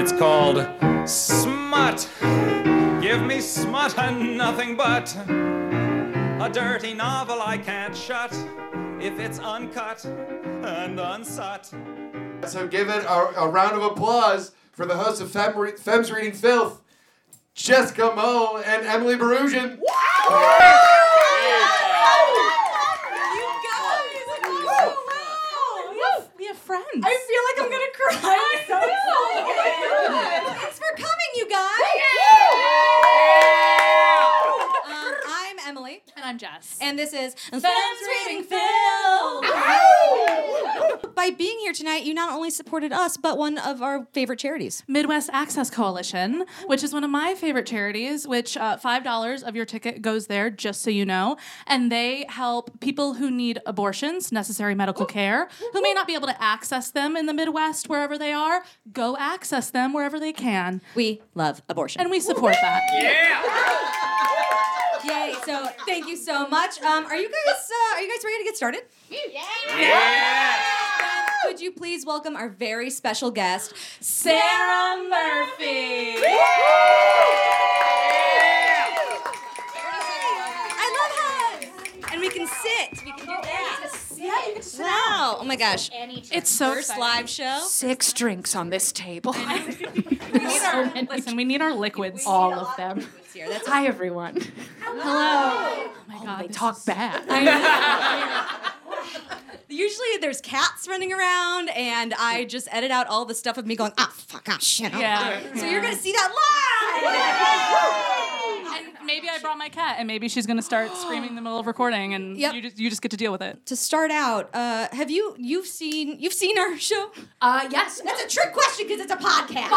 It's called Smut. Give me smut and nothing but a dirty novel I can't shut if it's uncut and unsut. So give it a, a round of applause for the hosts of Fem Re- Femmes Reading Filth, Jessica Moe and Emily Barusian. You guys! Wow. We have, we have friends. I feel like I'm gonna cry. I'm so excited. Thanks for coming, you guys. Um, I'm Emily, And I'm Jess. and this is Fans Reading Film. By being here tonight, you not only supported us, but one of our favorite charities. Midwest Access Coalition, which is one of my favorite charities, which uh, $5 of your ticket goes there, just so you know. And they help people who need abortions, necessary medical care, who may not be able to access them in the Midwest, wherever they are, go access them wherever they can. We love abortion. And we support that. Yay! So thank you so much. Um, are you guys uh, are you guys ready to get started? Yeah. Could you please welcome our very special guest, Sarah Murphy? I love her. And we can sit. We can do that. Oh, Yeah, you can sit Wow! Oh my gosh! It's so First live show. Six drinks on this table. exciting. Listen, we need our liquids. All of them. Hi, everyone. Oh my God. They this talk back. Usually there's cats running around, and I just edit out all the stuff of me going, ah, fuck, ah, shit. ah." Yeah. So you're gonna see that live. And maybe I brought my cat, and maybe she's gonna start screaming in the middle of recording, and Yep. you just you just get to deal with it. to start out, uh, have you you've seen you've seen our show? Uh, yes. That's a trick question because it's a podcast.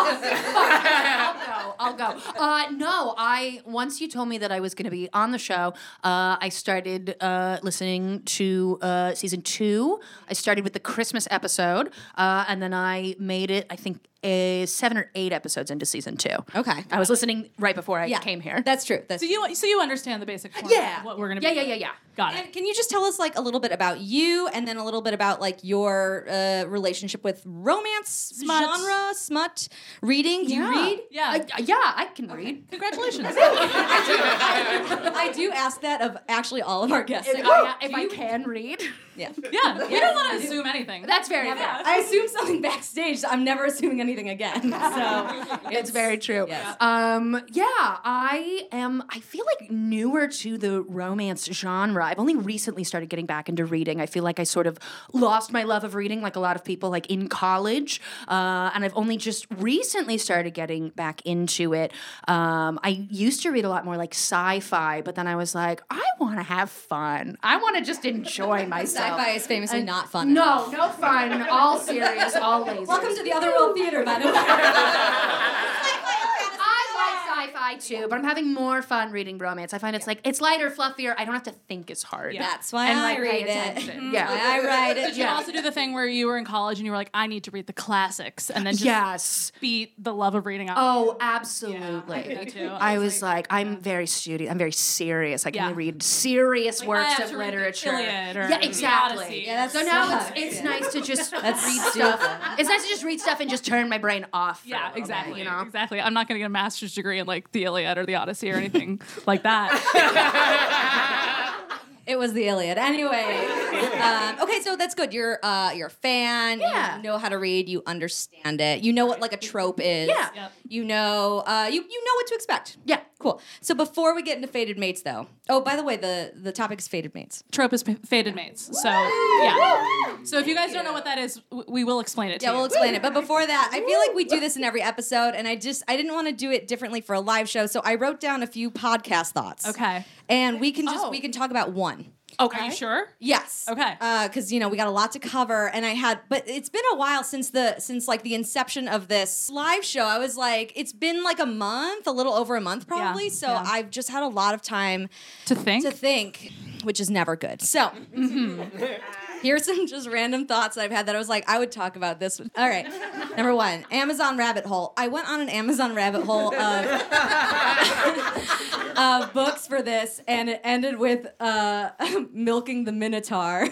I'll go. Uh, no, I once you told me that I was going to be on the show, uh, I started uh, listening to uh, season two. I started with the Christmas episode, uh, and then I made it. I think uh seven or eight episodes into season two. Okay. I was listening right before I came here. That's true. That's So you so you understand the basic format yeah. of what we're gonna Yeah, be yeah, yeah, doing. yeah. Got it. And can you just tell us like a little bit about you, and then a little bit about like your uh, relationship with romance Smut. genre, smut reading? Do you read? Yeah. I- yeah, I can read. Congratulations. I do ask that of actually all of our guests. Oh, If I, if I can read, yeah. yeah. We don't want to assume anything. that's very fair. I assume something backstage. So I'm never assuming anything again. So It's very true. Yes. Um, yeah, I am. I feel like newer to the romance genre. I've only recently started getting back into reading. I feel like I sort of lost my love of reading, like a lot of people, like in college. Uh, and I've only just recently started getting back into it. Um, I used to read a lot more like sci-fi, but then I was like, I want to have fun. I want to just enjoy myself. sci-fi is famously not fun. No, no fun. All serious. All lazy. Welcome to the Other World Theater, by the way. I like sci-fi too, but I'm having more fun reading romance. I find it's like it's lighter, fluffier. I don't have to think as hard. That's why And, I like, pay read it. Mm-hmm. attention. Yeah. Why I write it. Did you also do the thing where you were in college and you were like, I need to read the classics and then just Yes. beat the love of reading out? Oh, absolutely. Yeah, I did that too. I was like, I'm very studious. I'm very serious. I can Yeah. only read serious I works have of to read the literature. Iliad or yeah, the exactly. Odyssey. Yeah, that's so now sucks. it's, it's nice to just read stupid. stuff. It's nice to just read stuff and just turn my brain off. for a Yeah, little bit, exactly. you know, Exactly. I'm not going to get a master's degree in like the Iliad or the Odyssey or anything like that. It was the Iliad. Anyway, um, okay, so that's good. You're uh, you're a fan. Yeah. You know how to read. You understand it. You know what like a trope is. Yeah. Yep. You know. Uh, you you know what to expect. Yeah. Cool. So before we get into faded mates, though. Oh, by the way, the the topic is faded mates. Trope is p- faded mates. So yeah. So if you guys don't know what that is, w- we will explain it. to Yeah, you. we'll explain it. But before that, I feel like we do this in every episode, and I just I didn't want to do it differently for a live show, so I wrote down a few podcast thoughts. Okay. And we can just Oh. we can talk about one. Okay. Are you sure? Yes. Okay. Because you know we got a lot to cover, and I had, but it's been a while since the since like the inception of this live show. I was like, it's been like a month, a little over a month probably. So yeah. I've just had a lot of time To think. to think, which is never good. So here's some just random thoughts that I've had that I was like, I would talk about this. One. All right, number one, Amazon rabbit hole. I went on an Amazon rabbit hole of, of books for this, and it ended with uh, milking the Minotaur.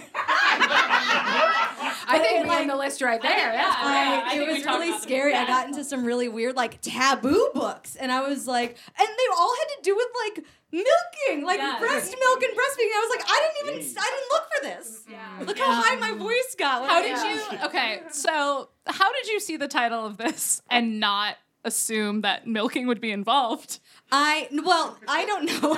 I think it, we like- on the list right there. That's yeah. great. I- I think it we was talked really about them. scary. I got into some really weird, like taboo books, and I was like, and they all had to do with like milking, like Yeah. breast milk and breastfeeding. I was like, I didn't even, I didn't look for this. Look how high my voice got. Um, How did you? Okay, so how did you see the title of this and not assume that milking would be involved? I well, I don't know.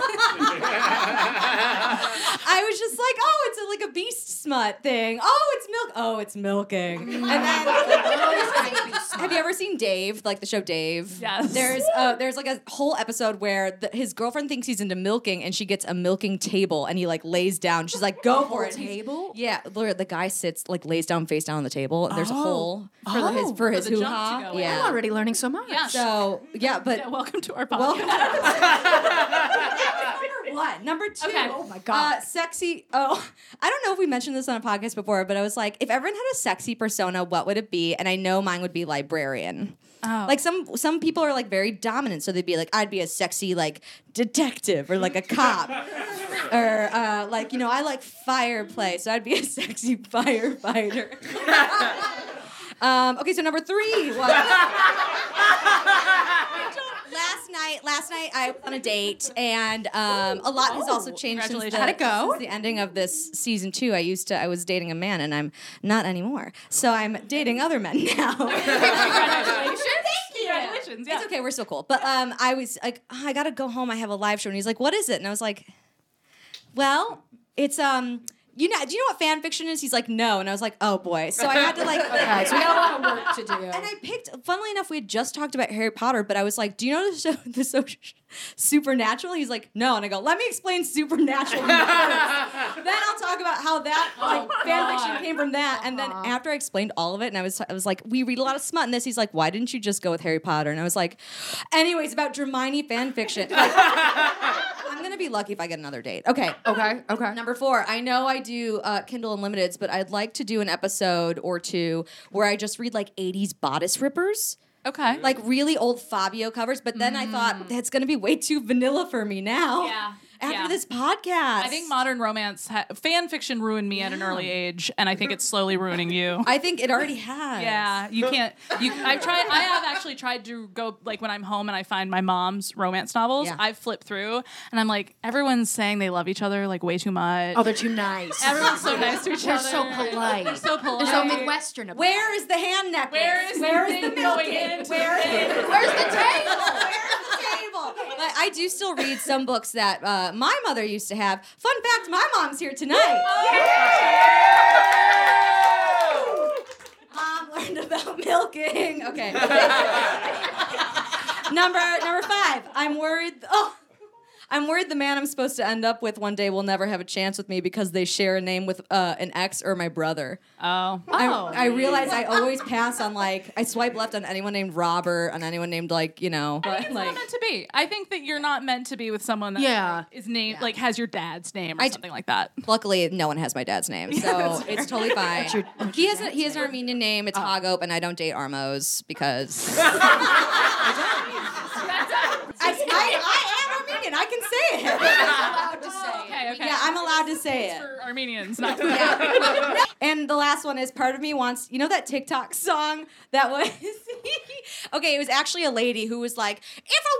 I was just like, oh, it's a, like a beast smut thing. Oh, it's milk. Oh, it's milking. Mm. And then "Oh, have you ever seen Dave, like the show Dave? Yes. There's uh, there's like a whole episode where the, his girlfriend thinks he's into milking, and she gets a milking table, and he like lays down. She's like, go for it. He's- Table? yeah, Lord, the guy sits like lays down face down on the table. There's a Oh. hole for Oh. his for For his the jump hoo to ha. I'm go in. Yeah. already learning so much. Yeah. So yeah, but Yeah, welcome to our podcast. Welcome. number one. Number two. Okay. Oh my God. Uh, sexy. Oh, I don't know if we mentioned this on a podcast before, but I was like, if everyone had a sexy persona, what would it be? And I know mine would be librarian. Oh. Like some some people are like very dominant, so they'd be like, I'd be a sexy like detective or like a cop, or uh, like you know I like fireplace, so I'd be a sexy firefighter. um, okay, so number three was last night last night i was on a date and um, a lot has also changed since the, congratulations. How'd it go? since the ending of this season two i used to i was dating a man and i'm not anymore so i'm dating other men now Congratulations. Thank you. Congratulations. Yeah. it's okay we're still cool but um, i was like "Oh, i gotta go home i have a live show and he's like what is it and i was like well it's um you know do you know what fan fiction is he's like no and i was like oh boy so i had to like Guys, we got a lot of work to do. and I picked, funnily enough, we had just talked about Harry Potter, but I was like, Do you know the show, the show Supernatural? He's like, No. And I go, Let me explain Supernatural. first. then I'll talk about how that like, fan fiction came from that. And then after I explained all of it, and I was, I was like, We read a lot of smut in this. He's like, Why didn't you just go with Harry Potter? And I was like, Anyways, about Germani fan fiction. Like, I'm going to be lucky if I get another date. Okay. okay, okay. Number four, I know I do uh, Kindle Unlimiteds, but I'd like to do an episode or two where I just read like 80s bodice rippers, Okay. like really old Fabio covers. But then I thought that's going to be way too vanilla for me now. Mm. Yeah, After yeah. this podcast. I think modern romance ha- fan fiction ruined me at an early age, and I think it's slowly ruining you. I think it already has. Yeah, you can't. You, I've tried. I have actually tried to go like when I'm home and I find my mom's romance novels. Yeah. I flip through and I'm like, everyone's saying they love each other like way too much. Oh, they're too nice. Everyone's so nice to each They're other. so polite. They're so polite. There's so Midwestern about Where is the hand necklace? Where is Where the is thing milk going in? into Where is it? Where's the table? table. But I do still read some books that uh, my mother used to have. Fun fact: my mom's here tonight. Mom learned about milking. Okay. number number five. I'm worried. Oh. I'm worried the man I'm supposed to end up with one day will never have a chance with me because they share a name with uh, an ex or my brother. Oh, Oh. I, I realize I always pass on like I swipe left on anyone named Robert, on anyone named like you know. But, it's not meant to be. I think that you're not meant to be with someone that Yeah. like, is named like has your dad's name or I d- something like that. Luckily, no one has my dad's name, so it's totally fine. he has a, he has an Armenian name. It's Hagop, and I don't date Armos because I, I, I am Armenian. I can say it. Okay, okay. Yeah, I'm allowed to say it. for Armenians, not And the last one is part of me wants, you know, that TikTok song that was. okay, it was actually a lady who was like, if a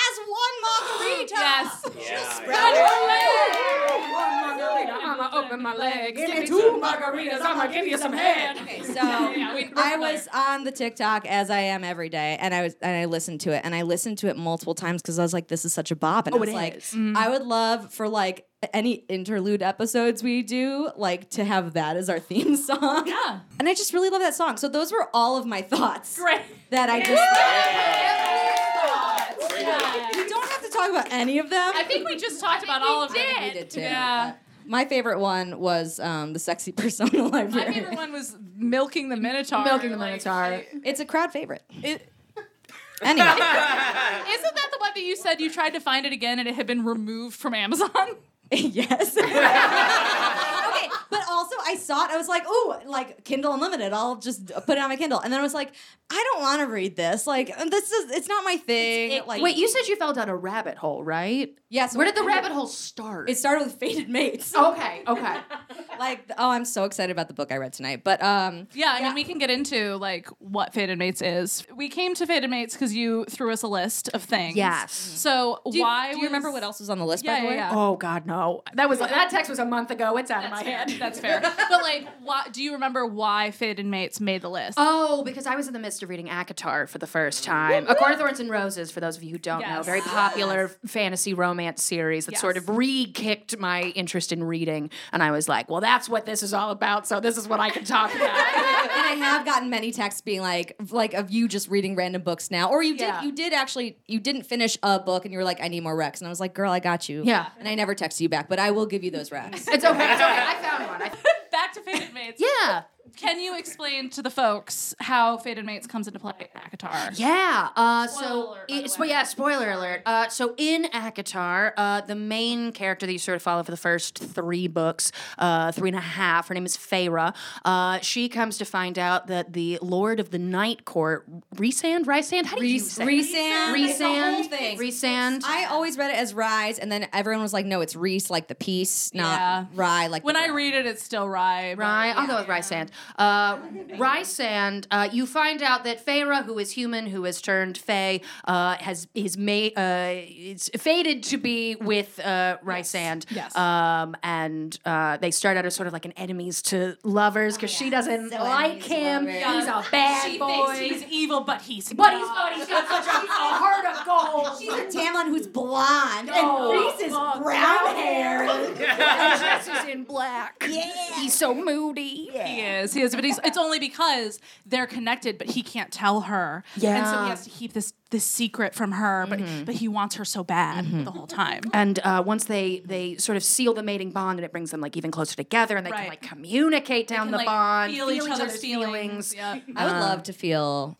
has one margarita, yes. she'll spread her legs. Okay, so I was on the TikTok as I am every day, and I was and I listened to it, and I listened to it multiple times because I was like, "This is such a bop," and I was Oh, it like, is. Mm-hmm. "I would love for like any interlude episodes we do, like to have that as our theme song." Yeah. and I just really love that song. So those were all of my thoughts. Great. That I just. uh, You don't have to talk about any of them. I think we just talked about all of it. We did too. Yeah. My favorite one was um, the sexy persona My library. favorite one was milking the minotaur. Milking the Like, Minotaur. It's a crowd favorite. anyway. Isn't that the one that you said you tried to find it again and it had been removed from Amazon? yes. okay, But also, I saw it. I was like, "Ooh, like Kindle Unlimited. I'll just put it on my Kindle." And then I was like, "I don't want to read this. Like, this is it's not my thing." like, Wait, you said you fell down a rabbit hole, right? Yes. Where did the rabbit hole start? It started with Faded Mates. Oh. okay, okay. Like, oh, I'm so excited about the book I read tonight. But um, Yeah, I mean, we can get into like what Faded Mates is. We came to Faded Mates because you threw us a list of things. Yes. So do you, why? do you was- remember what else was on the list? Yeah, by the yeah, way, yeah. Oh God, no. That was that text was a month ago. It's out of my That's fair. head. That's fair. but like, why, do you remember why Faded Mates made the list? Oh, because I was in the midst of reading ACOTAR for the first time. A Court of Thorns and Roses, for those of you who don't know, Yes. very popular fantasy romance series that sort Yes. of re kicked my interest in reading. And I was like, well, that's what this is all about, so this is what I can talk about. and I have gotten many texts being like, like of you just reading random books now, or you Yeah. did, you did actually, you didn't finish a book, and you were like, I need more Rex, and I was like, girl, I got you. Yeah. And I never texted you back, but I will give you those Rex. it's okay, it's okay. I found one. I- Back to Faded Mates. yeah. Can you explain to the folks how Faded Mates comes into play at Akatar? Yeah. Uh, Spoiler so, alert, by it, the spo- way. yeah, spoiler alert. Uh, so, in ACOTAR, uh, the main character that you sort of follow for the first three books, uh, three and a half, her name is Feyre. Uh, she comes to find out that the Lord of the Night Court, Resand? Rysand? How do you say it? Resand. It's a whole Resand? thing. Resand? I always read it as Rise, and then everyone was like, no, it's Reese, like the piece, not Yeah. Rye, like When the I rye. read it, it's still Rye. but- Rye, I'll go with Rysand. Uh, Rysand, uh, you find out that Feyre, who is human, who has turned Fey, uh, has is made uh, is fated to be with uh, Rysand. Yes. Um, and uh, they start out as sort of like an enemies to lovers because she doesn't Oh, So like enemies to him. He's lovers. a bad She boy. thinks he's evil, but he's but he's not. but he's got such a, a heart of gold. She's a Tamlin who's blonde, Oh, and Reese is brown hair. and dress is in black. Yeah. He's so moody. He is. He is. But he's, it's only because they're connected, but he can't tell her. And so Yeah. he has to keep this this secret from her. But but he wants her so bad Mm-hmm. the whole time. and uh, once they they sort of seal the mating bond and it brings them like even closer together and they can Right. like communicate down can, the like, bond feel each other's feelings. Yeah. I would love to feel.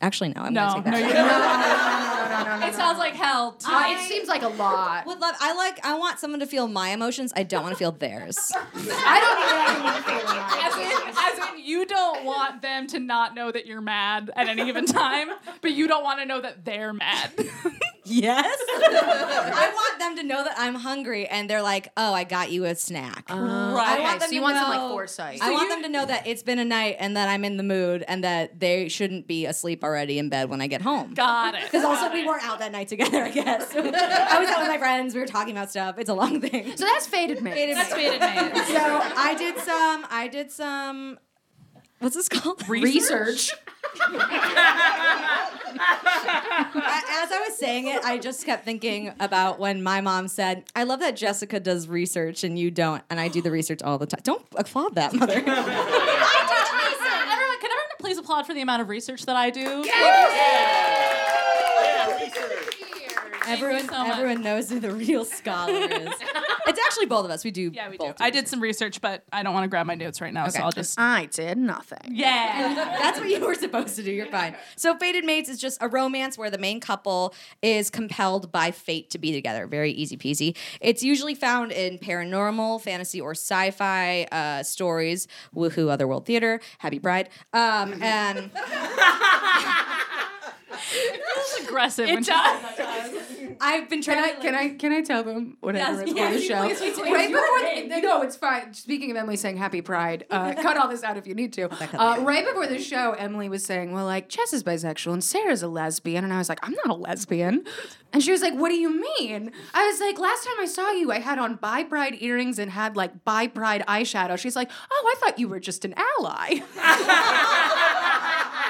Actually, no, I'm No, gonna take that. no, you no, no, no, no, no, no, no, It sounds like hell. To Uh, it seems like a lot. would love. I like. I want someone to feel my emotions. I don't want to feel theirs. I don't even As in, as in, you don't want them to not know that you're mad at any given time, but you don't want to know that they're mad. yes. I want them to know that I'm hungry, and they're like, "Oh, I got you a snack." I Uh, right. okay, want them so you to want some, like, know- foresight. I So want you- them to know that it's been a night and that I'm in the mood and that they shouldn't be asleep already in bed when I get home. Got it. Because also we weren't out that night together. I guess I was out with my friends. We were talking about stuff. It's a long thing. So that's faded me. Faded That's mates. faded man. So I did some. I did some. What's this called? Research. I- as I was saying it, I just kept thinking about when my mom said, "I love that Jessica does research and you don't," and I do the research all the time. Don't applaud that, mother. Everyone, can everyone please applaud for the amount of research that I do? everyone, so much. everyone knows who the real scholar is. it's actually both of us. We do. Yeah, we do. Um, both I did some research, but I don't want to grab my notes right now, so Okay. I'll just. I did nothing. Yeah. That's what you were supposed to do. You're fine. So, Fated Mates is just a romance where the main couple is compelled by fate to be together. Very easy peasy. It's usually found in paranormal, fantasy, or sci fi uh, stories. Woohoo, Otherworld Theater, Happy Bride. Um, and It's aggressive. when she- I've been trying to. I can I tell them what Yes, yes, you please, please, please. right Your before the, no, it's fine. Speaking of Emily saying Happy Pride, uh, cut all this out if you need to. cut Uh, right before the show, Emily was saying, "Well, like Chess is bisexual and Sarah's a lesbian," and I was like, "I'm not a lesbian," and she was like, "What do you mean?" I was like, "Last time I saw you, I had on bi pride earrings and had like bi pride eyeshadow." She's like, "Oh, I thought you were just an ally."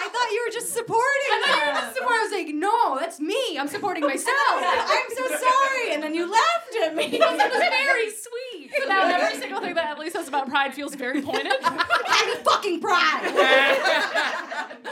I thought you were just supporting. I them. was supporting- I was like, "No, that's me. I'm supporting myself." I'm so sorry. And then you laughed at me. That was very sweet. So now every single thing that Emily says about pride feels very pointed. Happy fucking pride.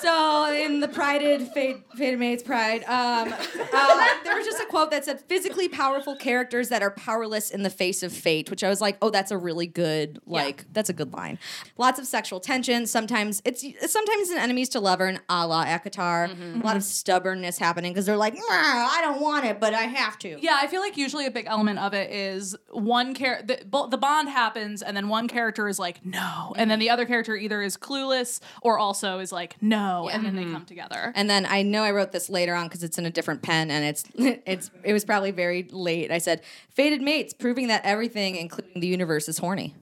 So in the prided fade, faded maid's pride, um, uh, there was just a quote that said, "Physically powerful characters that are powerless in the face of fate," which I was like, "Oh, that's a really good like that's a good line." Lots of sexual tension. Sometimes it's it's sometimes an enemies to lover, and a la Akatar. A lot of stubbornness happening because they're like, "Nah, "I don't want it, but I have to." Yeah, I feel like usually a big element of it is one character, the, bo- the bond happens, and then one character is like, no. And then the other character either is clueless or also is like, no. And then they come together. And then I know I wrote this later on because it's in a different pen, and it's it's it was probably very late. I said, "Faded mates," proving that everything, including the universe, is horny.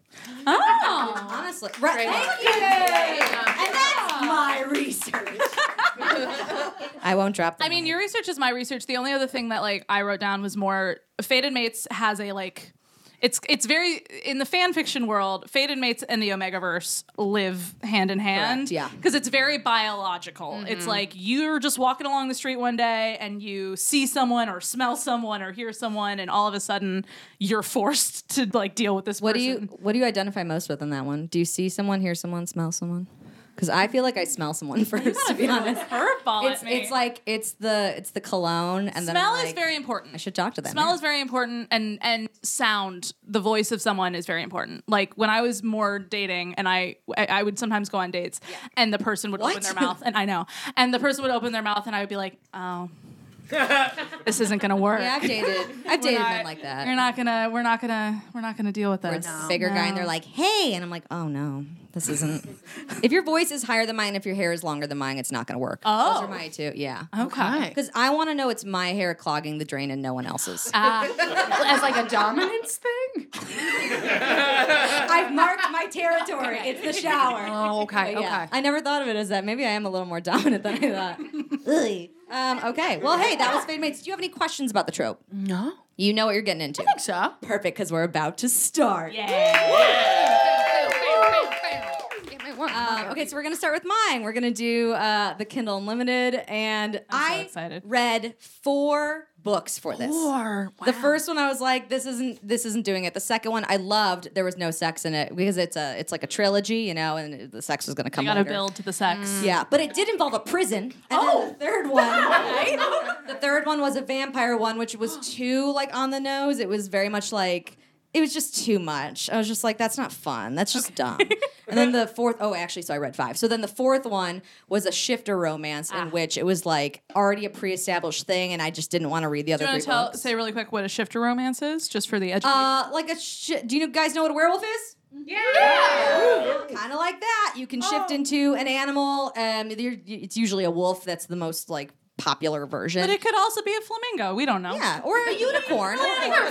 oh. Honestly, right? Thank you. And that's my research. I won't drop. I mean, your research is my research. The only other thing that like I wrote down was more Faded Mates has a like it's it's very in the fan fiction world, Faded Mates and the Omegaverse live hand in hand. Correct, yeah. Mm-hmm. Because it's very biological. It's like you're just walking along the street one day and you see someone or smell someone or hear someone and all of a sudden you're forced to like deal with this what do person. you what do you identify most with in that one? Do you see someone, hear someone, smell someone? Because I feel like I smell someone first. To be honest, Curveball it's at me. it's like it's the it's the cologne, and then I'm smell is like, very important. I should talk to them. Smell yeah. is very important, and and sound, the voice of someone is very important. Like when I was more dating, and I I, I would sometimes go on dates, and the person would open What? their mouth, and I know, and the person would open their mouth, and I would be like, oh, this isn't gonna work. Yeah, I've dated I've dated We're men not- like that. You're not gonna. We're not gonna. We're not gonna deal with this. a bigger guy and they're like, hey. And I'm like, oh no, this isn't. if your voice is higher than mine, if your hair is longer than mine, it's not going to work. Oh. Those are my two. Yeah. okay. Because I want to know it's my hair clogging the drain and no one else's. As like a dominance thing? I've marked my territory. It's the shower. Oh, okay, Yeah. okay. I never thought of it as that. Maybe I am a little more dominant than I thought. Ugh. um, okay. Well, hey, that was Fade Mates. Do you have any questions about the trope? No. You know what you're getting into. So? Perfect, because we're about to start. Um, okay, so we're gonna start with mine. We're gonna do uh, the Kindle Unlimited, and so I excited. read four books for this. Or The first one I was like, this isn't this isn't doing it. The second one I loved. There was no sex in it because it's a it's like a trilogy, you know, and the sex was gonna come. You gotta later. Mm. build to the sex. Yeah, but it did involve a prison. And oh, the third one. The third one was a vampire one, which was too like on the nose. It was very much like it was just too much. I was just like, that's not fun. That's just dumb. and then the fourth, oh, actually, so I read five. So then the fourth one was a shifter romance Ah. in which it was like already a pre-established thing, and I just didn't want to read the other Do you three want to tell, books. say really quick what a shifter romance is, just for the education? uh, like a shi do you guys know what a werewolf is? kind of like that. You can shift Oh. into an animal. Um, you're- it's usually a wolf. That's the most like popular version. but it could also be a flamingo. We don't know. yeah, or a unicorn.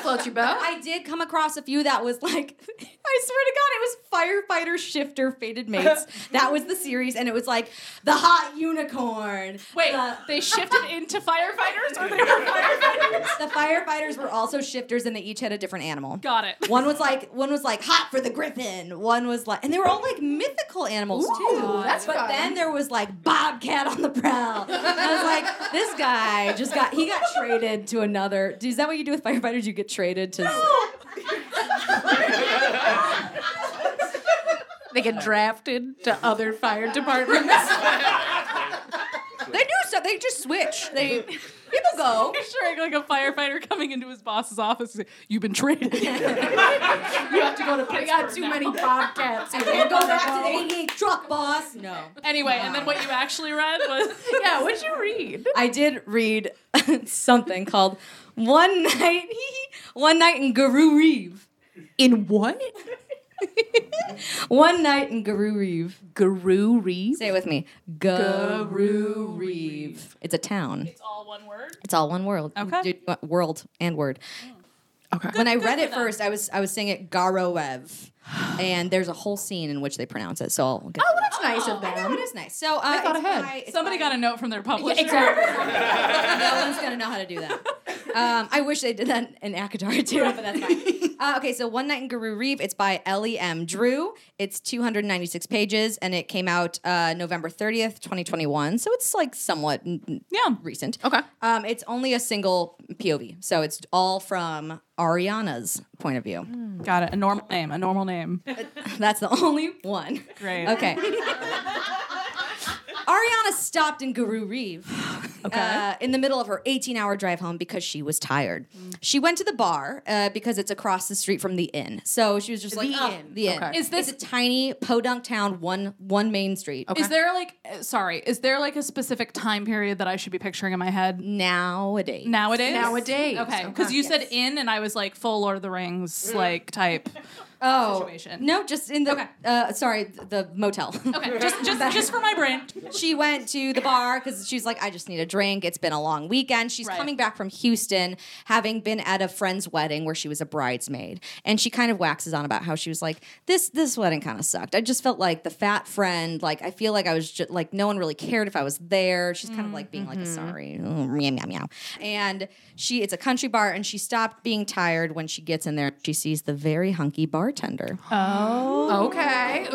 floats your boat. I did come across a few that was like, I swear to God, it was firefighter shifter fated mates. that was the series, and it was like the hot unicorn. Wait, the, they shifted into firefighters, or they were firefighters? the firefighters were also shifters, and they each had a different animal. Got it. One was like one was like hot for the griffin. One was like, and they were all like mythical animals too. that's but fun. then there was like bobcat on the prowl. And I was like, this guy just got he got traded to another. Is that what you do with firefighters? You get traded to. They get drafted to other fire departments. They do so. They just switch. They people go. Picturing like a firefighter coming into his boss's office. and say, You've been traded. you have to go to I got too many bobcats. Can't go back to the 88 truck, boss. No. Anyway, and then what you actually read was Yeah, what'd you read? I did read something called One Night One Night in Guru Reeve. In what? One Night in Guru Reeve. Guru Reeves. Say it with me. Guru Reeve. It's a town. it's all one word. It's all one world. Okay. D- World and word. Oh. Okay. When I read it first, I was I was saying it Garoev. And there's a whole scene in which they pronounce it. So I'll get Oh, that's nice of I know them. it is nice. So uh, I thought ahead. Somebody got a note from their publisher. no one's gonna know how to do that. Um, I wish they did that in Akatar too, but that's fine. Uh, okay, so One Night in Guru Reeve. It's by Ellie M. Drew. It's 296 pages, and it came out uh, November 30th, 2021. So it's like somewhat n- n- Yeah. recent. Okay. Um, it's only a single POV, so it's all from Ariana's point of view. Got it. A normal name. A normal name. That's the only one. Great. Okay. Ariana stopped in Guru Reeve uh, in the middle of her 18 hour drive home because she was tired. She went to the bar uh, because it's across the street from the inn. So she was just like, "Ah, inn. The inn. Okay. Is this a tiny podunk town, one one main street? Is there like uh, sorry? Is there like a specific time period that I should be picturing in my head Nowadays. nowadays? Nowadays. okay. Mm. Because you said in, and I was like full Lord of the Rings like type. oh, situation. No, just in the, uh, sorry, th- the motel. Okay, just just just for my brain. she went to the bar because she's like, I just need a drink. It's been a long weekend. She's Right. coming back from Houston, having been at a friend's wedding where she was a bridesmaid, and she kind of waxes on about how she was like, this this wedding kind of sucked. I just felt like the fat friend. Like I feel like I was just like no one really cared if I was there. She's kind of like being like a sorry oh, meow meow meow, and she it's a country bar, and she stopped being tired when she gets in there. She sees the very hunky bartender. Okay.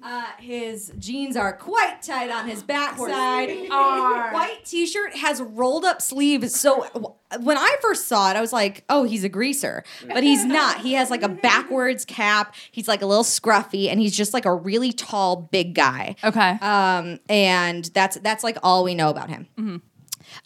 Uh, his jeans are quite tight on his backside. White t-shirt has rolled up sleeves. So w- when I first saw it, I was like, "Oh, he's a greaser," but he's not. He has like a backwards cap. He's like a little scruffy, and he's just like a really tall, big guy. Okay. Um, and that's that's like all we know about him. Mm-hmm.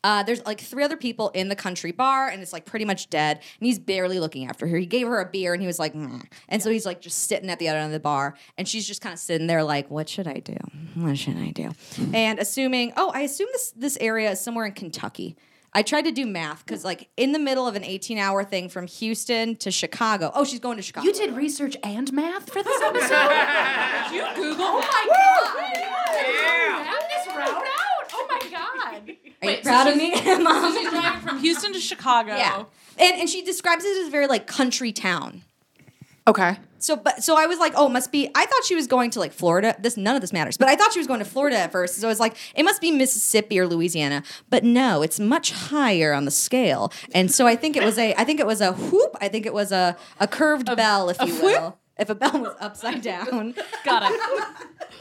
Uh, there's like three other people in the country bar, and it's like pretty much dead. And he's barely looking after her. He gave her a beer, and he was like, "Mm." and so he's like just sitting at the other end of the bar, and she's just kind of sitting there like, what should I do? What should I do? Mm-hmm. And assuming, oh, I assume this this area is somewhere in Kentucky. I tried to do math because like in the middle of an 18 hour thing from Houston to Chicago. Oh, she's going to Chicago. You did research and math for this episode? you Google. Oh my Map this route out? Oh my god. Are you proud of me, mom? She's driving from Houston to Chicago. Yeah. And, and she describes it as very like country town. Okay. So but so I was like, oh, it must be I thought she was going to like Florida. This none of this matters. But I thought she was going to Florida at first. So I was like, it must be Mississippi or Louisiana. But no, it's much higher on the scale. And so I think it was a I think it was a whoop. I think it was a a curved bell, if you will. If a bell was upside down. Got it.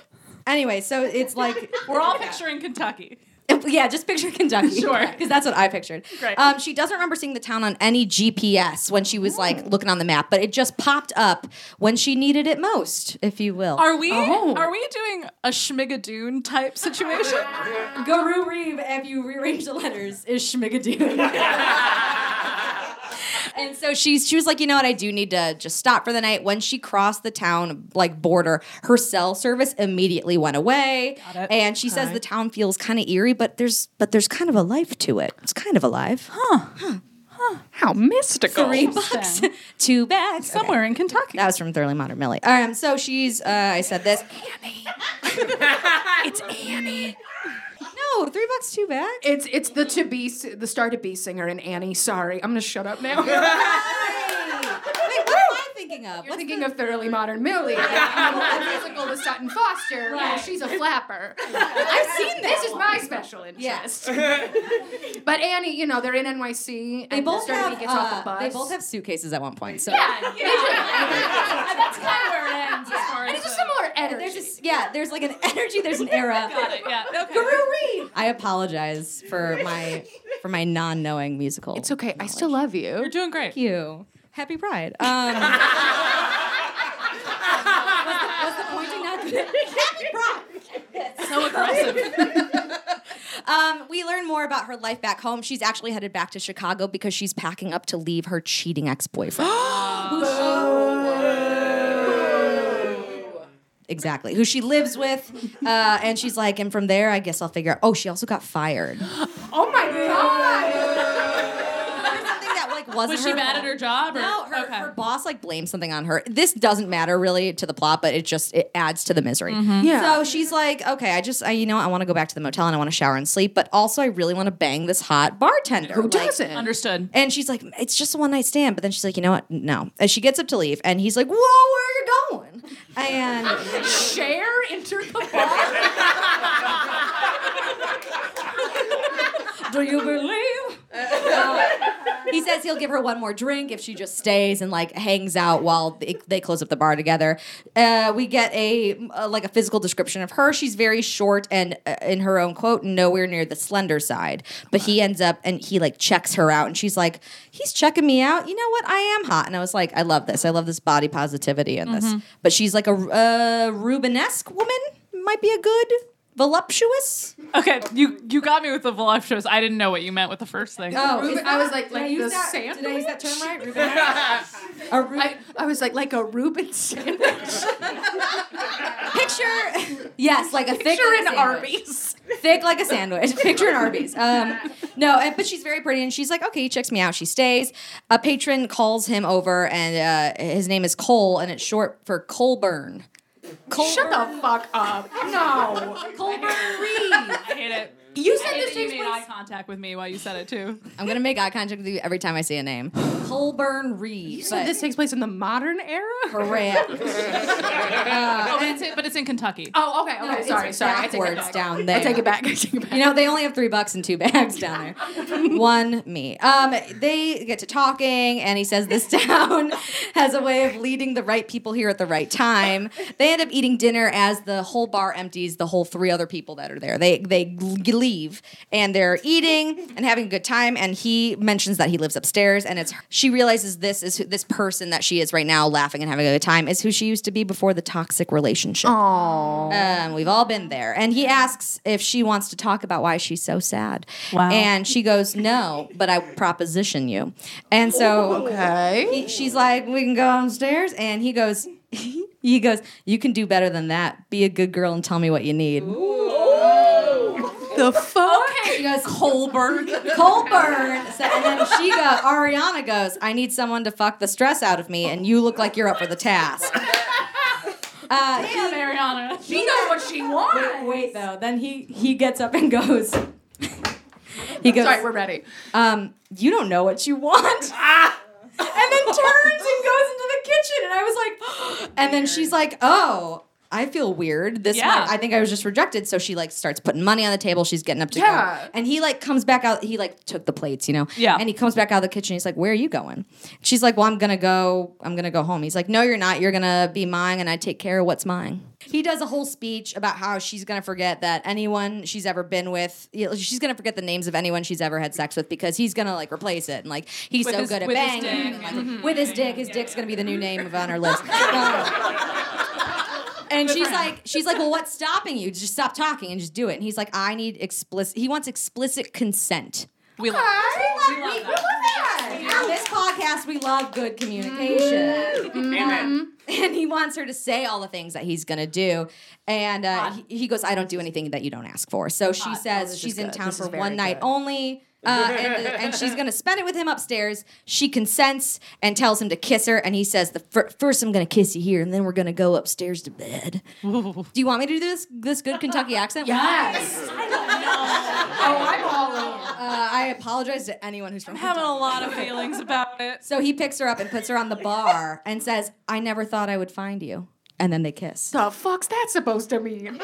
anyway, so it's like We're all picturing Kentucky. Yeah, just picture Kentucky. Sure. Because that's what I pictured. Great. Um, she doesn't remember seeing the town on any GPS when she was like looking on the map, but it just popped up when she needed it most, if you will. Are we Oh. are we doing a Schmigadoon type situation? Guru Reeve, if you rearrange the letters, is Schmigadoon. and so she's she was like, you know what, I do need to just stop for the night. When she crossed the town like border, her cell service immediately went away. Got it. And she says the town feels kind of eerie, but there's but there's kind of a life to it. It's kind of alive. How mystical. Three bucks, two bags. Okay. Somewhere in Kentucky. That was from Thoroughly Modern Millie. Um, so she's, uh, I said this. It's Annie. No, three bucks, two bags. It's it's the to be s- the star to be singer and Annie. Sorry, I'm gonna shut up now. Wait, what am I thinking of? We're thinking of thoroughly modern Millie. the musical with Sutton Foster. Well, she's a flapper. I've seen this. This is my special interest. but Annie, you know, they're in NYC. They and both, Star to Be have, gets off the uh, bus. they both have suitcases at one point. So Yeah, That's kind of where it ends. As far and as it's a the- similar energy. there's just yeah, there's like an energy, there's an era. Got it. Yeah. Okay. I apologize for my for my non-knowing musical. it's okay. I still love you. You're doing great. Thank you. Happy Pride. Um, what's, the, what's the pointing out? Happy Pride. So aggressive. Um, we learn more about her life back home. She's actually headed back to Chicago because she's packing up to leave her cheating ex-boyfriend. Who she- Exactly. Who she lives with. Uh, and she's like, and from there, I guess I'll figure out. Oh, she also got fired. Something Oh my god! that like wasn't Was she her bad at fault. her job? Or? No, her, okay. her boss like blamed something on her. This doesn't matter really to the plot, but it just it adds to the misery. Yeah. So she's like, okay, I just I, you know I want to go back to the motel and I want to shower and sleep, but also I really want to bang this hot bartender. Who Like, doesn't? Understood. And she's like, it's just a one night stand. But then she's like, you know what? No. And she gets up to leave, and he's like, whoa, where are you going? And Share enter the bar. do you believe? he says he'll give her one more drink if she just stays and like hangs out while they, they close up the bar together. Uh, we get a uh, like a physical description of her. She's very short and uh, in her own quote, nowhere near the slender side. But he ends up and he like checks her out, and she's like, he's checking me out. You know what? I am hot, and I was like, I love this. I love this body positivity in this. But she's like a uh, Rubenesque woman. might be a good voluptuous. Okay, you you got me with the voluptuous. I didn't know what you meant with the first thing. Oh, Ruben- is I was like- did I like use the that, Did I use that term right? Ruben- a Ruben- I, I was like, like a Reuben sandwich. picture, yes, like a thick Picture like a an sandwich. Arby's. thick like a sandwich. Picture an Arby's. Um, no, and, but she's very pretty, and she's like, okay, he checks me out. She stays. A patron calls him over, and uh, his name is Cole, and it's short for Colburn. Colburn. Shut the fuck up. No. Colburn. I hate it. You I said hate this that you takes made place. eye contact with me while you said it too. I'm gonna make eye contact with you every time I say a name. Colburn Reed. You said but- this takes place in the modern era. correct. Uh, Oh, but it's, in, but it's in Kentucky. Oh, okay, okay. it's sorry, sorry. I take it Backwards back. down there. I take it back. I take it back. You know, they only have three bucks and two bags down there. One me. Um, they get to talking, and he says this town has a way of leading the right people here at the right time. They end up eating dinner as the whole bar empties the whole three other people that are there. They they g- leave and they're eating and having a good time. And he mentions that he lives upstairs, and it's she realizes this is who, this person that she is right now, laughing and having a good time, is who she used to be before the toxic relationship. Um, we've all been there. And he asks if she wants to talk about why she's so sad. Wow. And she goes, No, but I proposition you. And so he- she's like, We can go downstairs. And he goes, He goes, You can do better than that. Be a good girl and tell me what you need. The fuck? She goes, Colburn. Colburn. So, and then she goes, Ariana goes, I need someone to fuck the stress out of me, and you look like you're up for the task. Uh, he- Mariana. She knows what she wants. Wait though, then he he gets up and goes. he goes. Sorry, we're ready. um, you don't know what you want. Ah. and then turns and goes into the kitchen, and I was like, and then she's like, oh. I feel weird. This Yeah. might- I think I was just rejected. So she like starts putting money on the table. She's getting up to Yeah. go. And he like comes back out. He like took the plates, you know. Yeah. And he comes back out of the kitchen. He's like, "Where are you going?" She's like, "Well, I'm gonna go. I'm gonna go home." He's like, "No, you're not. You're gonna be mine, and I take care of what's mine." He does a whole speech about how she's gonna forget that anyone she's ever been with, you know, she's gonna forget the names of anyone she's ever had sex with because he's gonna like replace it, and like he's With so his- good at with his banging, dick. and, like, with his dick, his dick's gonna be the new name of on her list. No. And she's like, she's like, well, what's stopping you? Just stop talking and just do it. And he's like, I need explicit. He wants explicit consent. We love We love, we love that. On this podcast, we love good communication. Mm-hmm. Amen. And he wants her to say all the things that he's going to do. And uh, he, he goes, I don't do anything that you don't ask for. So she says she's in town This is for very one night good. only. Uh, and, the- and she's going to spend it with him upstairs. She consents and tells him to kiss her. And he says, the fir- First, I'm going to kiss you here, and then we're going to go upstairs to bed. do you want me to do this, this good Kentucky accent? Yes. Oh, Uh, I apologize to anyone who's from I'm having Kentucky. a lot of feelings about it. So he picks her up and puts her on the bar and says, I never thought I would find you. And then they kiss. The fuck's that supposed to mean?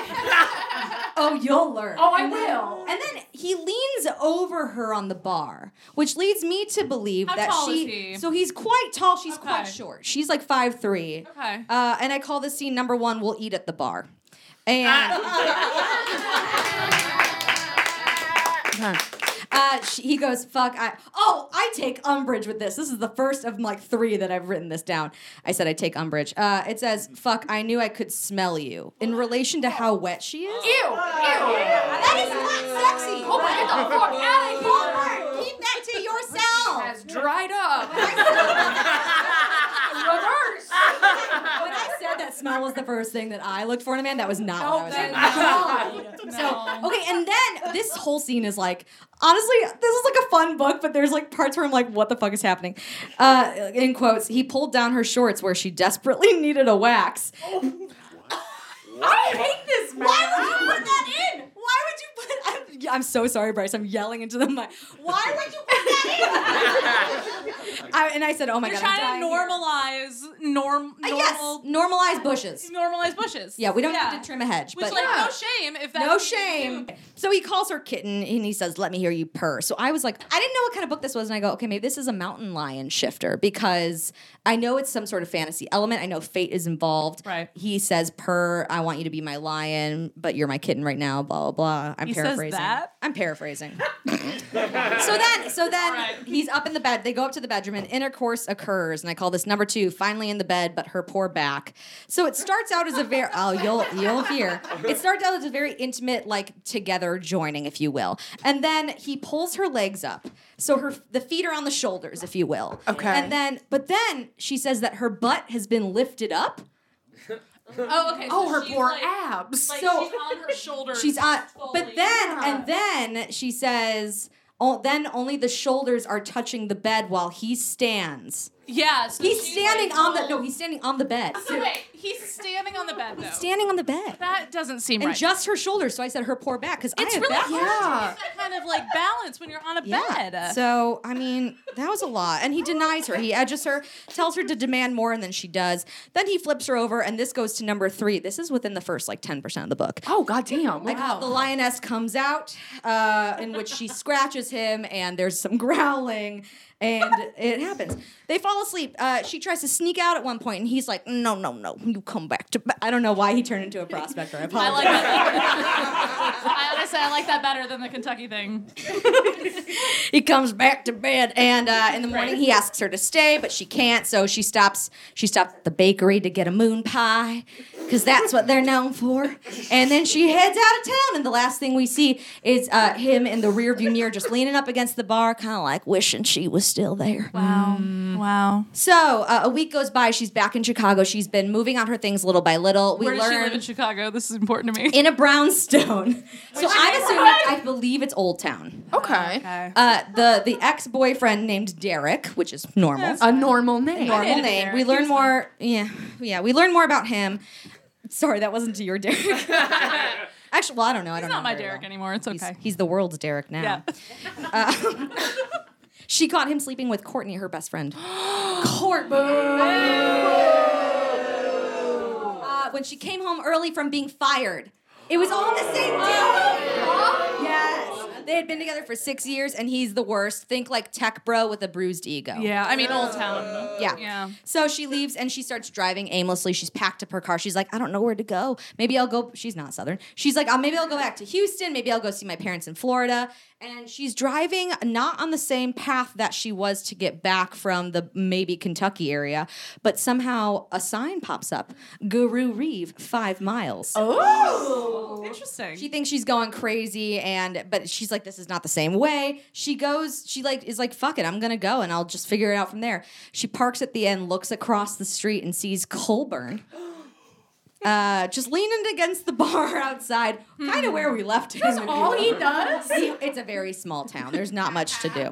Oh, you'll learn. I will. And then he leans over her on the bar, which leads me to believe How that tall she. is he? So he's quite tall. She's quite Okay. short. She's like five three. Okay. Uh, and I call this scene number one. We'll eat at the bar. And Ah. uh, she, he goes, "Fuck!" I oh, I take umbrage with this. This is the first of like three that I've written this down. I said I take umbrage. Uh, it says, "Fuck!" I knew I could smell you in relation to how wet she is. Ew. Ew. That is not sexy. Oh my, get the fuck outta here. Homer, keep that to yourself. Has dried up. Reverse. When I said that smell was the first thing that I looked for in a man, that was not what I was looking No. for. Okay, and then this whole scene is like, honestly, this is like a fun book, but there's like parts where I'm like, what the fuck is happening? Uh, in quotes, he pulled down her shorts where she desperately needed a wax. I hate this man. Why would you put that in? Why would you put? I'm, yeah, I'm so sorry, Bryce. I'm yelling into the mic. Why would you put that in? I, and I said, oh my You're god, I'm trying to dying here. normalize norm Uh, normal yes, normalize bushes. normalize bushes. Yeah, we don't have to trim a hedge, Which but like no shame if that's no what you shame. do. So he calls her kitten and he says, "Let me hear you purr." So I was like, I didn't know what kind of book this was, and I go, "Okay, maybe this is a mountain lion shifter because I know it's some sort of fantasy element. I know fate is involved." Right. He says, "Purr, I want you to be my lion, but you're my kitten right now." Blah blah blah. I'm He says paraphrasing. that? I'm paraphrasing. so then, so then right. He's up in the bed. They go up to the bedroom, and intercourse occurs. And I call this number two, finally in the bed, but her poor back. So it starts out as a very oh, you'll you'll hear. It starts out as a very intimate, like together joining, if you will. And then he pulls her legs up, so her the feet are on the shoulders, if you will. Okay. And then, but then she says that her butt has been lifted up. Oh, okay. Oh, her poor ass. abs. Like So- she's on her shoulders. She's on, but fully. then and then she says. Oh, then only the shoulders are touching the bed while he stands. yeah, so He's she's, standing like, on the full- no. He's standing on the bed. Wait, he's standing on the bed though. Standing on the bed. that doesn't seem And right. just her shoulders. So I said her poor back because it's I have really back hard Yeah. to get that kind of like balance when you're on a Yeah. bed. So I mean, that was a lot. And he denies her. He edges her, tells her to demand more, and then she does. Then he flips her over, and this goes to number three. This is within the first like ten percent of the book. Oh goddamn! I call it the lioness comes out, uh, in which she scratches him, and there's some growling, and it happens. They fall asleep. Uh, she tries to sneak out at one point, and he's like, "No, no, no, you come back to." Ba-. I don't know why he turned into a prospector. I I apologize. like that. I honestly I like that better than the Kentucky thing. he comes back to bed and uh, in the morning he asks her to stay but she can't so she stops she stops at the bakery to get a moon pie because that's what they're known for and then she heads out of town and the last thing we see is uh, him in the rearview mirror just leaning up against the bar kind of like wishing she was still there Wow. Wow. so uh, a week goes by she's back in chicago she's been moving on her things little by little we Where does learn she live in Chicago? This is important to me. in a brownstone so i'm assuming i believe it's old town okay. okay. uh, the the ex boyfriend named Derek, which is normal. A normal name. normal dated name. Derek. We He learn was more. Yeah, yeah. We learn more about him. Sorry, that wasn't to your Derek. Actually, well, I don't know. I don't It's know. not my very Derek well. anymore. It's He's, okay. he's the world's Derek now. yeah. She caught him sleeping with Courtney, her best friend. Court. Uh, when she came home early from being fired, it was all the same Oh. deal. Yes. They had been together for six years, and he's the worst. Think like tech bro with a bruised ego. Yeah, I mean Old Town. Yeah. Yeah. So she leaves and she starts driving aimlessly. She's packed up her car. She's like, I don't know where to go. Maybe I'll go. She's not Southern. She's like, "Oh, maybe I'll go back to Houston. Maybe I'll go see my parents in Florida. And she's driving not on the same path that she was to get back from the maybe Kentucky area, but somehow a sign pops up Guru Reeve, five miles. Interesting. She thinks she's going crazy and but she's like this is not the same way. She goes she like is like fuck it, I'm going to go and I'll just figure it out from there. She parks at the end, looks across the street and sees Colburn. Uh, just leaning against the bar outside, kind of where we left him. if you will. does. See, it's a very small town. There's not much to do.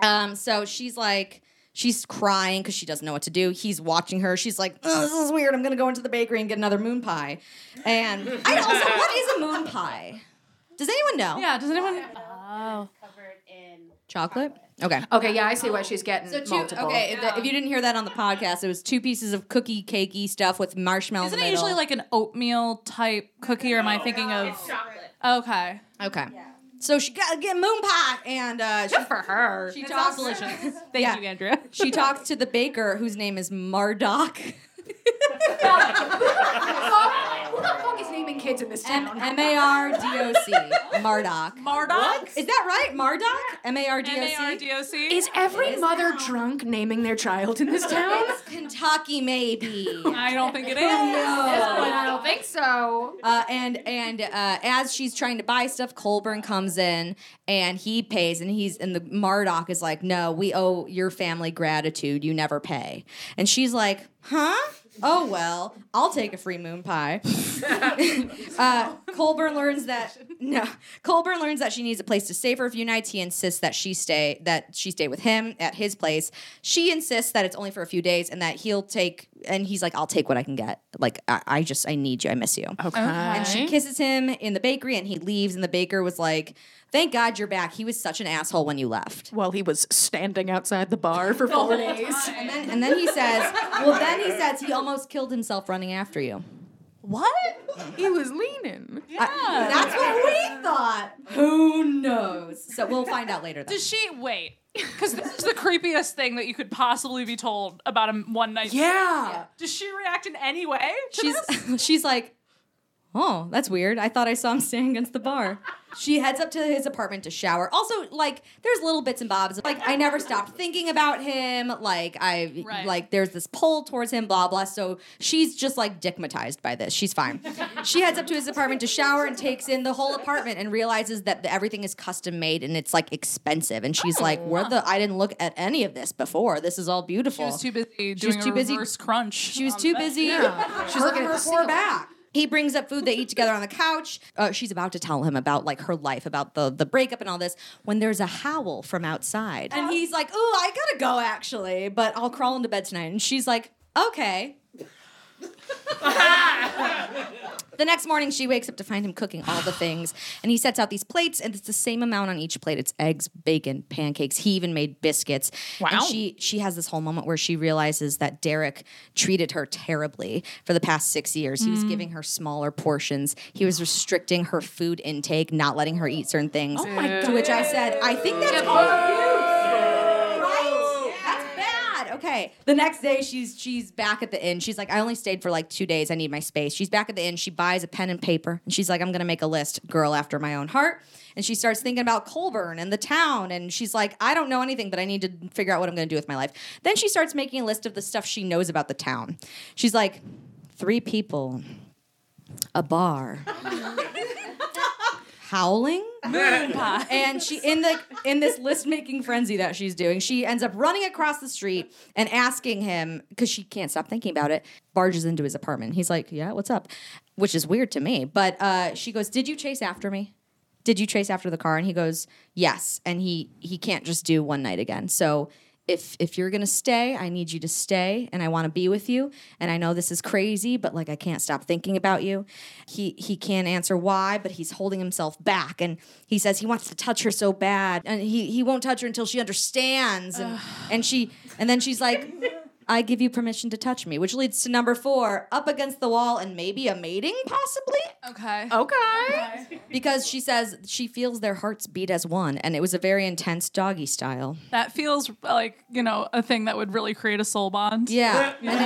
Um, so she's like, she's crying because she doesn't know what to do. He's watching her. She's like, oh, this is weird. I'm gonna go into the bakery and get another moon pie. And I also, what is a moon pie? Does anyone know? yeah, does anyone Oh. covered in Chocolate. Okay. Okay, yeah, I see why she's getting So two, multiple. okay, if, the- if you didn't hear that on the podcast, it was two pieces of cookie cakey stuff with marshmallows. Oh, Isn't it usually like an oatmeal type cookie or am I thinking of chocolate. Okay. okay? So she got get moon pie and uh, she, For her. she It's talks- all delicious. Thank Yeah. you, Andrea. she talks to the baker whose name is Mardock. who the fuck is naming kids in this M A R D O C. Mardoc. Mardoc? Is that right? Mardoc? M A R D O C? M-A-R-D-O-C? Is every mother drunk naming their child in this town? Kentucky, maybe. I don't think it is. I don't think so. Uh, and and uh, as she's trying to buy stuff, Colburn comes in and he pays, and he's and the Mardoc is like, "No, we owe your family gratitude. You never pay." And she's like, "Huh? Oh well, I'll take a free moon pie." Uh, Colburn learns that no. Colburn learns that she needs a place to stay for a few nights. He insists that she stay that she stay with him at his place. She insists that it's only for a few days and that he'll take. And he's like, "I'll take what I can get. Like I, I just I need you. I miss you." Okay. And Eh? she kisses him in the bakery, and he leaves. And the baker was like, "Thank God you're back. He was such an asshole when you left." While he was standing outside the bar for four days. And then, and then he says, "Well, then he says he almost killed himself running after you." What? He was leaning. I- that's what we thought. Who knows? So we'll find out later. Though. Does she wait? Because this is the creepiest thing that you could possibly be told about a m- one night. Yeah. Does she react in any way? to this? she's she's like, oh, that's weird. I thought I saw him standing against the bar. She heads up to his apartment to shower. Also, like, there's little bits and bobs. Like, I never stopped thinking about him. Like, I Right. like there's this pull towards him. Blah blah. So she's just like dickmatized by this. She's fine. she heads up to his apartment to shower and takes in the whole apartment and realizes that the, everything is custom made and it's like expensive. And she's like, "Where the? I didn't look at any of this before. This is all beautiful." Oh. She was too busy doing was too a busy- reverse crunch. She was too busy. She's looking at her poor back. He brings up food they eat together on the couch. Uh, she's about to tell him about like her life, about the the breakup and all this. When there's a howl from outside, and he's like, "Ooh, I gotta go actually, but I'll crawl into bed tonight." And she's like, "Okay." the next morning, she wakes up to find him cooking all the things, and he sets out these plates, and it's the same amount on each plate. It's eggs, bacon, pancakes. He even made biscuits. And Wow. she she- she has this whole moment where she realizes that Derek treated her terribly for the past six years. He was giving her smaller portions. He was restricting her food intake, not letting her eat certain things. Oh my god! To which I said, I think that's Right? That's bad. Okay. The next day, she's she's back at the inn. She's like, I only stayed for like two days. I need my space. She's back at the inn. She buys a pen and paper, and she's like, I'm gonna make a list, girl after my own heart. And she starts thinking about Colburn and the town, and she's like, I don't know anything, but I need to figure out what I'm gonna do with my life. Then she starts making a list of the stuff she knows about the town. She's like, three people, a bar, howling and she in the in this list making frenzy that she's doing she ends up running across the street and asking him because she can't stop thinking about it barges into his apartment he's like yeah what's up which is weird to me but uh, she goes did you chase after me did you chase after the car and he goes yes and he he can't just do one night again so if if you're gonna stay i need you to stay and i want to be with you and i know this is crazy but like i can't stop thinking about you he he can't answer why but he's holding himself back and he says he wants to touch her so bad and he he won't touch her until she understands and and she and then she's like I give you permission to touch me, which leads to number four, up against the wall and maybe a mating, possibly? Okay. Oh. Okay. because she says she feels their hearts beat as one and it was a very intense doggy style That feels like, you know, a thing that would really create a soul bond. yeah and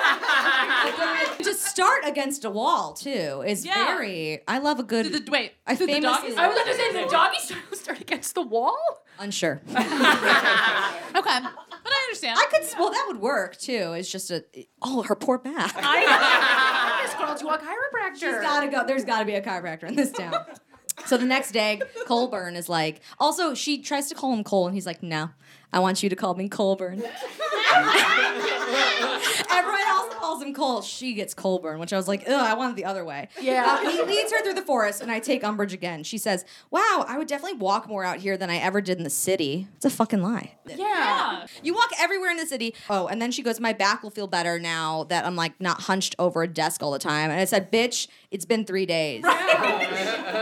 it's- to start against a wall too is Yeah. very i love a good Did the, wait, I did the dog- famously- I was gonna say the doggy style start against the wall. unsure okay, but I understand. i could well that would work too it's just a oh her poor back I this girl to a chiropractor. There's gotta go. There's gotta be a chiropractor in this town. so the next day, Colburn is like. Also, she tries to call him Cole, and he's like, "No, I want you to call me Colburn." Everyone else calls him Cole. She gets Colburn, which I was like, "Ugh, I want it the other way." Yeah. Uh, he leads her through the forest, and I take umbrage again. She says, "Wow, I would definitely walk more out here than I ever did in the city." It's a fucking lie. yeah. You walk everywhere in the city. Oh, and then she goes, My back will feel better now that I'm like not hunched over a desk all the time. And I said, Bitch, it's been three days.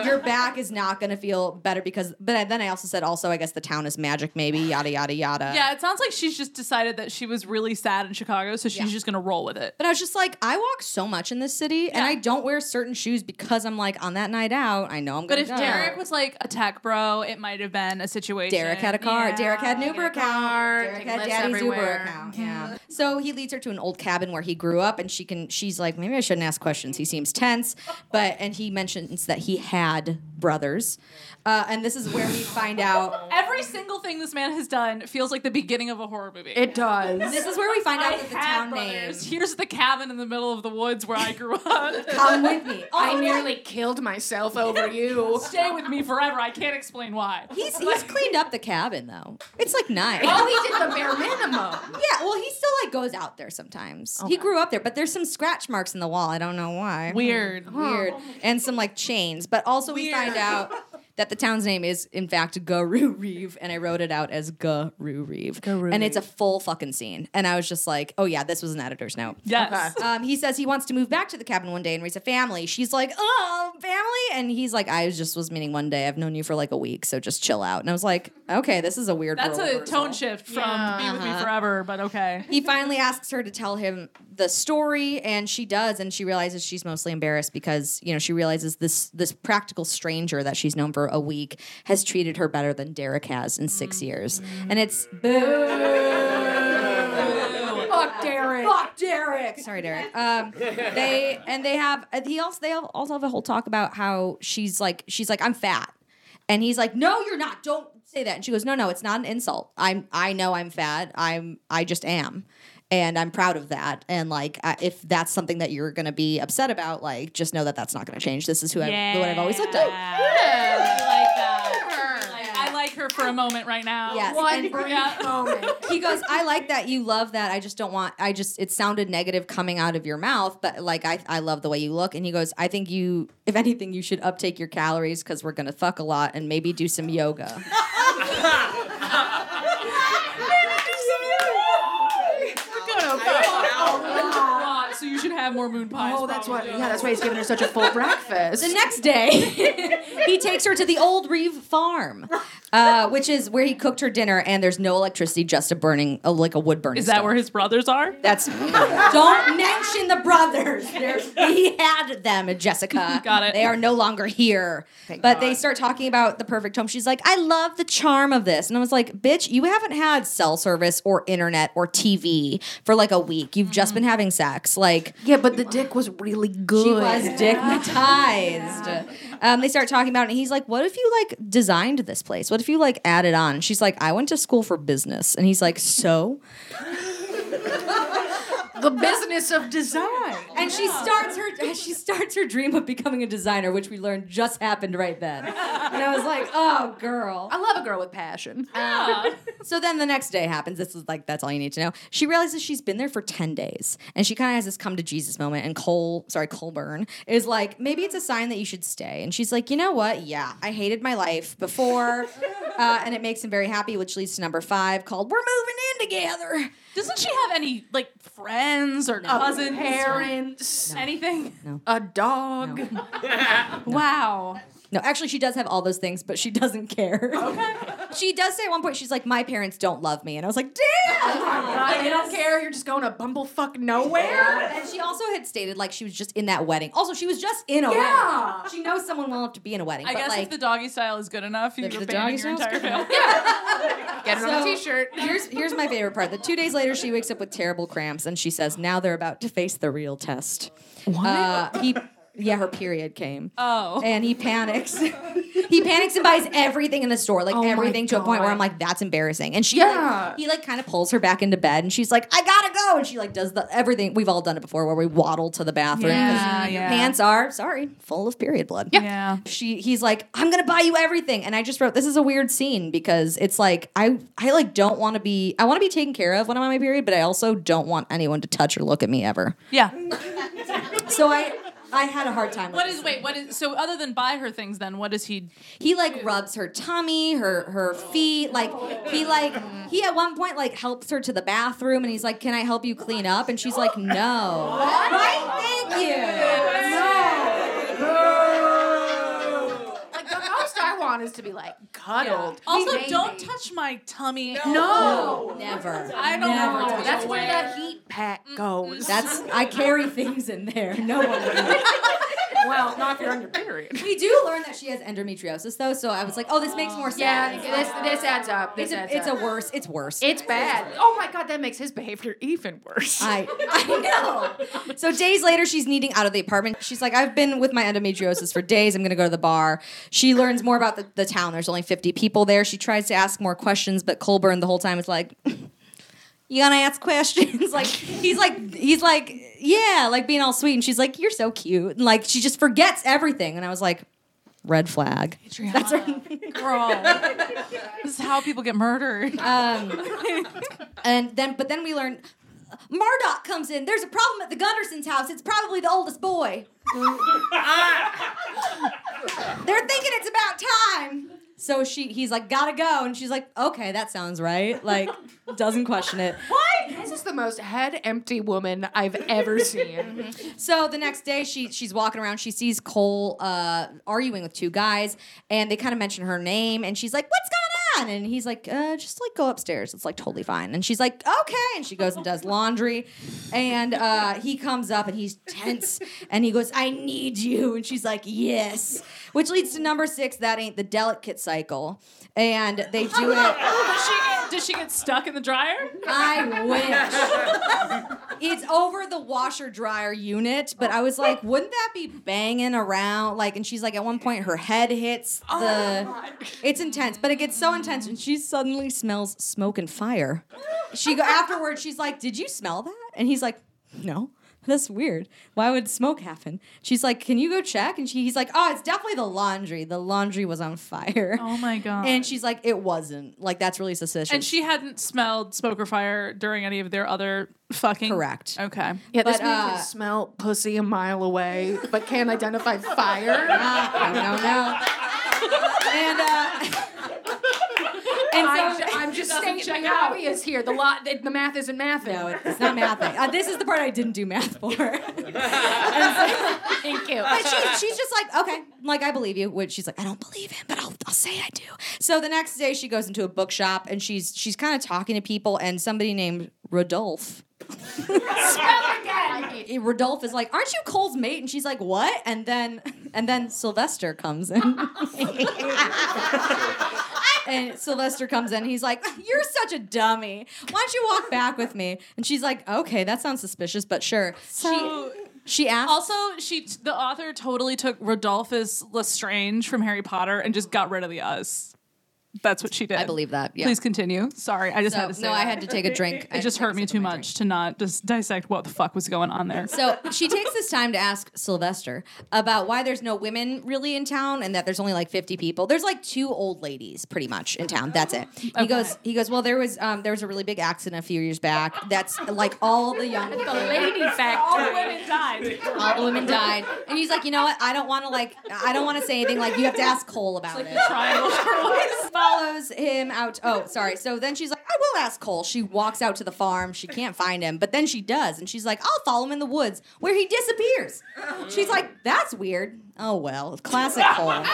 Your back is not gonna feel better because but then I also said also I guess the town is magic, maybe, yada yada yada. Yeah, it sounds like she's just decided that she was really sad in Chicago, so she's Yeah. just gonna roll with it. But I was just like, I walk so much in this city and Yeah. I don't wear certain shoes because I'm like on that night out, I know I'm But gonna if go. Derek was like a tech bro, it might have been a situation. Derek had a car. Yeah. Derek had an Uber a car, account. Derek taking had lifts Daddy's everywhere. Uber account. Yeah. So he leads her to an old cabin where he grew up, and she can. She's like, maybe I shouldn't ask questions. He seems tense, but and he mentions that he had brothers, uh, and this is where we find out. Every single thing this man has done feels like the beginning of a horror movie. It does. This is where we find out that the Had town name. brothers. Here's the cabin in the middle of the woods where I grew up. Come with me. Oh, I Also, nearly killed myself over you. Stay with me forever. I can't explain why. He's, he's cleaned up the cabin though. It's like nice. Oh, he did the bare minimum. Yeah, well, he still like goes out there sometimes. He grew up there, but there's some scratch marks in the wall. I don't know why. Weird. weird and some like chains but also we Weird. find out that the town's name is in fact Guru Reeve and I wrote it out as Guru Reeve and it's a full fucking scene and I was just like oh yeah this was an editor's note Yes. um, he says he wants to move back to the cabin one day and raise a family she's like oh family and he's like I just was meaning one day I've known you for like a week so just chill out and I was like okay this is a weird That's role a reversal. tone shift from Be With uh-huh. Me Forever, but okay. He finally asks her to tell him the story, and she does, and she realizes she's mostly embarrassed because you know she realizes this this practical stranger that she's known for a week has treated her better than Derek has in six years, and it's boo. Fuck Derek. Fuck Derek. Sorry, Derek. Um, they and they have. and He also they have- also have a whole talk about how she's like she's like I'm fat, and he's like No, you're not. Don't say that. And she goes No, no, it's not an insult. I'm I know I'm fat. I'm I just am, and I'm proud of that. And like I, if that's something that you're gonna be upset about, like just know that that's not gonna change. This is who I what I've always looked like. I like her for a moment right now. Yes. and- he goes, I like that you love that. I just don't want I just it sounded negative coming out of your mouth, but like I I love the way you look. And he goes, I think you if anything, you should uptake your calories because we're gonna fuck a lot and maybe do some yoga. So you should have more moon pies. Oh, that's why. Yeah, that's why he's giving her such a full breakfast. The next day, he takes her to the old Reeve farm, uh, which is where he cooked her dinner, and there's no electricity, just a burning, a, like a wood burning. Is that stove. where his brothers are? That's don't mention the brothers. They're- He had them, Jessica. Got it. They are no longer here. but they start talking about the perfect home. She's like, "I love the charm of this," and I was like, "Bitch, you haven't had cell service or internet or TV for like a week. You've Mm-hmm. just been having sex. Like, yeah, but the dick was really good. she was digmatized. Um, they start talking about it, and he's like, "What if you like designed this place? What if you like added on?" And she's like, "I went to school for business," and he's like, "So." the business of design. And she starts her she starts her dream of becoming a designer, which we learned just happened right then. And I was like, oh girl. I love a girl with passion. So then the next day happens. This is like that's all you need to know. She realizes she's been there for 10 days and she kind of has this come to Jesus moment. And Cole, sorry, Colburn is like, maybe it's a sign that you should stay. And she's like, you know what? Yeah, I hated my life before. uh, and it makes him very happy, which leads to number five called We're Moving In Together. Doesn't she have any like friends or cousins, Parents, anything? a dog. Wow. No, actually, she does have all those things, but she doesn't care. she does say at one point, she's like, "My parents don't love me," and I was like, "Damn!" I don't care. You're just going to bumblefuck nowhere. and she also had stated like she was just in that wedding. Also, she was just in a wedding. She knows someone well enough to be in a wedding. I but guess like, if the doggy style is good enough, you're If the abandoning doggy your style's entire good family. Get it on a So- t-shirt. Here's here's my favorite part. The two days later, she wakes up with terrible cramps, and she says, "Now they're about to face the real test." What? Uh, he, yeah, her period came. Oh. And he panics. he panics and buys everything in the store, like my everything to a point where God. I'm like, "That's embarrassing." And she, Yeah. like, he like kind of pulls her back into bed, and she's like, "I gotta go," and she like does the everything we've all done it before, where we waddle to the bathroom. 'cause Yeah, your yeah. Pants are sorry, full of period blood Yeah. she he's like i'm gonna buy you everything and i just wrote this is a weird scene because it's like i i like don't want to be i want to be taken care of when i'm on my period but i also don't want anyone to touch or look at me ever Yeah. so i i had a hard time with What this. is wait, what is so other than buy her things then, what is he he like rubs her tummy her her feet like he like he at one point like helps her to the bathroom and he's like can i help you clean up and she's like no right thank you Like the most I want is to be like cuddled. Also Maybe. don't touch my tummy. No. never I don't ever Never touch touch That's my where tummy. that heat pack goes. that's i carry things in there no one well, not if you're on your period. We do learn that she has endometriosis though, so I was like, oh, this makes more sense. Yeah, this this adds up. This it's a, adds it's a up. worse. It's worse. It's bad. Oh my god, that makes his behavior even worse. I, I know. So days later, she's needing out of the apartment. She's like, I've been with my endometriosis for days. I'm going to go to the bar. She learns more about the, the town. There's only 50 people there. She tries to ask more questions, but Colburn the whole time is like, you gonna ask questions? like he's like he's like yeah, like being all sweet, and she's like you're so cute, and like she just forgets everything. And I was like, red flag. That's right. Girl. this is how people get murdered. Uh, Um, And then, but then we learn Murdoch comes in. There's a problem at the Gundersons' house. It's probably the oldest boy. They're thinking it's about time. So she, he's like, gotta go, and she's like, okay, that sounds right. Like, doesn't question it. This is the most head empty woman I've ever seen. So the next day, she she's walking around. She sees Cole uh, arguing with two guys, and they kind of mention her name, and she's like, "What's going on?" And he's like, uh, "Just like go upstairs. It's like totally fine." And she's like, "Okay." And she goes and does laundry, and uh, he comes up and he's tense, and he goes, "I need you," and she's like, "Yes," which leads to number six. That ain't the delicate cycle, and they do it. Did she get stuck in the dryer? I wish. it's over the washer dryer unit, but I Oh. was like, wouldn't that be banging around? Like, and she's like, at one point her head hits the. Oh it's intense, but it gets so intense, and she suddenly smells smoke and fire. She go afterwards. She's like, did you smell that? And he's like, no. That's weird. Why would smoke happen? She's like, "Can you go check?" And she, he's like, "Oh, it's definitely the laundry. The laundry was on fire." Oh my god. And she's like, "It wasn't. Like that's really suspicious." And she hadn't smelled smoke or fire during any of their other fucking. Correct. Okay. Yeah, But, this man uh, can smell pussy a mile away, but can't identify fire. I don't know. And uh, I'm, ju- I'm just stating the obvious here. The lot, the, the math isn't math. no, it's not math. Uh, this is the part I didn't do math for. Thank you. but she, she's just like, okay, like I believe you. Which she's like, I don't believe him, but I'll, I'll say I do. So the next day, she goes into a bookshop and she's she's kind of talking to people, and somebody named Rodolphe. Eh, Rodolphe is like, "Aren't you Cole's mate?" And she's like, "What?" And then and then Sylvester comes in. and Sylvester comes in. He's like, "You're such a dummy. Why don't you walk back with me?" And she's like, "Okay, that sounds suspicious, but sure." So- she she asks Also, she the author totally took Rodolphus Lestrange from Harry Potter and just got rid of the us. That's what she did. I believe that. Yeah. Please continue. Sorry, I just So, had to say. no, I that. had to take a drink. I It just hurt me too much to not just dissect what the fuck was going on there. So she takes this time to ask Sylvester about why there's no women really in town and that there's only like 50 people. There's like two old ladies pretty much in town. That's it. He goes he goes, "Well, there was um there was a really big accident a few years back. That's like all the young The lady factor. women died. all the women died." And he's like, "You know what? I don't want to like I don't want to say anything like you have to ask Cole about it." follows him out. Oh, sorry. So then she's like, I will ask Cole. She walks out to the farm. She can't find him, but then she does. And she's like, I'll follow him in the woods where he disappears. She's like, that's weird. Oh, well, classic Cole. and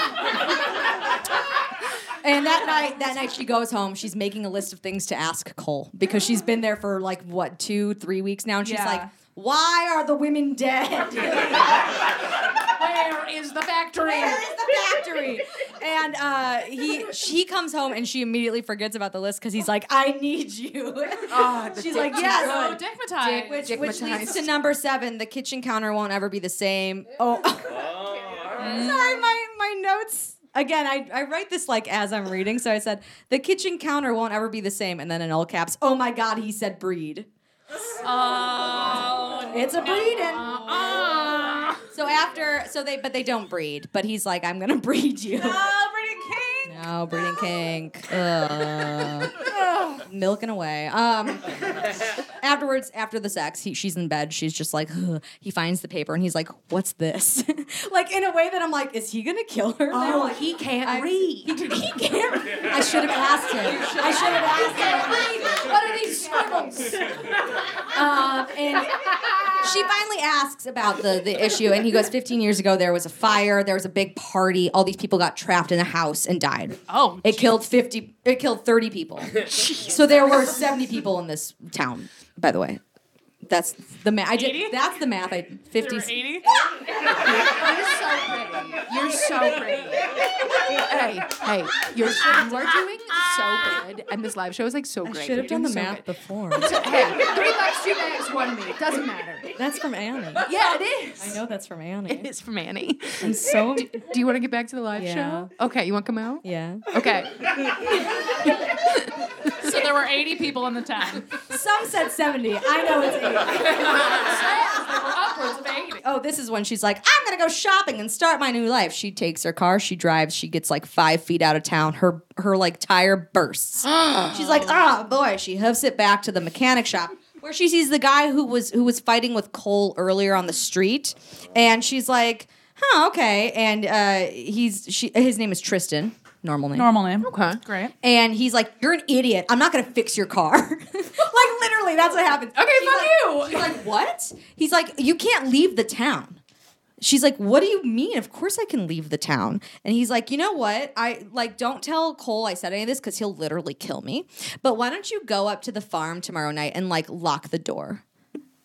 that night, that night she goes home. She's making a list of things to ask Cole because she's been there for like, what, two, three weeks now. And she's Yeah. like, why are the women dead? Where is the factory? Where is the factory? And uh, he, she comes home and she immediately forgets about the list because he's like, "I need you." She's like, So "Yes." dickmatized. Which, which leads to number seven. The kitchen counter won't ever be the same. Oh, sorry, my my notes. Again, I, I write this like as I'm reading, so I said the kitchen counter won't ever be the same, and then in all caps, oh my god, he said breed. Oh, It's a breeding. So after, so they, but they don't breed. But he's like, I'm gonna breed you. king. No, breeding kink. Ugh. Milking away. Um, afterwards, after the sex, he, she's in bed. She's just like, "Ugh." he finds the paper and he's like, "What's this?" like in a way that I'm like, "Is he gonna kill her?" now? Oh, Like, he can't I- read. He, he can't. I should have asked him. I should have asked him. What are these scribbles? um, and she finally asks about the, the issue, and he goes, 15 years ago, there was a fire, there was a big party, all these people got trapped in a house and died. Oh, It killed 50, it killed 30 people. so there were 70 people in this town, by the way. That's the math. I did. 80? That's the math. I 50. eighty. You're so pretty. You're so pretty. Hey, hey, you're so, you are doing so good, and this live show is like so great. Should have You're done the doing so math good. before. Hey, three bucks, two bags, one me. It doesn't matter. That's from Annie. Yeah, it is. I know that's from Annie. It's from Annie. I'm so Do you want to get back to the live Yeah. show? Okay, you want to come out? yeah. Okay. So there were eighty people in the town. Some said 70. I know it's 80. Upwards of eighty. Oh, this is when she's like, I'm going to go shopping and start my new life. She takes her car, she drives, she gets like five feet out of town. Her, her like tire bursts. she's like, oh boy. She hoofs it back to the mechanic shop. Where she sees the guy who was who was fighting with Cole earlier on the street, and she's like, "Huh, okay." And uh, he's she his name is Tristan, normal name. Normal name. Okay. Great. and he's like, "You're an idiot. I'm not gonna fix your car." like literally, that's what happens. Okay, fuck you. She's like, "What?" He's like, "You can't leave the town." She's like, "What do you mean? Of course I can leave the town." And he's like, "You know what? I like don't tell Cole I said any of this because he'll literally kill me. But why don't you go up to the farm tomorrow night and like lock the door?"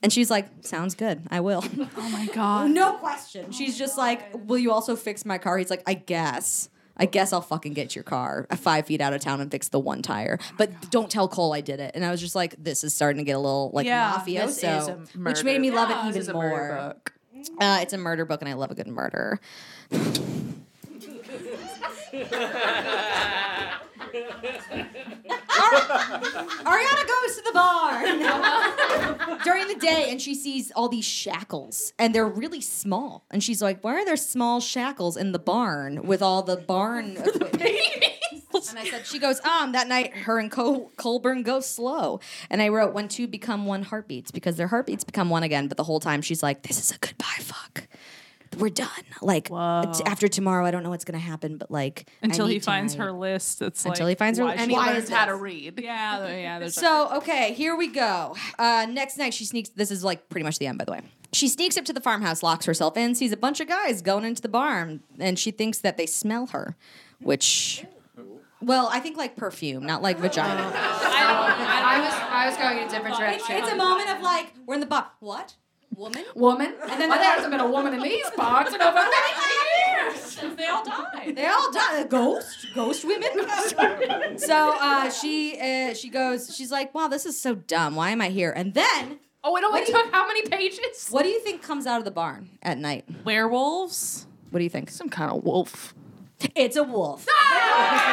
And she's like, "Sounds good. I will." Oh my god. Oh no question. She's just like, "Will you also fix my car?" He's like, "I guess." I guess I'll fucking get your car uh, five feet out of town and fix the one tire. Oh But don't tell Cole I did it. And I was just like, this is starting to get a little like Yeah, mafia, this so is a which murder. made me love Yeah, it this even is a murder more. book. Uh, it's a murder book, and I love a good murder. Ariana goes to the bar during the day and she sees all these shackles and they're really small. And she's like, Why are there small shackles in the barn with all the barn equipment? And I said, She goes, Um, that night her and Col- Colburn go slow. And I wrote, When two become one heartbeats because their heartbeats become one again. But the whole time she's like, This is a goodbye fuck. We're done. Like, t- after tomorrow, I don't know what's going to happen, but like, I Until he need finds tonight." her list, it's Until like he finds her why li- she- And he why learns is how to read. Yeah, th- yeah. There's So okay, here we go. Uh, next night, she sneaks. This is like pretty much the end, by the way. She sneaks up to the farmhouse, locks herself in, sees a bunch of guys going into the barn, and she thinks that they smell her, which. Well, I think like perfume, not like vagina. I was I was going in a different It's, it's a moment of like we're in the bar. What woman? woman, and then there hasn't been a woman in these parts in over fifty years since they all died. They all die. Ghost, ghost women. so uh, she uh, she goes. She's like, wow, this is so dumb. Why am I here? And then, Oh, it only took how many pages? what do you think comes out of the barn at night? werewolves. What do you think? Some kind of wolf. It's a wolf. It's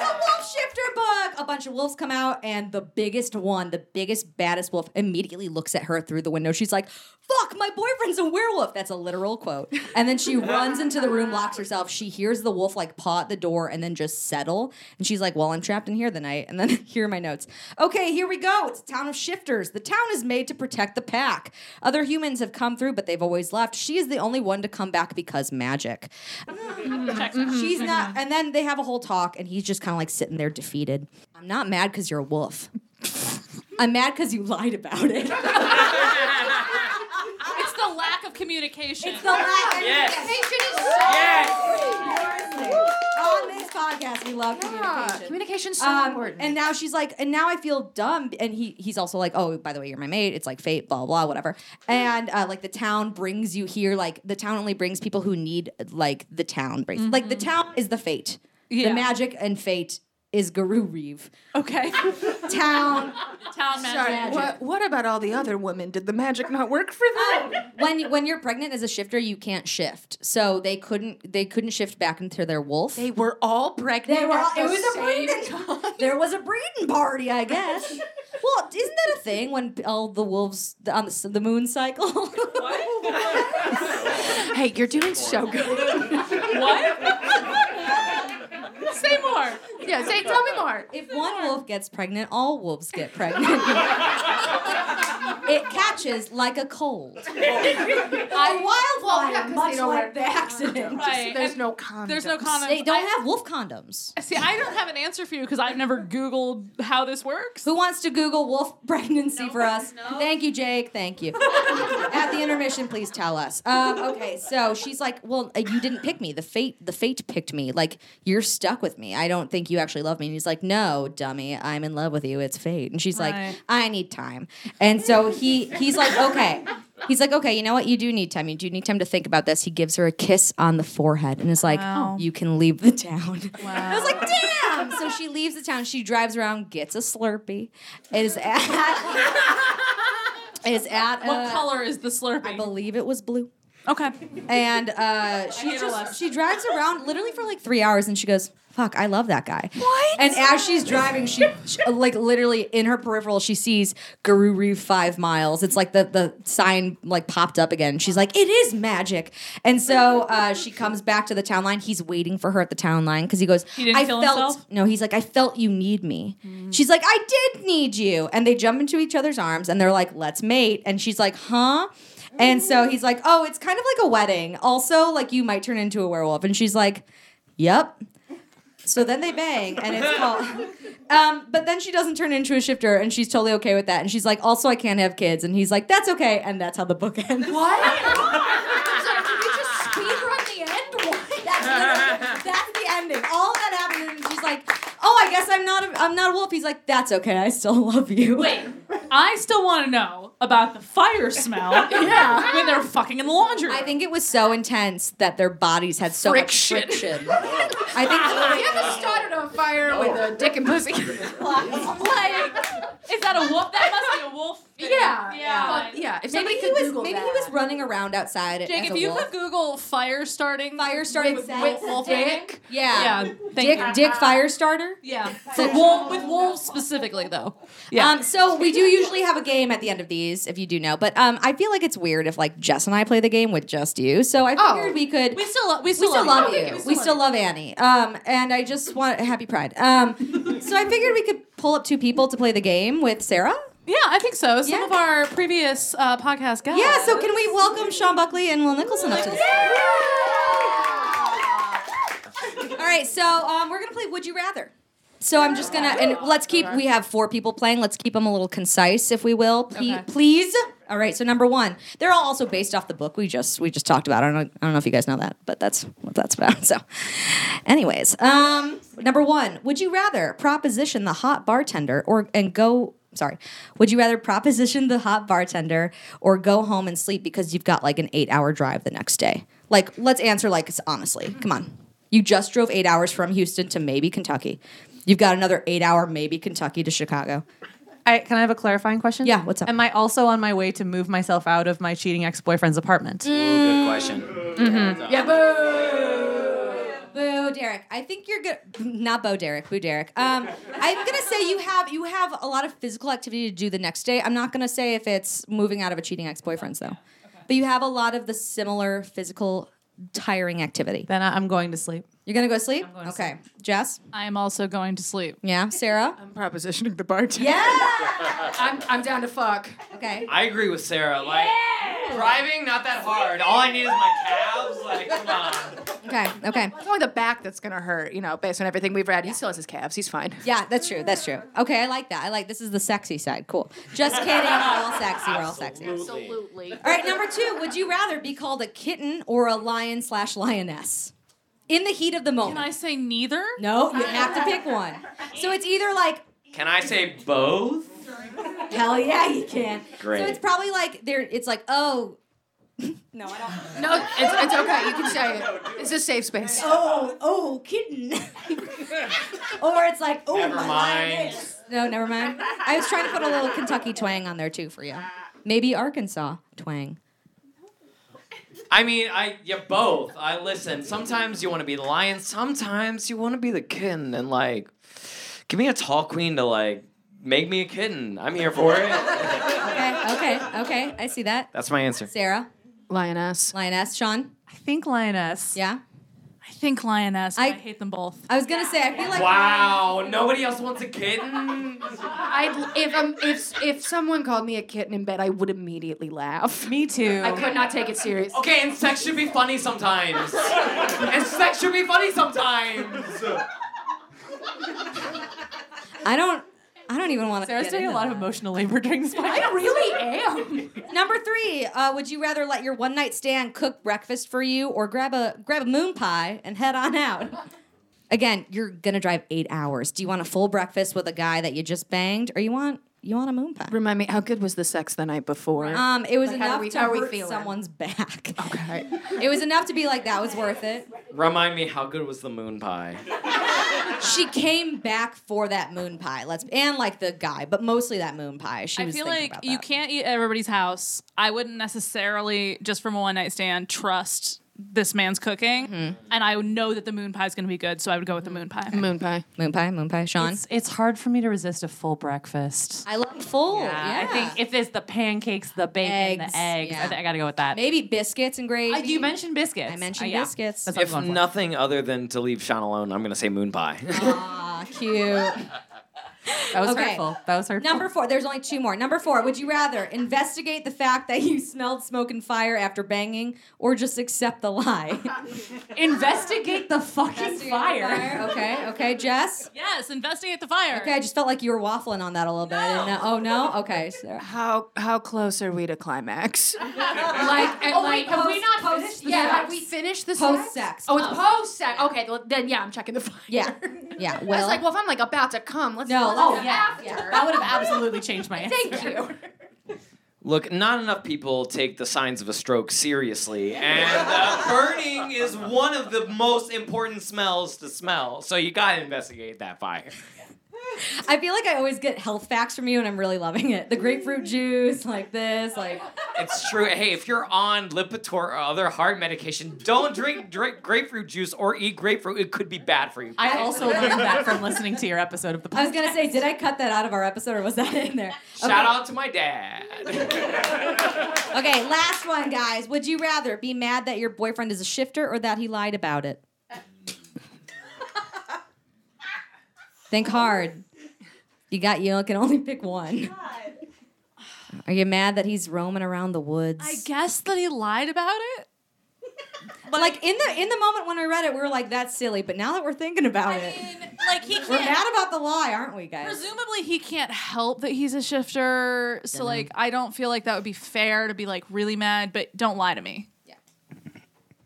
a wolf shifter bug. A bunch of wolves come out, and the biggest one, the biggest, baddest wolf, immediately looks at her through the window. She's like, Fuck, my boyfriend's a werewolf. That's a literal quote. And then she runs into the room, locks herself. She hears the wolf like paw at the door and then just settle. And she's like, Well, I'm trapped in here the night. And then here are my notes. Okay, here we go. It's a town of shifters. The town is made to protect the pack. Other humans have come through, but they've always left. She is the only one to come back because magic. She's not. And then they have a whole talk, and he's just kind of like sitting there defeated. I'm not mad because you're a wolf. I'm mad because you lied about it. It's the lack of communication. It's the lack of Yes. communication is so important. On this podcast, we love communication. Communication's so Um, important. and now she's like, and now I feel dumb. And he he's also like, oh, by the way, you're my mate. It's like fate, blah blah, whatever. And uh, like the town brings you here. Like the town only brings people who need like the town brings. Like the town is the fate. Yeah. The magic and fate is Guru Reeve. okay. Town. Town manager. what, what about all the other women? Did the magic not work for them? when when you're pregnant as a shifter, you can't shift. So they couldn't they couldn't shift back into their wolf. they were all pregnant. They were all, at it the was a same breeding. time. There was a breeding party, I guess. well, isn't that a thing when all the wolves the- on the, s- the moon cycle? Hey, you're doing so good. Say more. yeah, say, tell me more. if one wolf gets pregnant, all wolves get pregnant. it catches like a cold. I wildfire, much like the accident. Right. There's and no condoms. There's no condoms. They don't I- have wolf condoms. See, I don't have an answer for you because I've never Googled how this works. Who wants to Google wolf pregnancy for us? no. Thank you, Jake. Thank you. At the intermission, please tell us. Um, okay, so she's like, "Well, uh, you didn't pick me. The fate, the fate picked me. Like you're stuck with me. I don't think you actually love me." And he's like, "No, dummy. I'm in love with you. It's fate." And she's Right. like, "I need time." And so he he's like, "Okay." He's like, "Okay, you know what? You do need time. You do need time to think about this." He gives her a kiss on the forehead and is like, Wow. "You can leave the town." I was like, damn. So she leaves the town. She drives around, gets a Slurpee, is at is at What uh, color is the Slurpee? I believe it was blue. okay. And uh, she just she drives around literally for like three hours, and she goes, "Fuck, I love that guy." What? And as she's driving, she, she like literally in her peripheral, she sees Guru Reef Five Miles. It's like the the sign like popped up again. She's like, "It is magic." And so uh, she comes back to the town line. He's waiting for her at the town line because he goes, He didn't "I kill felt himself? Mm. no." He's like, "I felt you need me." She's like, "I did need you," and they jump into each other's arms and they're like, "Let's mate." And she's like, "Huh." And so he's like, "Oh, it's kind of like a wedding. Also, like you might turn into a werewolf." And she's like, "Yep." So then they bang, and it's called. Um, but then she doesn't turn into a shifter, and she's totally okay with that. And she's like, "Also, I can't have kids." And he's like, "That's okay." And that's how the book ends. What? Can we just speed run the end? What? That's literally- that's the ending. All of that happened, and she's like, "Oh, I guess I'm not a, I'm not a wolf." He's like, "That's okay. I still love you." Wait, I still want to know about the fire smell. yeah, when they're fucking in the laundry. I think it was so intense that their bodies had so Friction. much friction. I think ever started on fire with a dick and pussy? Is that a wolf? That must be a wolf. thing. yeah, yeah. But, yeah. If maybe somebody he could was Google maybe that. he was running around outside. Jake, as if a you wolf. could Google fire starting, fire starting with, with wolf dick. yeah, Yeah, thank dick you. dick fire starter. Yeah, but wolf with wolves specifically though. Yeah. Um, so we do usually have a game at the end of these, if you do know. But um, I feel like it's weird if like Jess and I play the game with just you. So I Oh. figured we could. we still lo- we we still, still love you. We love still love Annie. Um, and I just want happy Pride. Um, so I figured we could pull up two people to play the game with Sarah. Yeah, I think so. Some Yeah. of our previous uh, podcast guests. Yeah. So can we welcome Sean Buckley and Will Nicholson up to this? All right. So um, we're gonna play Would You Rather. So I'm just gonna and let's keep. We have four people playing. Let's keep them a little concise, if we will, Ple- Okay. please. All right. So number one, they're all also based off the book we just we just talked about. I don't know, I don't know if you guys know that, but that's what that's about. So, anyways, um, number one, would you rather proposition the hot bartender or and go? Sorry, would you rather proposition the hot bartender or go home and sleep because you've got like an eight hour drive the next day? Like, let's answer like it's honestly. Come on. You just drove eight hours from Houston to maybe Kentucky. You've got another eight hour, maybe Kentucky to Chicago. I, can I have a clarifying question? Yeah, what's up? Am I also on my way to move myself out of my cheating ex boyfriend's apartment? Mm. Good question. Boo, Derek. I think you're good. Not Bo, Derek. Boo, Derek. Um, I'm gonna say you have you have a lot of physical activity to do the next day. I'm not gonna say if it's moving out of a cheating ex boyfriend's though, but you have a lot of the similar physical tiring activity. Then I, I'm going to sleep. You're gonna go sleep. going to okay, Jess. I am also going to sleep. Yeah, Sarah. I'm propositioning the bartender. Yeah. I'm, I'm down to fuck. Okay. I agree with Sarah. Like driving, not that hard. All I need is my calves. Like, come on. Okay. Okay. It's only the back that's gonna hurt, you know, based on everything we've read. He still has his calves. He's fine. Yeah, that's true. That's true. Okay, I like that. I like this is the sexy side. Cool. Just kidding. We're all sexy. We're all sexy. All Absolutely. right, number two. Would you rather be called a kitten or a lion slash lioness in the heat of the moment? Can I say neither? No, you have to pick one. So it's either like, Can I say both? hell yeah, you can. Great. So it's probably like there. It's like, oh, no, I don't. No, it's, it's okay. You can say it. It's a safe space. Oh, oh, kitten. or it's like, oh, Never my mind. lioness. No, never mind. I was trying to put a little Kentucky twang on there too for you. Maybe Arkansas twang. I mean, I yeah, both. I listen. Sometimes you want to be the lion. Sometimes you want to be the kitten. And like, give me a tall queen to like make me a kitten. I'm here for it. Okay, okay, okay. I see that. That's my answer. Sarah, Lioness. lioness, Sean. I think lioness. Yeah. I think lioness. but I, I- hate them both. I was gonna say, I feel like Wow, nobody else wants a kitten. I'd, if um if if someone called me a kitten in bed, I would immediately laugh. Me too. I could not take it serious. Okay, and sex should be funny sometimes. and sex should be funny sometimes. I don't. I don't even want to. Sarah's doing a lot of emotional labor during this I podcast. really am. Number three, uh, would you rather let your one night stand cook breakfast for you or grab a grab a moon pie and head on out? Again, you're gonna drive eight hours. Do you want a full breakfast with a guy that you just banged, or you want you want a moon pie? Remind me, how good was the sex the night before? Um, it was Like, how enough are we- to how are we hurt feeling? someone's back. Okay. it was enough to be like that was worth it. Remind me, how good was the moon pie? She came back for that moon pie. Let's and like the guy, but mostly that moon pie. She I was feel thinking like about you that. can't eat at everybody's house. I wouldn't necessarily just from a one night stand trust this man's cooking, Mm-hmm. and I know that the moon pie is going to be good, so I would go with the moon pie. Moon pie. moon pie, moon pie. Sean, It's, it's hard for me to resist a full breakfast. I love full. Oh, Yeah, I think if there's the pancakes, the bacon, Eggs, the eggs, yeah. I, think I gotta go with that. maybe biscuits and gravy. I, you mentioned biscuits. I mentioned Uh, yeah. biscuits. That's what If I'm going for. nothing other than to leave Sean alone, I'm gonna say moon pie. Aw, cute. That was Okay. hurtful. That was hurtful. Number four. There's only two more. Number four. Would you rather investigate the fact that you smelled smoke and fire after banging, or just accept the lie? Investigate the fucking Investigate the fire. Okay. Okay. Jess. Yes, investigate the fire. Okay. I just felt like you were waffling on that a little bit. I didn't know. Oh no. Okay. So. How how close are we to climax? Like. And, like, have we not finished? The yeah, have we finished the Post sex? sex. Oh, it's post sex. Okay, well, then yeah, I'm checking the fire. Yeah. Yeah. I was Well. like, well, if I'm like about to come, let's no. that's Oh, yeah. after. That would have absolutely changed my answer. Thank you. Look, not enough people take the signs of a stroke seriously, and uh, burning is one of the most important smells to smell. So you gotta investigate that fire. I feel like I always get health facts from you, and I'm really loving it. The grapefruit juice, like this, like It's true. Hey, if you're on Lipitor or other hard medication, don't drink, drink grapefruit juice or eat grapefruit. It could be bad for you. I also learned that from listening to your episode of the podcast. I was gonna say, did I cut that out of our episode, or was that in there? Shout out to my dad. Okay, last one, guys. Would you rather be mad that your boyfriend is a shifter or that he lied about it? Think hard. You got you can only pick one. Are you mad that he's roaming around the woods? I guess that he lied about it. But like in the in the moment when we read it, we were like, "That's silly." But now that we're thinking about it, And, like he we're can't. mad about the lie, aren't we, guys? Presumably he can't help that he's a shifter, so like I don't feel like that would be fair to be like really mad, but don't lie to me.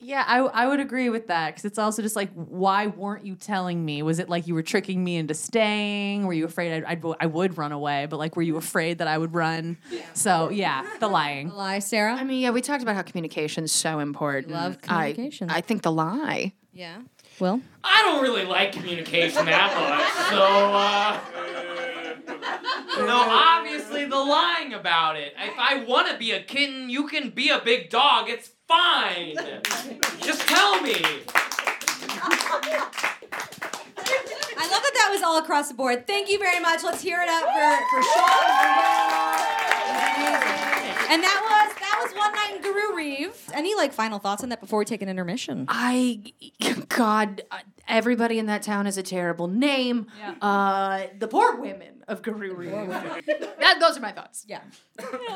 Yeah, I, I would agree with that because it's also just like, why weren't you telling me? Was it like you were tricking me into staying? Were you afraid I'd, I'd, I would run away? But like, were you afraid that I would run? So yeah, the lying. lie, Sarah. I mean, yeah, we talked about how communication is so important. Love I- communication. I, think the lie. yeah. Well, I don't really like communication that much, so uh, no, obviously the lying about it. If I want to be a kitten, you can be a big dog. It's fine. Just tell me. I love that that was all across the board. Thank you very much. Let's hear it up for for Sean. And that was that was one night in Guru Reeves. Any like final thoughts on that before we take an intermission? I, God, uh, everybody in that town has a terrible name. Uh, the poor women of Garuru. that, those are my thoughts. Yeah.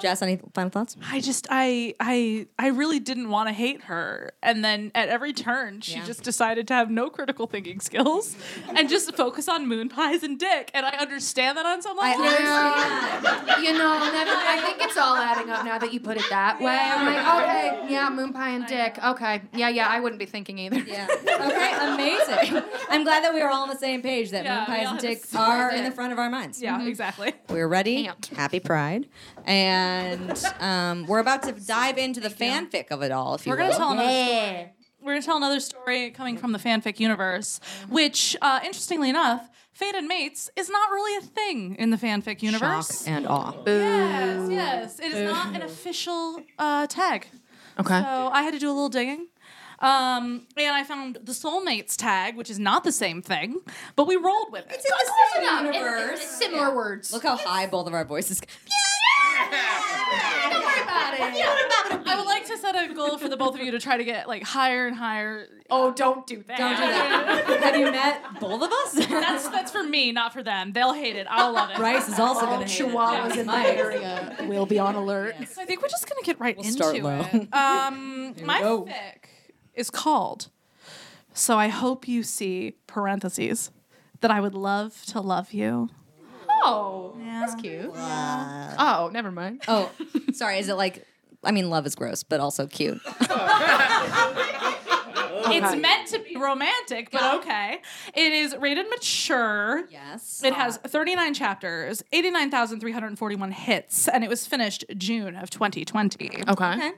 Jess, any final thoughts? I just I I I really didn't want to hate her. And then at every turn she just decided to have no critical thinking skills and just focus on moon pies and dick. And I understand that on some I level. Yeah. you know, never, I think it's all adding up now that you put it that way. I'm like, okay, yeah, moon pie and dick. Okay, yeah, yeah, I wouldn't be thinking either. Yeah. Okay, amazing. I'm glad that we are all on the same page that Yeah, moon we pies all have and the dicks are in the front of our minds. Yeah, exactly. We're ready. Amped. Happy Pride. And um, we're about to dive into the fanfic of it all, if you We're gonna will. tell another story. We're gonna tell another story coming from the fanfic universe, which, uh, interestingly enough, fated mates is not really a thing in the fanfic universe. and awe. Yes, yes, it is not an official uh, tag. Okay. So I had to do a little digging. Um, and I found the soulmates tag, which is not the same thing, but we rolled with it. It's in the same universe. Similar words. Look how high both of our voices. Don't worry about it. I would like to set a goal for the both of you to try to get like higher and higher. Oh, don't do that. Don't do that. Have you met both of us? That's that's for me, not for them. They'll hate it. I'll love it. Bryce is also going to hate Chihuahuas it. in my area will be on alert. So I think we're just gonna get right into start low. it. Um, my go. fic is called. So I hope you see parentheses that I would love to love you. Oh, That's cute. oh, never mind. Oh, sorry. Is it like? I mean, love is gross, but also cute. It's meant to be romantic, but okay. It is rated mature. Yes. It has 39 chapters, 89,341 hits, and it was finished June of 2020. Okay.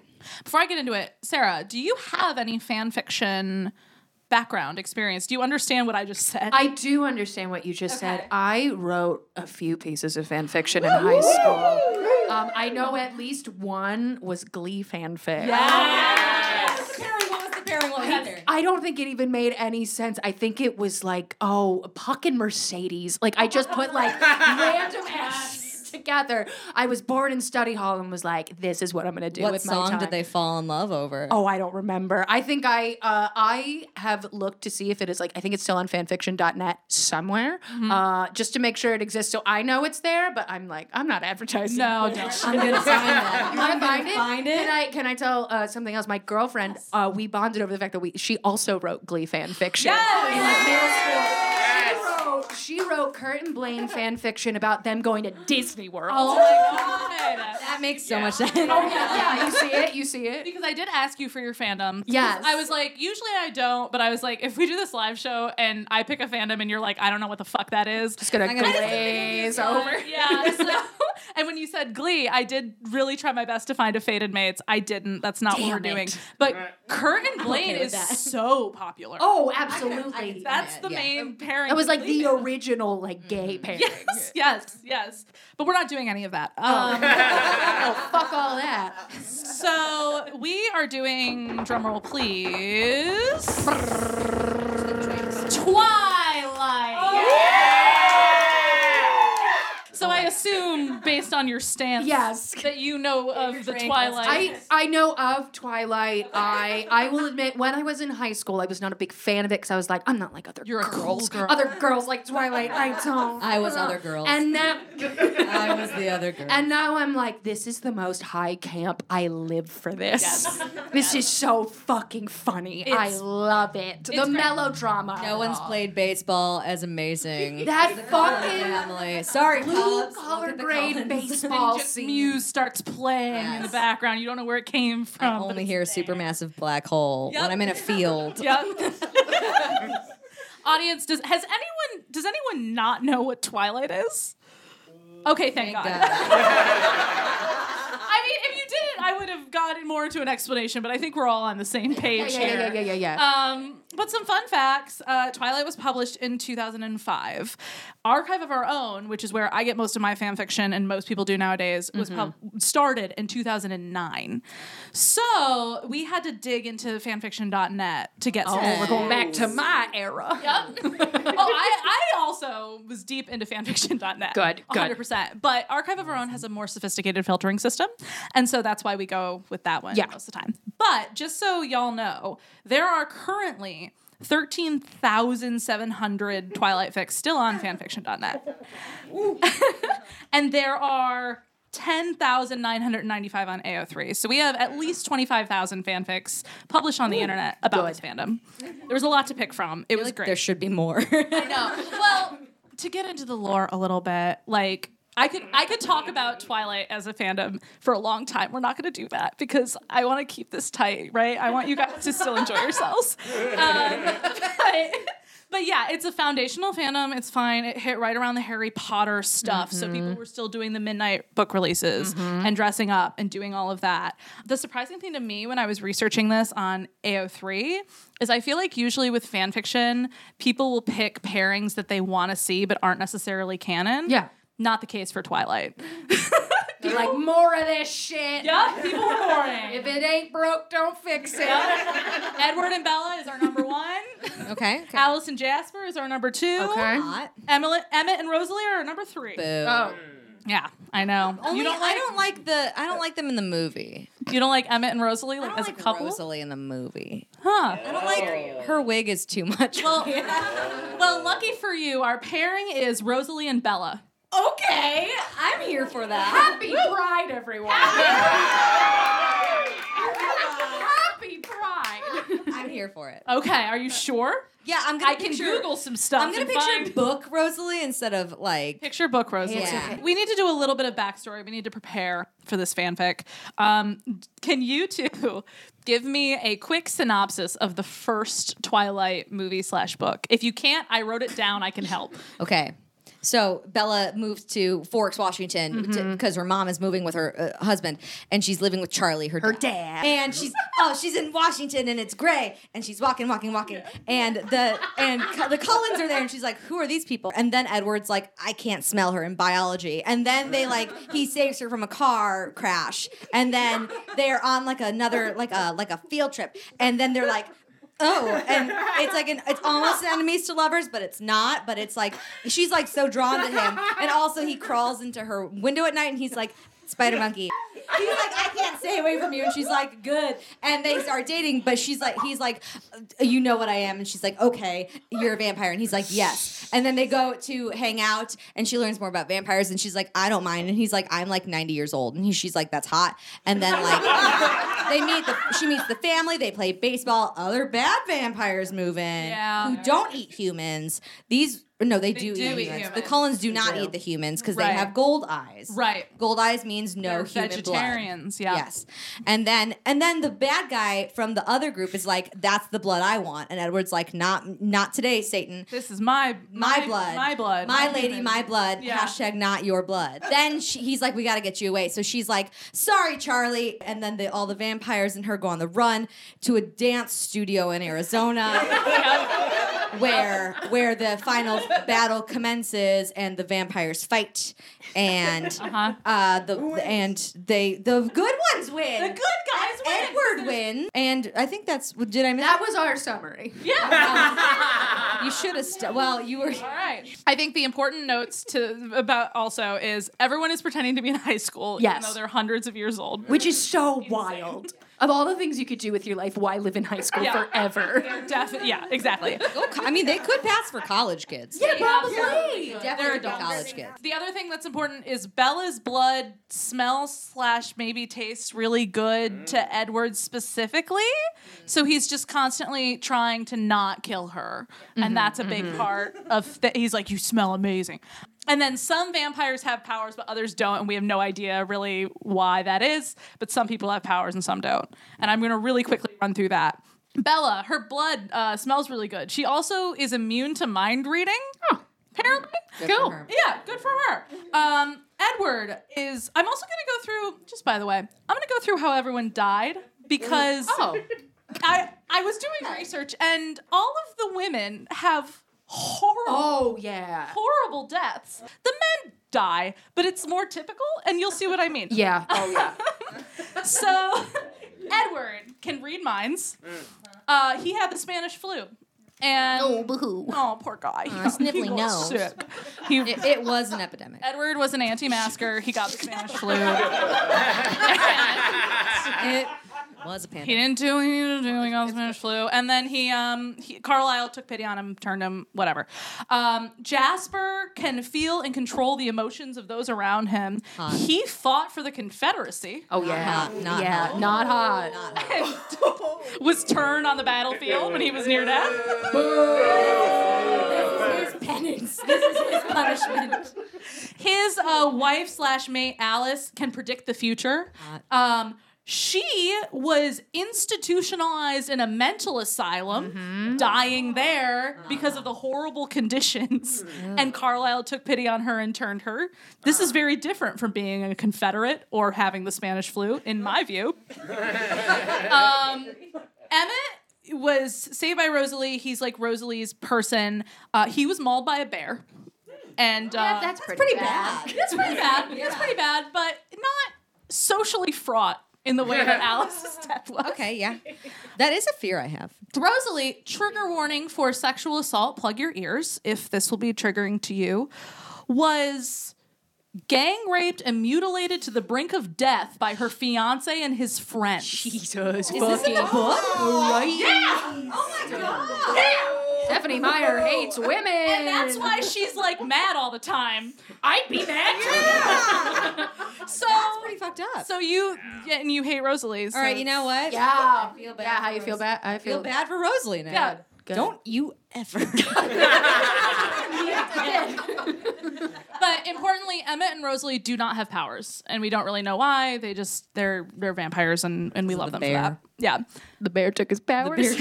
Before I get into it, Sarah, do you have any fan fiction background experience? Do you understand what I just said? I do understand what you just said. I wrote a few pieces of fan fiction in high school. Um, I know at least one was Glee fanfic. Pairing, what was the pairing one either? I don't think it even made any sense. I think it was like, oh, Puck and Mercedes. Like I just put like random ass together. I was born in study hall and was like, this is what I'm gonna do What with my song time. did they fall in love over? Oh, I don't remember. I think I uh, I have looked to see if it is like I think it's still on fanfiction.net somewhere, Mm-hmm. uh, just to make sure it exists. So I know it's there, but I'm like I'm not advertising. no, it. don't. I'm gonna find that. You want to I'm find gonna it? Find Can it. I can I tell uh, something else? My girlfriend, uh, we bonded over the fact that we she also wrote Glee fan fiction. in, like, middle school. Oh She wrote, she wrote Kurt and Blaine fan fiction about them going to Disney World. Oh my god. That makes so much sense. yeah, you see it. You see it. Because I did ask you for your fandom. Yes. I was like, usually I don't, but I was like, if we do this live show and I pick a fandom and you're like, I don't know what the fuck that is. Just gonna I'm gonna- glaze over. Yeah. So, and when you said Glee, I did really try my best to find a Faded Mates. I didn't. That's not what Damn we're doing. it. But Kurt and Blaine with is that. so popular. Oh, absolutely. That's the yeah. main pairing. That was of like Glee. the original like Mm-hmm. gay pairings. Yes, yes, yes. But we're not doing any of that. Um, oh, fuck all that. So we are doing drumroll, please. Twilight. So I assume, based on your stance, Yes. that you know of the Twilight. I, I know of Twilight. I I will admit, when I was in high school, I was not a big fan of it because I was like, I'm not like other You're a girls. girls girl. Other girls like Twilight. I don't. I was other girls. And now, I was the other girl. and now I'm like, this is the most high camp. I live for this. Yes. This is so fucking funny. I It's- love it. The great. melodrama. no one's played baseball as amazing. that fucking family. Sorry, blue Colin. collar Look at the grade Collins. baseball just scene. Muse starts playing in the Yes. background. You don't know where it came from. I but only it's hear a supermassive black hole Yep. when I'm in a field. Yep. Audience, does has anyone does anyone not know what Twilight is? Okay, thank, God. God. I mean, if you didn't, I would have gotten more into an explanation, but I think we're all on the same Yeah, page yeah, yeah, here. yeah, yeah, yeah, yeah. Um, but some fun facts. Uh, Twilight was published in 2005. Archive of Our Own, which is where I get most of my fan fiction and most people do nowadays, was pub- started in 2009. So we had to dig into fanfiction.net to get some. we're going back to my era. oh, I, I also was deep into fanfiction.net. Good, good. 100%. But Archive of Our Own has a more sophisticated filtering system. And so that's why we go with that one Yeah. most of the time. But just so y'all know, there are currently 13,700 Twilight fics still on fanfiction.net. and there are 10,995 on AO3. So we have at least 25,000 fanfics published on the internet about this fandom. There was a lot to pick from. It was great. There should be more. Well, to get into the lore a little bit, like I could I could talk about Twilight as a fandom for a long time. We're not going to do that because I want to keep this tight, right? I want you guys to still enjoy yourselves. Um, but, but yeah, it's a foundational fandom. It's fine. It hit right around the Harry Potter stuff, Mm-hmm. so people were still doing the midnight book releases and dressing up and doing all of that. The surprising thing to me when I was researching this on AO3 is I feel like usually with fan fiction, people will pick pairings that they want to see but aren't necessarily canon. Yeah. Not the case for Twilight. Be like more of this shit. Yeah, people were boring. If it ain't broke, don't fix it. Edward and Bella is our number one. okay. okay. Alice and Jasper is our number two. Okay. Not. Emily, Emmett and Rosalie are our number three. Oh, Yeah, I know. Only, you don't I like Um, don't like the I don't like them in the movie. you don't like Emmett and Rosalie I like don't as like a couple, Rosalie in the movie. huh? I don't like her wig is too much. Well, well, lucky for you, our pairing is Rosalie and Bella. okay, I'm here for that. happy pride, everyone. happy pride. I'm here for it. Okay, are you sure? Yeah, I'm gonna I can picture, Google some stuff. I'm gonna and picture find- book Rosalie instead of like Picture book Rosalie. It's okay. We need to do a little bit of backstory. We need to prepare for this fanfic. Um, can you two give me a quick synopsis of the first Twilight movie slash book? If you can't, I wrote it down. I can help. Okay. So Bella moves to Forks, Washington, because her mom is moving with her uh, husband, and she's living with Charlie, her, her dad. And she's oh, she's in Washington, and it's gray, and she's walking, walking, walking, and the and Co- the Collins are there, and she's like, "Who are these people?" And then Edward's like, "I can't smell her in biology," and then they like he saves her from a car crash, and then they're on like another like a like a field trip, and then they're like. Oh, and it's like an it's almost an enemies to lovers, but it's not. But it's like she's like so drawn to him, and also he crawls into her window at night, and he's like spider monkey. He's like, I can't stay away from you, and she's like, good. And they start dating, but she's like, he's like, you know what I am, and she's like, okay, you're a vampire, and he's like, yes. And then they go to hang out, and she learns more about vampires, and she's like, I don't mind, and he's like, I'm like 90 years old, and he, she's like, that's hot. And then like, they meet the, she meets the family, they play baseball, other bad vampires move in Yeah. who don't eat humans. These No, they, do, do eat, eat humans. The humans. Collins do not eat the humans because they Right. have gold eyes. Right. Gold eyes means no They're human blood. vegetarians. Yeah. Yes. And then and then the bad guy from the other group is like, that's the blood I want. And Edward's like, not not today, Satan. This is my My, blood. My blood. My not lady, human. my blood. Yeah. Hashtag not your blood. Then she, he's like, we got to get you away. So she's like, sorry, Charlie. And then the, all the vampires and her go on the run to a dance studio in Arizona. Where where the final battle commences and the vampires fight and Uh-huh. uh, the and they the good ones win. The good guys win. Edward wins, and I think that's. Did I miss? That was our summary. you should have. St- well, you were. All right. I think the important notes to about also is everyone is pretending to be in high school, even Yes. though they're hundreds of years old. Which is so wild. Of all the things you could do with your life, why live in high school Yeah. forever? Defi- yeah, exactly. Go co- I mean, they could pass for college kids. Yeah, probably. Definitely could be college kids. The other thing that's important is Bella's blood smells slash maybe tastes really good to Edward specifically. So he's just constantly trying to not kill her. And that's a big part of that. He's like, you smell amazing. And then some vampires have powers, but others don't. And we have no idea really why that is. But some people have powers and some don't. And I'm going to really quickly run through that. Bella, her blood uh, smells really good. She also is immune to mind reading. Apparently. Cool. her. Yeah, good for her. Um, Edward is. I'm also going to go through. Just by the way, I'm going to go through how everyone died because Oh. I I was doing research and all of the women have horrible Oh, yeah. horrible deaths. The men die, but it's more typical, and you'll see what I mean. Yeah. Oh, yeah. So, Edward can read minds. Mm. Uh, he had the Spanish flu, and oh, boo poor guy, Uh, sniffly he was nose. sick. He It, it was an epidemic. Edward was an anti-masker. He got the Spanish flu. It was a he pandemic. didn't do what he needed to do. He got the Spanish flu, and then he, um, he, Carlisle took pity on him, turned him, whatever. Um, Jasper can feel and control the emotions of those around him. He fought for the Confederacy. Oh, yeah. Not- not yeah. hot. Not hot. Was turned on the battlefield when he was near death. This is his penance. This is his punishment. His uh, wife slash mate Alice can predict the future. Um, she was institutionalized in a mental asylum, Mm-hmm. dying there Uh-huh. because of the horrible conditions. And Carlisle took pity on her and turned her. This is very different from being a Confederate or having the Spanish flu, in my view. um, Emmett was saved by Rosalie. He's like Rosalie's person. Uh, he was mauled by a bear. And uh, That's pretty, Pretty bad. that's pretty bad. That's pretty bad, but not socially fraught in the way that Alice's death was. Okay, yeah. That is a fear I have. Rosalie, trigger warning for sexual assault, plug your ears if this will be triggering to you, was gang raped and mutilated to the brink of death by her fiance and his friend. Jesus Is this in the book? Stephanie Meyer hates women. And that's why she's like mad all the time. I'd be mad too. So Pretty fucked up. so you yeah, and you hate Rosalie. All right, you know what? Yeah. I feel bad Yeah, how for you feel Rosalie. bad? I I feel bad for Rosalie now. Yeah. Don't you ever. But importantly, Emmett and Rosalie do not have powers, and we don't really know why. They just they're they're vampires, and and we love the them for that. bear. Yeah. The bear took his powers.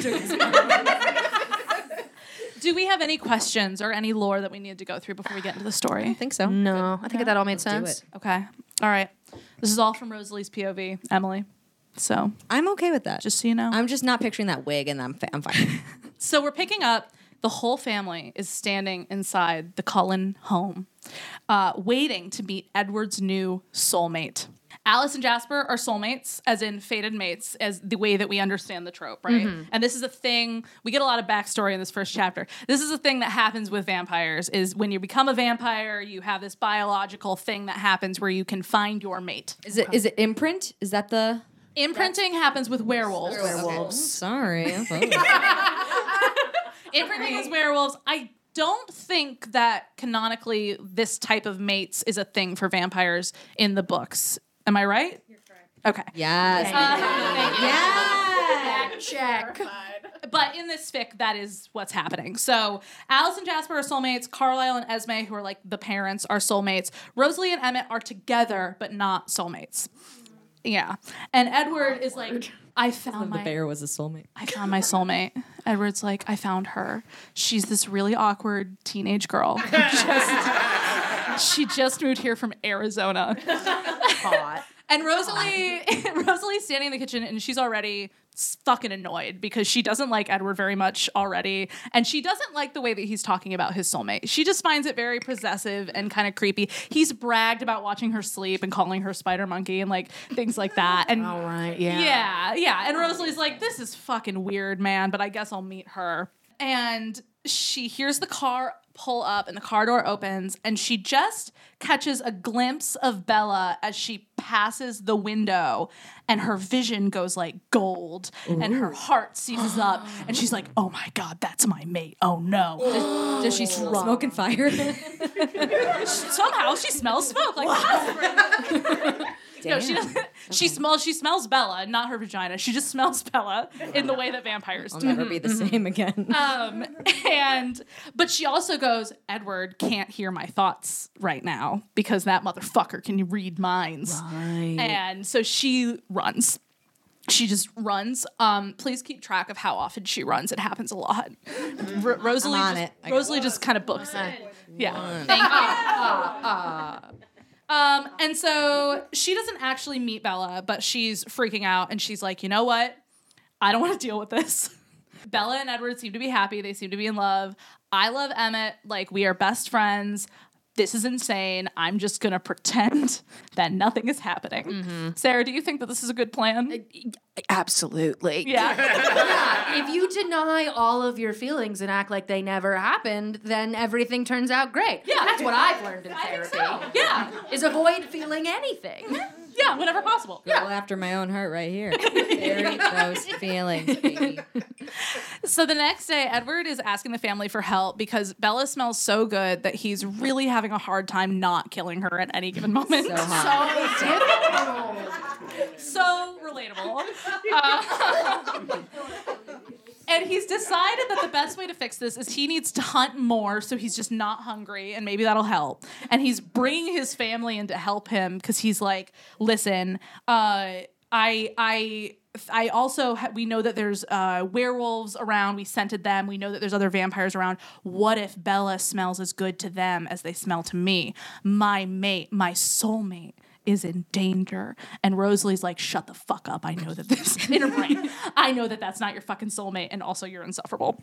Do we have any questions or any lore that we need to go through before we get into the story? think so. no, I think that all made sense. it. Okay. All right. This is all from Rosalie's POV, Emily. So I'm okay with that. just so you know, I'm just not picturing that wig, and I'm fa- I'm fine. So we're picking up. The whole family is standing inside the Cullen home, uh, waiting to meet Edward's new soulmate. Alice and Jasper are soulmates, as in fated mates, as the way that we understand the trope, right? And this is a thing we get a lot of backstory in this first chapter. This is a thing that happens with vampires: is when you become a vampire, you have this biological thing that happens where you can find your mate. Is it is it imprint? Is that the Imprinting happens with werewolves. werewolves? Sorry. Oh, I'm fine. Imprinting is werewolves. I don't think that canonically this type of mates is a thing for vampires in the books. Am I right? You're correct. Okay. yes. Uh, thank you. Yes. check. But in this fic, that is what's happening. So Alice and Jasper are soulmates. Carlisle and Esme, who are like the parents, are soulmates. Rosalie and Emmett are together, but not soulmates. Yeah. And Edward is like, I found The my bear was a soulmate. I found my soulmate. Edward's like, I found her. She's this really awkward teenage girl. who just- she just moved here from Arizona. And Rosalie, Rosalie's standing in the kitchen and she's already s- fucking annoyed because she doesn't like Edward very much already. And she doesn't like the way that he's talking about his soulmate. She just finds it very possessive and kind of creepy. He's bragged about watching her sleep and calling her spider monkey and like things like that. And All right, yeah. yeah, yeah. And Rosalie's like, this is fucking weird, man, but I guess I'll meet her. And she hears the car pull up and the car door opens and she just catches a glimpse of Bella as she passes the window and her vision goes like gold and her heart seizes up and she's like, oh my God, that's my mate. Oh no. Oh, Does she smoke and fire? Somehow she smells smoke. Like, No, she doesn't. She smells. She smells Bella, not her vagina. She just smells Bella in the way that vampires do. Never be the Mm-hmm. same again. Um, and but she also goes, Edward can't hear my thoughts right now because that motherfucker can read minds. And so she runs. She just runs. Um, please keep track of how often she runs. It happens a lot. R- Rosalie, on just, it. I got Rosalie just kind of books it. Yeah. Thank you. Uh, Um, and so she doesn't actually meet Bella, but she's freaking out and she's like, you know what? I don't want to deal with this. Bella and Edward seem to be happy. They seem to be in love. I love Emmett. Like, we are best friends. This is insane. I'm just going to pretend that nothing is happening. Sarah, do you think that this is a good plan? Absolutely. Yeah. If you deny all of your feelings and act like they never happened, then everything turns out great. Yeah, that's what I've learned in therapy. yeah. Is avoid feeling anything. Yeah, whenever possible. Well, after my own heart, right here. Very those feelings. baby. So the next day, Edward is asking the family for help because Bella smells so good that he's really having a hard time not killing her at any given moment. So hot. so relatable. Uh, and he's decided that the best way to fix this is he needs to hunt more so he's just not hungry and maybe that'll help. And he's bringing his family in to help him because he's like, listen, uh, I, I. I also ha- we know that there's uh, werewolves around. We scented them. We know that there's other vampires around. What if Bella smells as good to them as they smell to me? My mate, my soulmate, is in danger. And Rosalie's like, shut the fuck up. I know that this in her brain. I know that that's not your fucking soulmate, and also you're insufferable.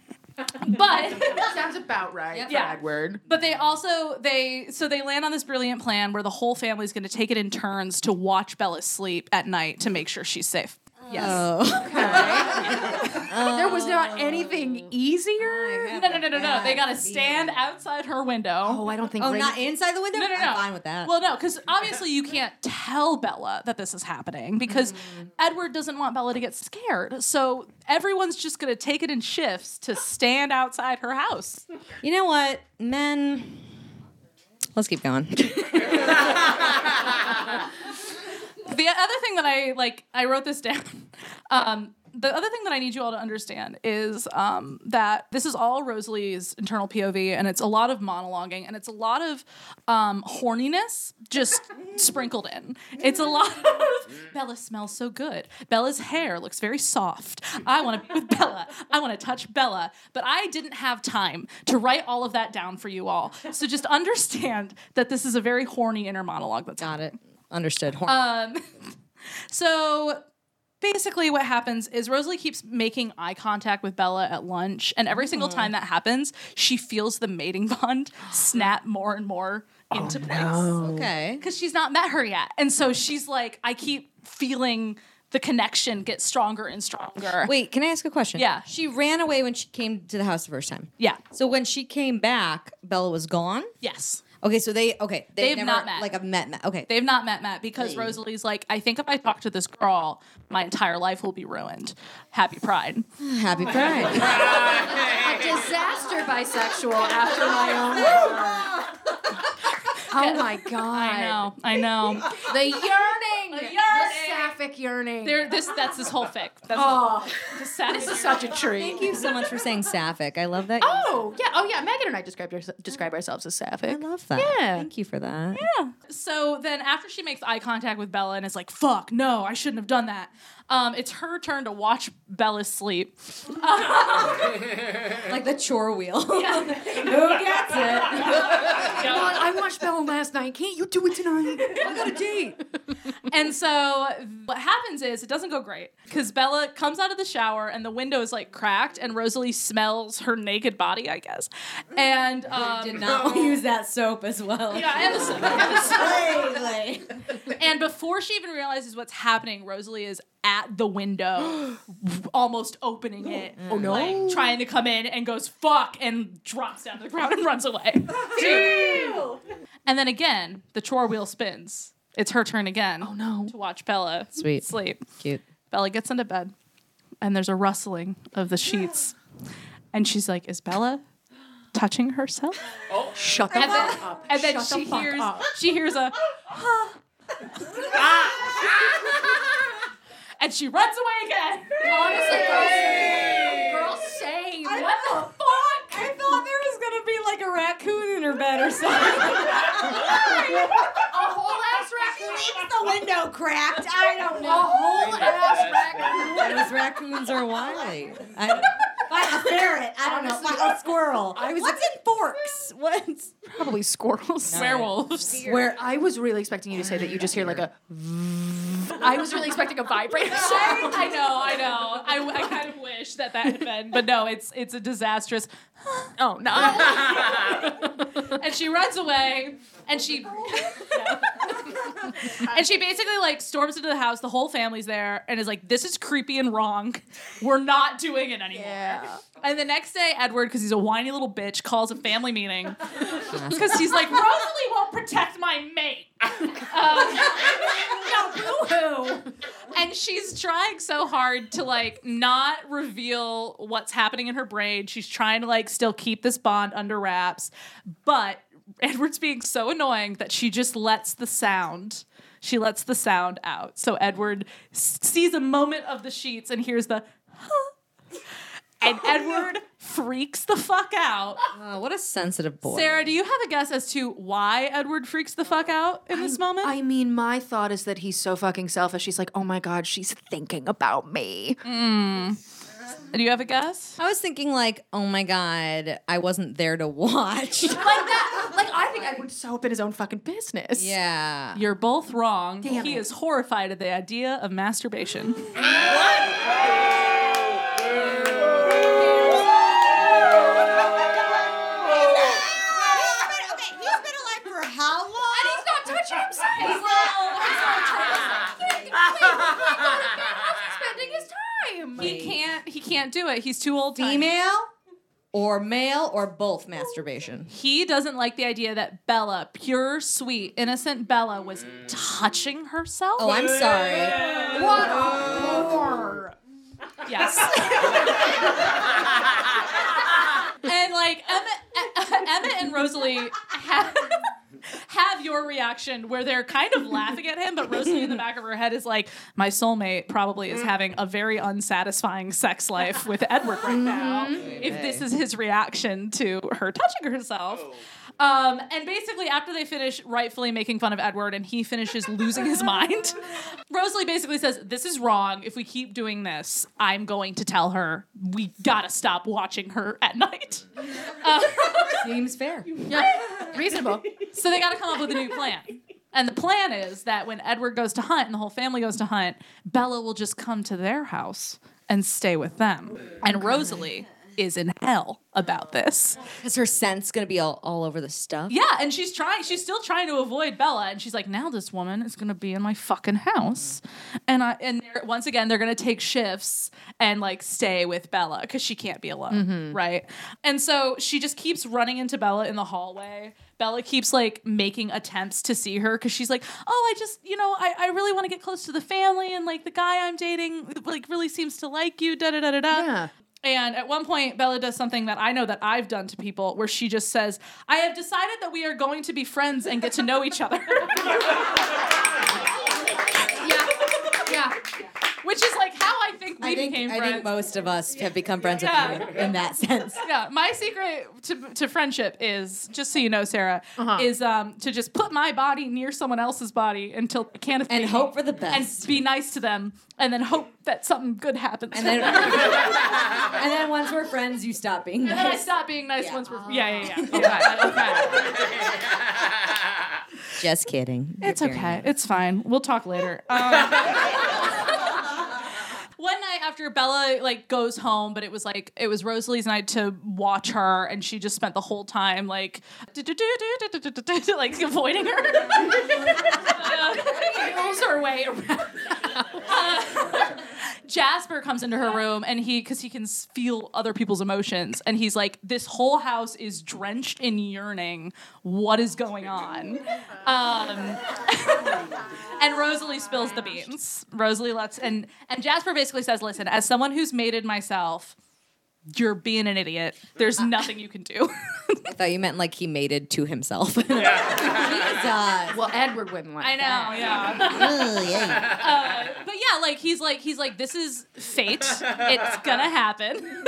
But Sounds about right. Yeah. Edward. but they also they so they land on this brilliant plan where the whole family's going to take it in turns to watch Bella sleep at night to make sure she's safe. Yes. Oh. there was not anything easier. no, no, no, no, no. They got to stand outside her window. Oh, I don't think. Oh, Ray- not inside the window? No, no, no. I'm fine with that. Well, no, because obviously you can't tell Bella that this is happening because Edward doesn't want Bella to get scared. So everyone's just going to take it in shifts to stand outside her house. you know what? Men. Let's keep going. The other thing that I like, I wrote this down. Um, the other thing that I need you all to understand is um, that this is all Rosalie's internal POV, and it's a lot of monologuing, and it's a lot of um, horniness just sprinkled in. It's a lot of Bella smells so good. Bella's hair looks very soft. I want to be with Bella. I want to touch Bella. But I didn't have time to write all of that down for you all. So just understand that this is a very horny inner monologue that's Got it. Understood. Horn. um, so basically, what happens is Rosalie keeps making eye contact with Bella at lunch, and every single time that happens, she feels the mating bond snap more and more into place okay. because she's not met her yet, and so she's like, I keep feeling the connection get stronger and stronger. Wait, can I ask a question? Yeah. She ran away when she came to the house the first time. yeah, So when she came back, Bella was gone. yes. Okay, so they okay they've, They've never, not met. like have met, met. Okay, They've not met Matt because Rosalie's like, I think if I talk to this girl, my entire life will be ruined. Happy Pride. happy pride. a disaster bisexual after my own. Word. Oh my god! I know, I know. The yearning, the, yearning. fic yearning. There, this that's this whole fic. That's oh, just sad. this is such a treat. Thank you so much for saying sapphic. I love that. Oh yeah, oh yeah. Megan and I describe yours- describe ourselves as I sapphic. love that. Yeah. Thank you for that. So then, after she makes eye contact with Bella and is like, "Fuck, no, I shouldn't have done that," um, it's her turn to watch Bella sleep. Like the chore wheel. God, I watched Bella last night. Can't you do it tonight? I got a date. and so what happens is it doesn't go great because Bella comes out of the shower and the window is like cracked and Rosalie smells her naked body, I guess. And um, Did not use that soap as well. yeah, and the- and the Like- And before she even realizes what's happening, Rosalie is at the window, almost opening it. Oh no! Like, trying to come in and goes fuck and drops down to the ground and runs away. and then again, the chore wheel spins. It's her turn again. Oh no! To watch Bella Sweet. sleep. Cute. Bella gets into bed, and there's a rustling of the sheets, and she's like, "Is Bella?" Touching herself, Oh. Shut the and then, fuck up. and then Shut she the fuck hears up. she hears a and she runs away again. Honestly, girls, girls say what the fuck? I thought there was gonna be like a raccoon in her bed or something. A whole ass raccoon. the window cracked. I don't A whole ass raccoon. Those raccoons are wily. I, by a ferret. I don't know. By a squirrel. I was What's in forks? What's Probably squirrels. Werewolves. Where I was really expecting you to say that you just hear like a. I was really expecting a vibrator. sound. I know, I know. I, I kind of wish that that had been, but no, it's it's a disastrous. Oh no. And she runs away, and she, and she basically like storms into the house. The whole family's there, and is like, "This is creepy and wrong. We're not doing it anymore." Yeah. And the next day, Edward, because he's a whiny little bitch, calls a family meeting because he's like, "Rosalie won't protect my mate." Um, and she's trying so hard to like not reveal what's happening in her brain. She's trying to like still keep this bond under wraps, but Edward's being so annoying that she just lets the sound. She lets the sound out. So Edward s- sees a moment of the sheets and hears the and Edward freaks the fuck out. Oh, what a sensitive boy. Sarah, do you have a guess as to why Edward freaks the fuck out in this moment? I mean, my thought is that he's so fucking selfish. She's like, oh my god, she's thinking about me. do you have a guess? I was thinking like, oh my god, I wasn't there to watch. Like that. Like I think Edward's so up in his own fucking business. yeah. You're both wrong. he it. is horrified at the idea of masturbation. okay, he's been alive for how long? He's not touching himself. He's not. spending his time. he can't he can't do it. He's too old to Female or male or both masturbation. He doesn't like the idea that Bella, pure, sweet, innocent Bella, was touching herself. Mm. Oh, I'm sorry. What a whore. Yes. and like Emma, E- Emma and Rosalie have, have your reaction where they're kind of laughing at him, but Rosalie in the back of her head is like, "My soulmate probably is having a very unsatisfying sex life with Edward right now. If this is his reaction to her touching herself." Um, and basically, after they finish rightfully making fun of Edward and he finishes losing his mind, Rosalie basically says, This is wrong. If we keep doing this, I'm going to tell her we gotta stop watching her at night. Uh, Seems fair. Reasonable. So they gotta come up with a new plan. And the plan is that when Edward goes to hunt and the whole family goes to hunt, Bella will just come to their house and stay with them. And Rosalie is in hell about this. Because her scent's gonna be all, all over the stuff. Yeah, and she's trying. She's still trying to avoid Bella, and she's like, "Now this woman is gonna be in my fucking house," and I and they're, once again they're gonna take shifts and like stay with Bella because she can't be alone, right? And so she just keeps running into Bella in the hallway. Bella keeps like making attempts to see her because she's like, "Oh, I just you know I, I really want to get close to the family, and like the guy I'm dating like really seems to like you." Da da da da da. Yeah. And at one point, Bella does something that I know that I've done to people where she just says, I have decided that we are going to be friends and get to know each other. Yeah. Yeah. think we I think, became I friends. think most of us have become friends Yeah. with you in that sense. yeah, my secret to, to friendship is just so you know, Sarah, Uh-huh. is um, to just put my body near someone else's body until Kenneth And made hope me. for the and best. be nice to them, and then hope that something good happens. And then, and then once we're friends, you stop being And then I nice. stop being nice once Oh. we're yeah yeah yeah. Just kidding. It's okay. It's fine. We'll talk later. Um, one night after Bella like goes home, but it was like it was Rosalie's night to watch her, and she just spent the whole time like like avoiding her. Uh, moves her way around. Uh, Jasper comes into her room and he, because he can s- feel other people's emotions, and he's like, "This whole house is drenched in yearning. What is going on?" Um, and Rosalie spills the beans. Rosalie lets and and Jasper basically says, "Listen, as someone who's mated myself, you're being an idiot. There's nothing you can do." I thought you meant like he mated to himself. uh, Jesus. Well, Edward wouldn't like I know, that. yeah. Ugh, yeah. Uh, but yeah, like he's like he's like this is fate. It's gonna happen.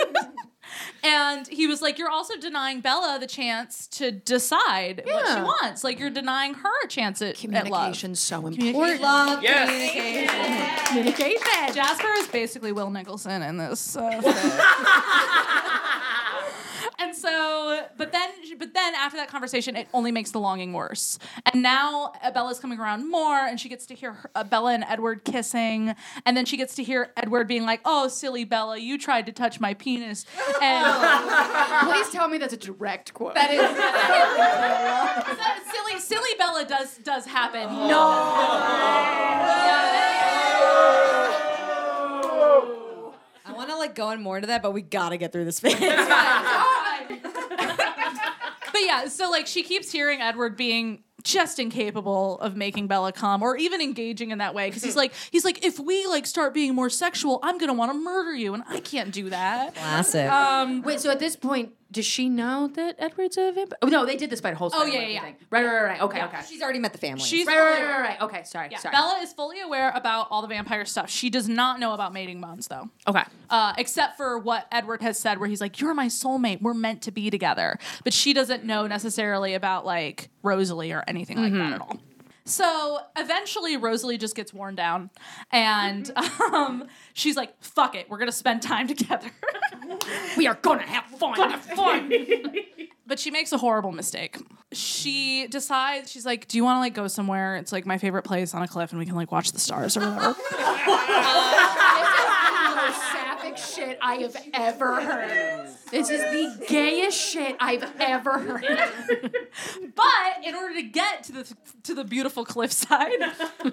and he was like, "You're also denying Bella the chance to decide what she Yeah. wants. Like you're denying her a chance at at love." Communication's so important. We love Yes. communication. Jasper is basically Will Nicholson in this. Uh, film. and so, but then, but then after that conversation, it only makes the longing worse. And now uh, Bella's coming around more, and she gets to hear her, uh, Bella and Edward kissing, and then she gets to hear Edward being like, "Oh, silly Bella, you tried to touch my penis," and Please tell me that's a direct quote. that is that silly, silly Bella does does happen. No. I want to like go on more into that, but we gotta get through this phase. but yeah, so like she keeps hearing Edward being just incapable of making Bella come or even engaging in that way because Mm-hmm. he's like he's like if we like start being more sexual, I'm gonna want to murder you, and I can't do that. Classic. Uh, Wait, so at this point, does she know that Edward's a vampire? Oh, no, they did this by the whole story yeah, and yeah, everything. Right, right, right, right. Okay, okay. She's already met the family. She's Right, right, right, right, right. Okay, sorry, Yeah, sorry. Bella is fully aware about all the vampire stuff. She does not know about mating bonds though. Okay. uh, except for what Edward has said, where he's like, "You're my soulmate. We're meant to be together." But she doesn't know necessarily about like Rosalie or anything like that at all. So eventually, Rosalie just gets worn down, and um, she's like, "Fuck it, we're gonna spend time together." We are gonna have fun. but she makes a horrible mistake. She decides she's like, "Do you want to like go somewhere? It's like my favorite place on a cliff, and we can like watch the stars or whatever." most sapphic shit I have ever heard. This is the gayest shit I've ever heard. But in order to get to the to the beautiful cliffside,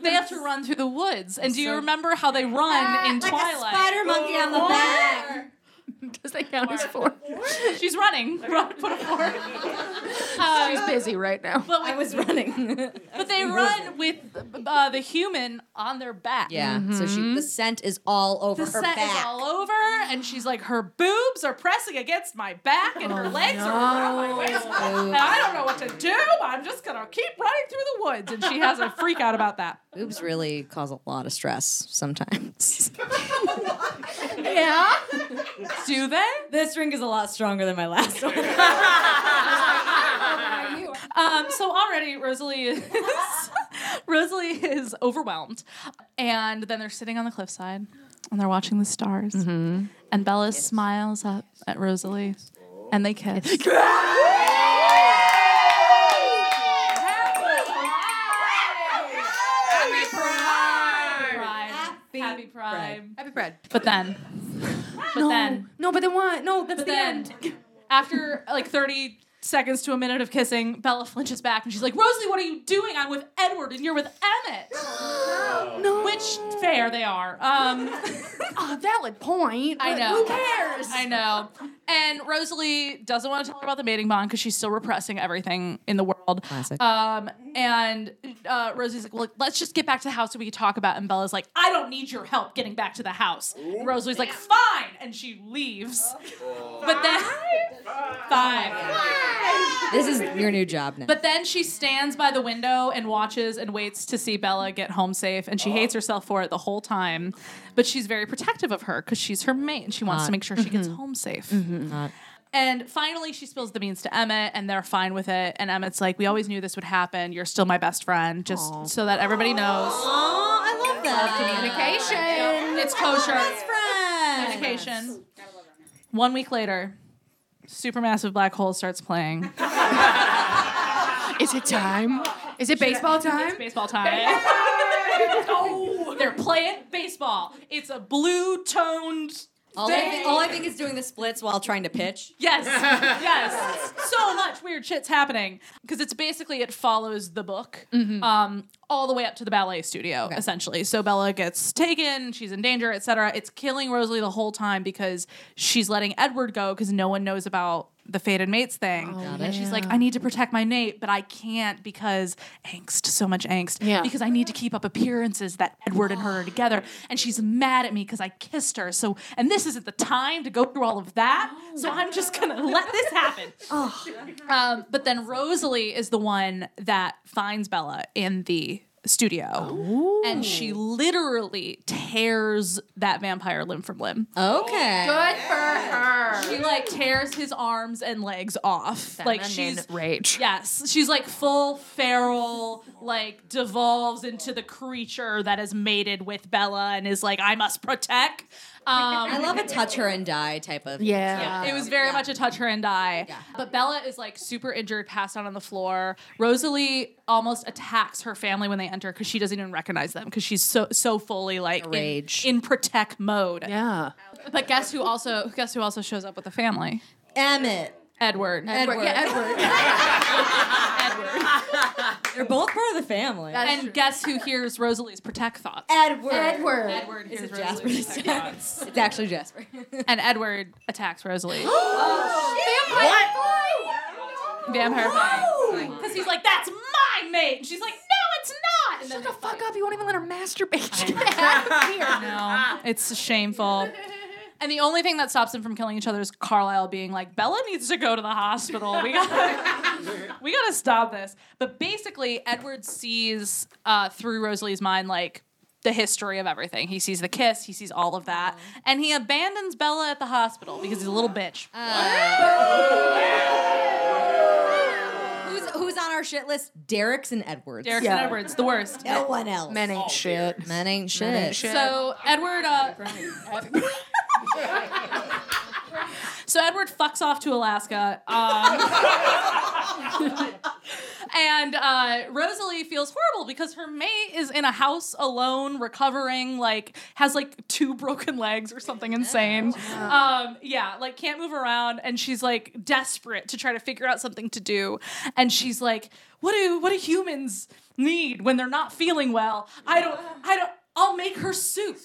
they have to run through the woods. And do you remember how they run in Twilight? Ah, Spider monkey on the back. Does that count as four? She's running. Run, put a fork. Um, She's busy right now. But, I with- was running. but they run with uh, the human on their back. yeah. So she the scent is all over The her set back. is all over, and she's like, her boobs are pressing against my back, and Oh, her legs are around my waist. And I don't know what to do. I'm just gonna keep running through the woods. And she has a freak out about that. Boobs really cause a lot of stress sometimes. Yeah. Do they? this drink is a lot stronger than my last one. Um, so already Rosalie is Rosalie is overwhelmed, and then they're sitting on the cliffside and they're watching the stars. And Bella smiles up at Rosalie, and they kiss. Happy Pride! Pride. Happy Pride. Happy Pride. But then, but then, No, but then what? No, that's but the then, end. after like thirty. Seconds to a minute of kissing, Bella flinches back and she's like, Rosalie, what are you doing? I'm with Edward and you're with Emmett. no. Which, fair, they are. Um, A Ah, valid point. I but know. Who cares? I know. And Rosalie doesn't want to tell her about the mating bond because she's still repressing everything in the world. Classic. Um, and uh, Rosalie's like, well, let's just get back to the house so we can talk about. it." And Bella's like, I don't need your help getting back to the house. And Rosalie's like, fine, and she leaves. But then five. This is your new job now. But then she stands by the window and watches and waits to see Bella get home safe, and she hates herself for it the whole time. But she's very protective of her because she's her mate and she wants to make sure she gets home safe. And finally, she spills the beans to Emmett, and they're fine with it. And Emmett's like, "We always knew this would happen. You're still my best friend, just so that everybody knows." I love that. Communication. It's kosher. Friends. Communication. One week later, supermassive black hole starts playing. Is it time? Is it baseball time? It's baseball time. They're playing baseball. It's a blue toned. All I, think, all I think is doing the splits while trying to pitch. Yes, yes. So much weird shit's happening because it's basically it follows the book Mm-hmm. um, all the way up to the ballet studio essentially. So Bella gets taken, she's in danger, etc. It's killing Rosalie the whole time because she's letting Edward go because no one knows about the fated mates thing. and Oh, she's like, I need to protect my Nate, but I can't because angst, so much angst. Yeah. Because I need to keep up appearances that Edward and her are together. And she's mad at me because I kissed her. So, and this isn't the time to go through all of that. So I'm just going to let this happen. Um, but then Rosalie is the one that finds Bella in the studio. And she literally tears that vampire limb from limb. Okay. Good for her. She like tears his arms and legs off. like she's rage. yes, she's like full feral, like devolves into the creature that is mated with Bella and is like, I must protect. Um, I love a touch her and die type of. Yeah. it was very much a touch her and die. But Bella is like super injured, passed out on the floor. Rosalie almost attacks her family when they enter because she doesn't even recognize them because she's so so fully like in- Rage. in, protect mode. Yeah. But guess who also guess who also shows up with the family? Emmett. Edward. Edward. Yeah, Edward. Edward. They're both part of the family. and guess who hears Rosalie's protect thoughts? Edward. Edward. Edward hears It's Jasper. Rosalie's protect thoughts. it's actually Jasper. And Edward attacks Rosalie. Vampire Vampire fight. Because he's like, that's my mate. And she's like, no, it's not. And then Shut the fuck up. You won't even let her masturbate. No, it's shameful. And the only thing that stops them from killing each other is Carlisle being like, Bella needs to go to the hospital. We gotta, we gotta stop this. But basically, Edward sees uh, through Rosalie's mind, like, the history of everything. He sees the kiss, he sees all of that. And he abandons Bella at the hospital because he's a little bitch. Who's who's on our shit list? Derek's and Edwards. Derek yeah. Edward's the worst. No one else. Men ain't shit. Men ain't shit. So Edward, uh, so Edward fucks off to Alaska, um, and uh, Rosalie feels horrible because her mate is in a house alone, recovering, like has like two broken legs or something insane. Um, yeah, like can't move around, and she's like desperate to try to figure out something to do, and she's like, "What do what do humans?" need when they're not feeling well. I don't. I don't. I'll make her soup.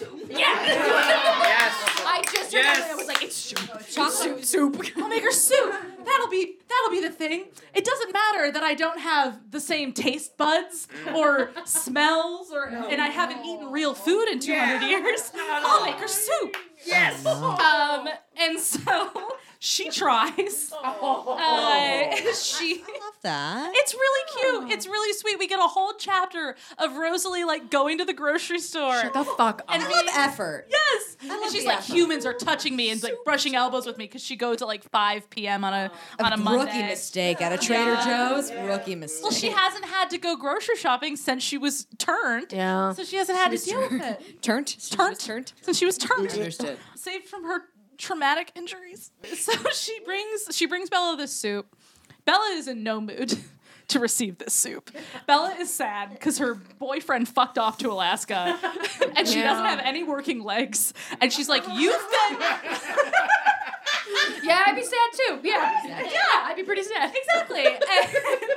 Yes. I just Yes. remembered. I was like, it's soup. Chocolate Soup. I'll make her soup. That'll be that'll be the thing. It doesn't matter that I don't have the same taste buds or smells or and I haven't eaten real food in 200 years. I'll make her soup. Yes. Um and so she tries. Oh. Uh, she love that. It's really cute. It's really sweet. We get a whole chapter of Rosalie like going to the grocery store Shut the fuck up. and I being love effort. Yes. love And she's the like, effort. humans are touching me and like brushing elbows with me because she goes at like 5 p.m. on a, on a rookie Monday. mistake at a Trader Joe's. Rookie mistake. Well, she hasn't had to go grocery shopping since she was turned. Yeah. So she hasn't had to deal with it turned. Turned. Turned. since she was turned. Understood. Saved from her traumatic injuries. So she brings she brings Bella this soup. Bella is in no mood to receive this soup. Bella is sad because her boyfriend fucked off to Alaska and she doesn't have any working legs. And she's like, You've been Yeah, I'd be sad too. Yeah. Yeah, I'd be pretty sad. Exactly. And,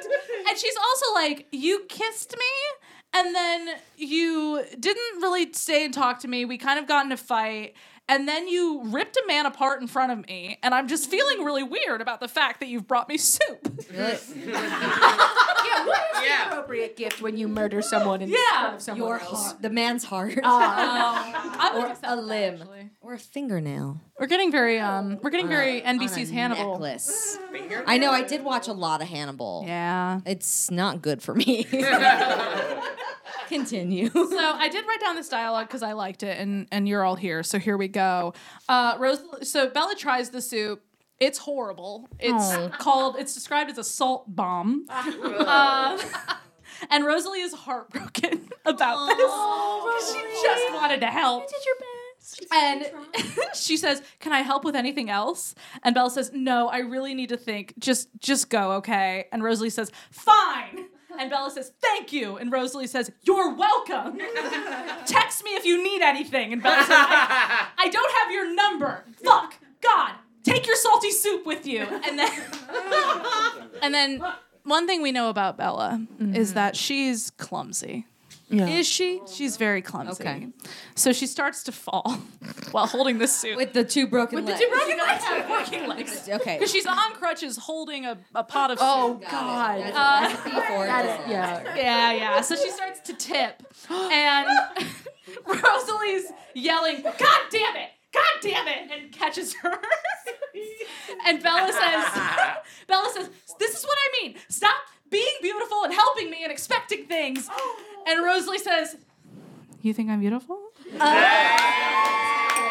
and she's also like, You kissed me, and then you didn't really stay and talk to me. We kind of got in a fight. and then you ripped a man apart in front of me, and I'm just feeling really weird about the fact that you've brought me soup. yeah, what is Yeah. the appropriate gift when you murder someone in front of someone Your else? heart, the man's heart, Ah. I'm gonna um, or accept a that, limb, actually. or a fingernail. We're getting very um, we're getting very on a NBC's Hannibal. Necklace. I know. I did watch a lot of Hannibal. Yeah. It's not good for me. Continue. So I did write down this dialogue because I liked it, and and you're all here, so here we go. Uh, Rose. So Bella tries the soup. It's horrible. It's called. It's described as a salt bomb. Um, and Rosalie is heartbroken about this. 'Cause She just wanted to help. did your best. And she says, "Can I help with anything else?" And Bella says, "No, I really need to think. Just just go, okay?" And Rosalie says, "Fine." And Bella says, "Thank you." And Rosalie says, "You're welcome." Text me if you need anything. And Bella says, I, I don't have your number. Fuck. God. Take your salty soup with you. And then And then one thing we know about Bella is that she's clumsy. Is she? She's very clumsy. Okay. So she starts to fall while holding the soup. With the two broken With the legs. two broken legs. Broken legs. Okay. Because she's on crutches holding a, a pot of soup. God. That's Uh, a recipe for disaster. Yeah, yeah. So she starts to tip, and Rosalie's yelling, "God damn it! God damn it!" and catches her. and Bella says, "Bella says this is what I mean. Stop being beautiful and helping me and expecting things." And Rosalie says, "You think I'm beautiful?"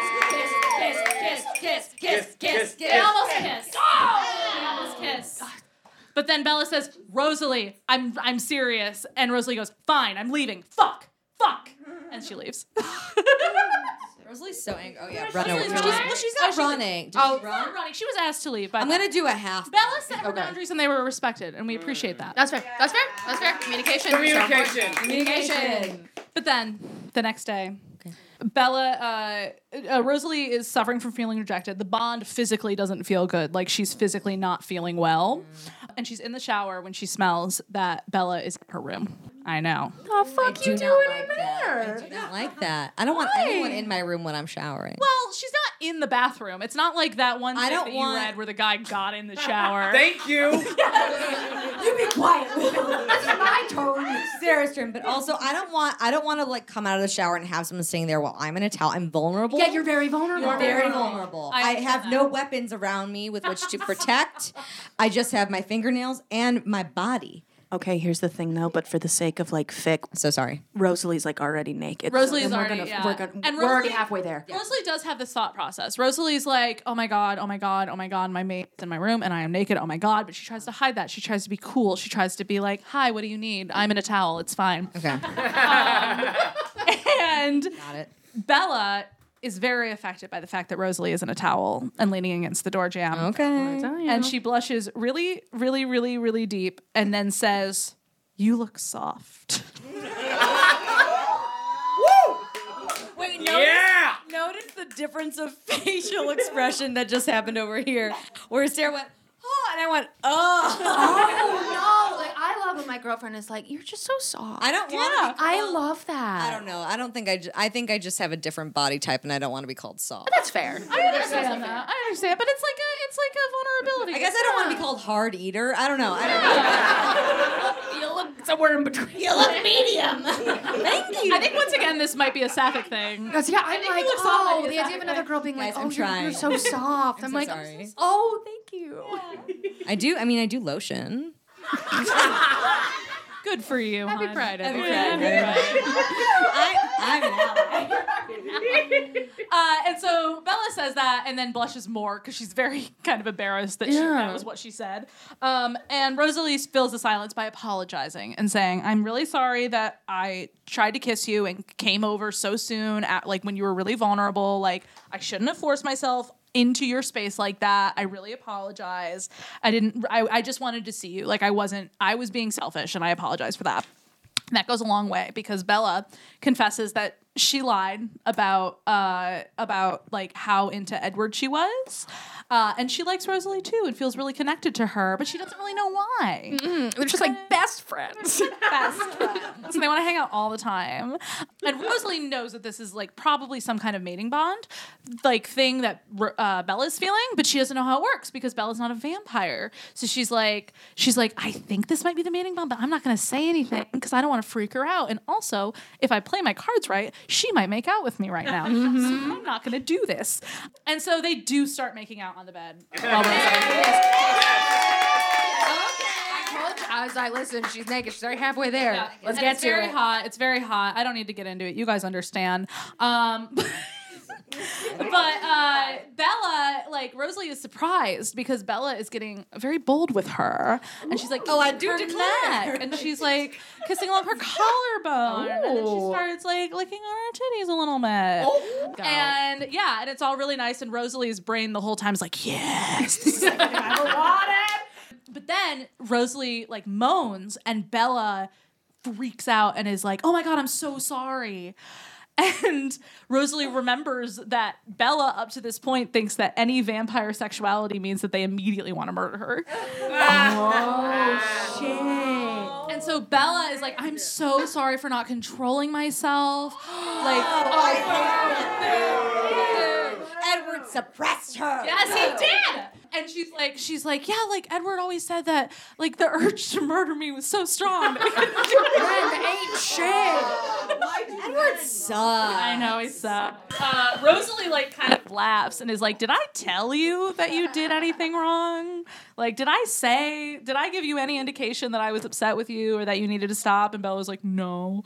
Kiss, kiss, kiss, kiss, kiss. They almost kiss. They almost kiss. But then Bella says, "Rosalie, I'm I'm serious." And Rosalie goes, "Fine, I'm leaving. Fuck, fuck," and she leaves. Rosalie's so angry. Oh yeah, run away. Rosalie's She's, running. well, she's not Oh, she's- running. Did oh, Not running. She was asked to leave. By I'm them. gonna do a half. Bella set her boundaries and they were respected, and we appreciate that. That's fair. That's fair. That's fair. Communication. Communication. Communication. But then the next day, Bella, uh, uh, Rosalie is suffering from feeling rejected. The bond physically doesn't feel good. Like she's physically not feeling well. And she's in the shower when she smells that Bella is in her room. I know. Oh fuck do not like that. I do not like that. I don't want anyone in my room when I'm showering. Well, she's not in the bathroom. It's not like that one I thing don't that want- you read where the guy got in the shower. Thank you. Sarah's turn, but also I don't want I don't want to like come out of the shower and have someone sitting there while I'm in a towel. I'm vulnerable. Yeah, you're very vulnerable. I'm very vulnerable. I I, understand have no weapons around me with which to protect. I just have my fingernails and my body. Okay, here's the thing though, but for the sake of like fic, So sorry. Rosalie's like already naked. Rosalie's We're already, gonna- yeah. we're gonna- and we're already Rosalie- halfway there. Rosalie does have this thought process. Rosalie's like, oh my God, oh my God, oh my God, my mate's in my room and I am naked, oh my God. But she tries to hide that. She tries to be cool. She tries to be like, hi, what do you need? I'm in a towel. It's fine. Okay. And Got it. Bella is very affected by the fact that Rosalie is in a towel and leaning against the door jamb. Okay. And she blushes really, really, really, really deep and then says, You look soft. Wait, Yeah. Notice the difference of facial expression that just happened over here, where Sarah went, oh, and I went, oh. Oh no! Like I love when my girlfriend is like, "You're just so soft." I don't want to. I love that. I don't know. I don't think I. Ju- I think I just have a different body type, and I don't want to be called soft. That's fair. I understand that. I understand. But it's like a it's like a vulnerability. I guess I don't want to be called hard eater. I don't know. I don't know. You look somewhere in between. You look medium. Thank you. I think once again this might be a sapphic thing. Because yeah, I'm think you like, look soft. oh, the idea of another girl being Guys, like, oh, I'm you're, you're trying. so soft. I'm, so like, sorry. so- oh, thank you. I do. I mean, I do lotion. Good for you. Happy Pride. Happy I, I'm an ally. Uh, and so Bella says that and then blushes more because she's very kind of embarrassed that she, that was what she said. Um, and Rosalie fills the silence by apologizing and saying, I'm really sorry that I tried to kiss you and came over so soon, at, like when you were really vulnerable. Like, I shouldn't have forced myself into your space like that. I really apologize. I didn't, I, I just wanted to see you. Like, I wasn't, I was being selfish and I apologize for that. And that goes a long way because Bella confesses that she lied about uh about like how into Edward she was, uh, and she likes Rosalie too and feels really connected to her, but she doesn't really know why. They're just like best friends. best friends. And they want to hang out all the time. And Rosalie knows that this is like probably some kind of mating bond, like thing that uh, Bella's feeling, but she doesn't know how it works because Bella's not a vampire. So she's like, she's like, I think this might be the mating bond, but I'm not going to say anything because I don't want to freak her out. And also, if I play my cards right, she might make out with me right now. So I'm not going to do this. And so they do start making out on the bed. while Rosalie's- I was like, listen, she's naked. She's already halfway there. Yeah. Let's And get it's to very it. hot. It's very hot. I don't need to get into it. You guys understand. Um, but uh, Bella, like Rosalie, is surprised because Bella is getting very bold with her, and she's like, "Oh, I do her declare." neck," and she's like kissing along her collarbone, and then she starts like licking on her titties a little bit, and yeah, and it's all really nice. And Rosalie's brain the whole time is like, "Yes, this is everything I've ever wanted." But then Rosalie like moans and Bella freaks out and is like, "Oh my god, I'm so sorry." And Rosalie remembers that Bella up to this point thinks that any vampire sexuality means that they immediately want to murder her. And so Bella is like, "I'm so sorry for not controlling myself." Like, Oh Edward suppressed her. Yes, he did. And she's like, she's like, yeah, like Edward always said that, like the urge to murder me was so strong. ain't Edward sucks. I know he sucked. Uh, Rosalie like kind of laughs and is like, "Did I tell you that you did anything wrong? Like, did I say? Did I give you any indication that I was upset with you or that you needed to stop?" And Bella was like, "No."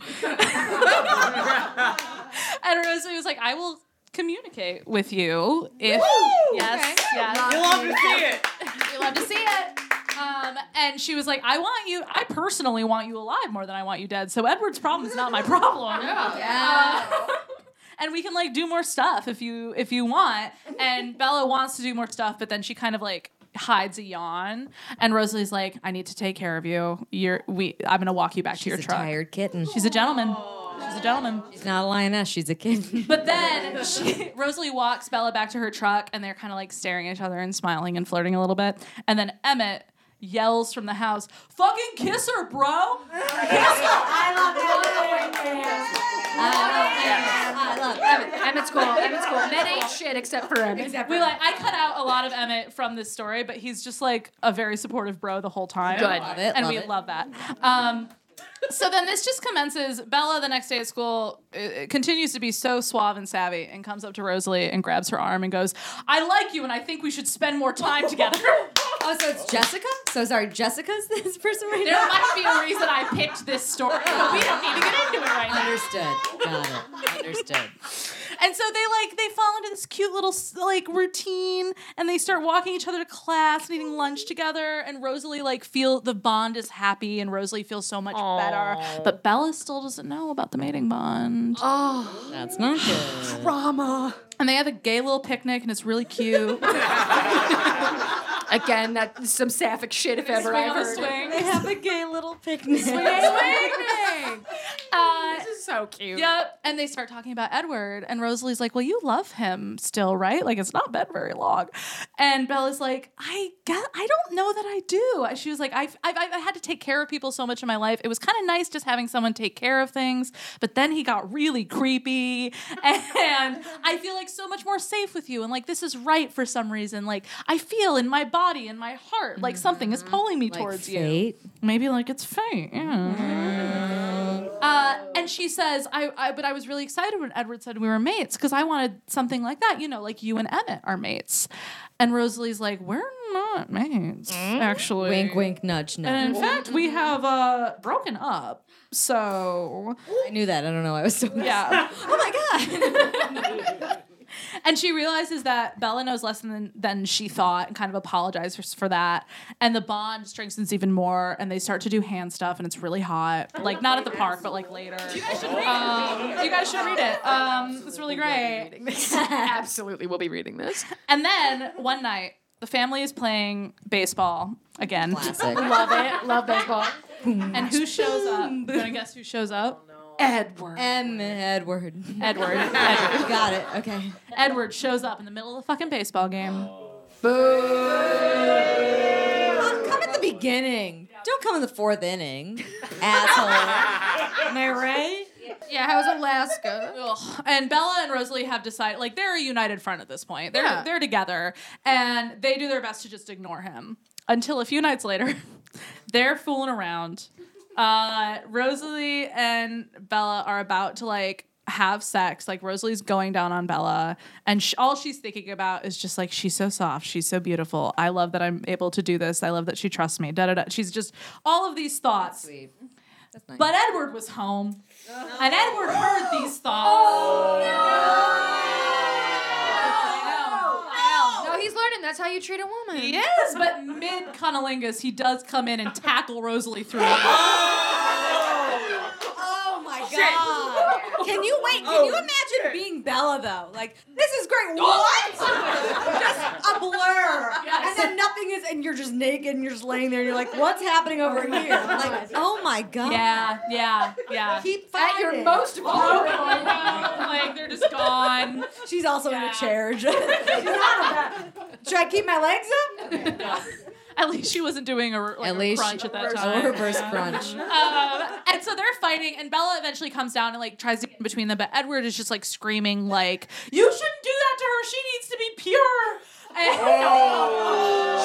and Rosalie was like, "I will communicate with you if yes, yes, You'll love to see it. you love to see it. Um, and she was like, I want you, I personally want you alive more than I want you dead. So Edward's problem is not my problem. Uh, and we can like do more stuff if you if you want. And Bella wants to do more stuff, but then she kind of like hides a yawn. And Rosalie's like, I need to take care of you. You're we I'm gonna walk you back to your She's a truck. tired kitten. She's a gentleman. She's a gentleman. She's not a lioness. She's a kitten. But then she, Rosalie walks Bella back to her truck, and they're kind of like staring at each other and smiling and flirting a little bit. And then Emmett yells from the house, "Fucking kiss her, bro!" I love Edward. Emmett, Emmett's cool. Emmett's cool. Men ain't shit except for Emmett. We like I cut out a lot of Emmett from this story, but he's just like a very supportive bro the whole time. Good. Love it, and love we it. love that. Um, so then this just commences. Bella, the next day at school, uh, continues to be so suave and savvy, and comes up to Rosalie and grabs her arm and goes, "I like you, and I think we should spend more time together." Oh, so it's Jessica? So sorry, Jessica's this person right There might be a reason I picked this story, but we don't need to get into it right now. now. Understood. Got it. Understood. And so they like they fall into this cute little like routine, and they start walking each other to class and eating lunch together. And Rosalie like feel the bond is happy, and Rosalie feels so much better. But Bella still doesn't know about the mating bond. That's not good. Drama. And they have a gay little picnic, and it's really cute. Again, that's some sapphic shit if ever I Swing on a heard. swing. They have a gay little picnic. Uh, This is so cute. Yep. And they start talking about Edward, and Rosalie's like, "Well, you love him still, right? Like, it's not been very long." And Bella's like, "I got, I don't know that I do." She was like, "I've, I've, I've had to take care of people so much in my life. It was kind of nice just having someone take care of things, but then he got really creepy, and I feel like so much more safe with you, and like this is right for some reason. Like, I feel in my body, in my heart, like something Mm-hmm. is pulling me towards you." maybe like it's fate. Yeah. Uh, and she says, I, I, but I was really excited when Edward said we were mates because I wanted something like that, you know, like you and Emmett are mates. And Rosalie's like, we're not mates, actually. Wink, wink, nudge, And nudge. in fact, we have uh, broken up. So, I knew that. I don't know. I was so. yeah. Oh my god. and she realizes that Bella knows less than than she thought, and kind of apologizes for that. And the bond strengthens even more, and they start to do hand stuff, and it's really hot. Like not at the park, but like later. You guys should read it. You guys should read it. Um, it's really great. Absolutely, we'll be reading this. And then one night, the family is playing baseball again, Classic. Love it. Love baseball. and who shows up? You gonna guess who shows up? Edward. M. Edward. Edward. Edward. Got it. Okay. Edward shows up in the middle of the fucking baseball game. Come, come at the beginning. Don't come in the fourth inning, asshole. Am I right? Yeah, how's Alaska? And Bella and Rosalie have decided like they're a united front at this point. They're Yeah. they're together and they do their best to just ignore him until a few nights later they're fooling around. Uh, Rosalie and Bella are about to like have sex. Like Rosalie's going down on Bella and sh- all she's thinking about is just like she's so soft, she's so beautiful. I love that I'm able to do this. I love that she trusts me. Da da da. She's just all of these thoughts. But Edward was home. And Edward heard these thoughts. No, he's learning. That's how you treat a woman. He is, but mid cunnilingus, he does come in and tackle Rosalie through. Oh my god. Can you wait? Can Oh. you imagine being Bella though? Like, this is great. What? just a blur. And then nothing is, and you're just naked and you're just laying there and you're like, what's happening over here? Like, oh my god. yeah, yeah, yeah. Keep At fighting. your most vulnerable. like they're just gone. She's also in a chair. She's not a bad- Should I keep my legs up? At least she wasn't doing a, like, a crunch at that time. reverse crunch. um, and so they're fighting, and Bella eventually comes down and like tries to get in between them, but Edward is just like screaming, like, "You shouldn't do that to her. She needs to be pure." And- Oh.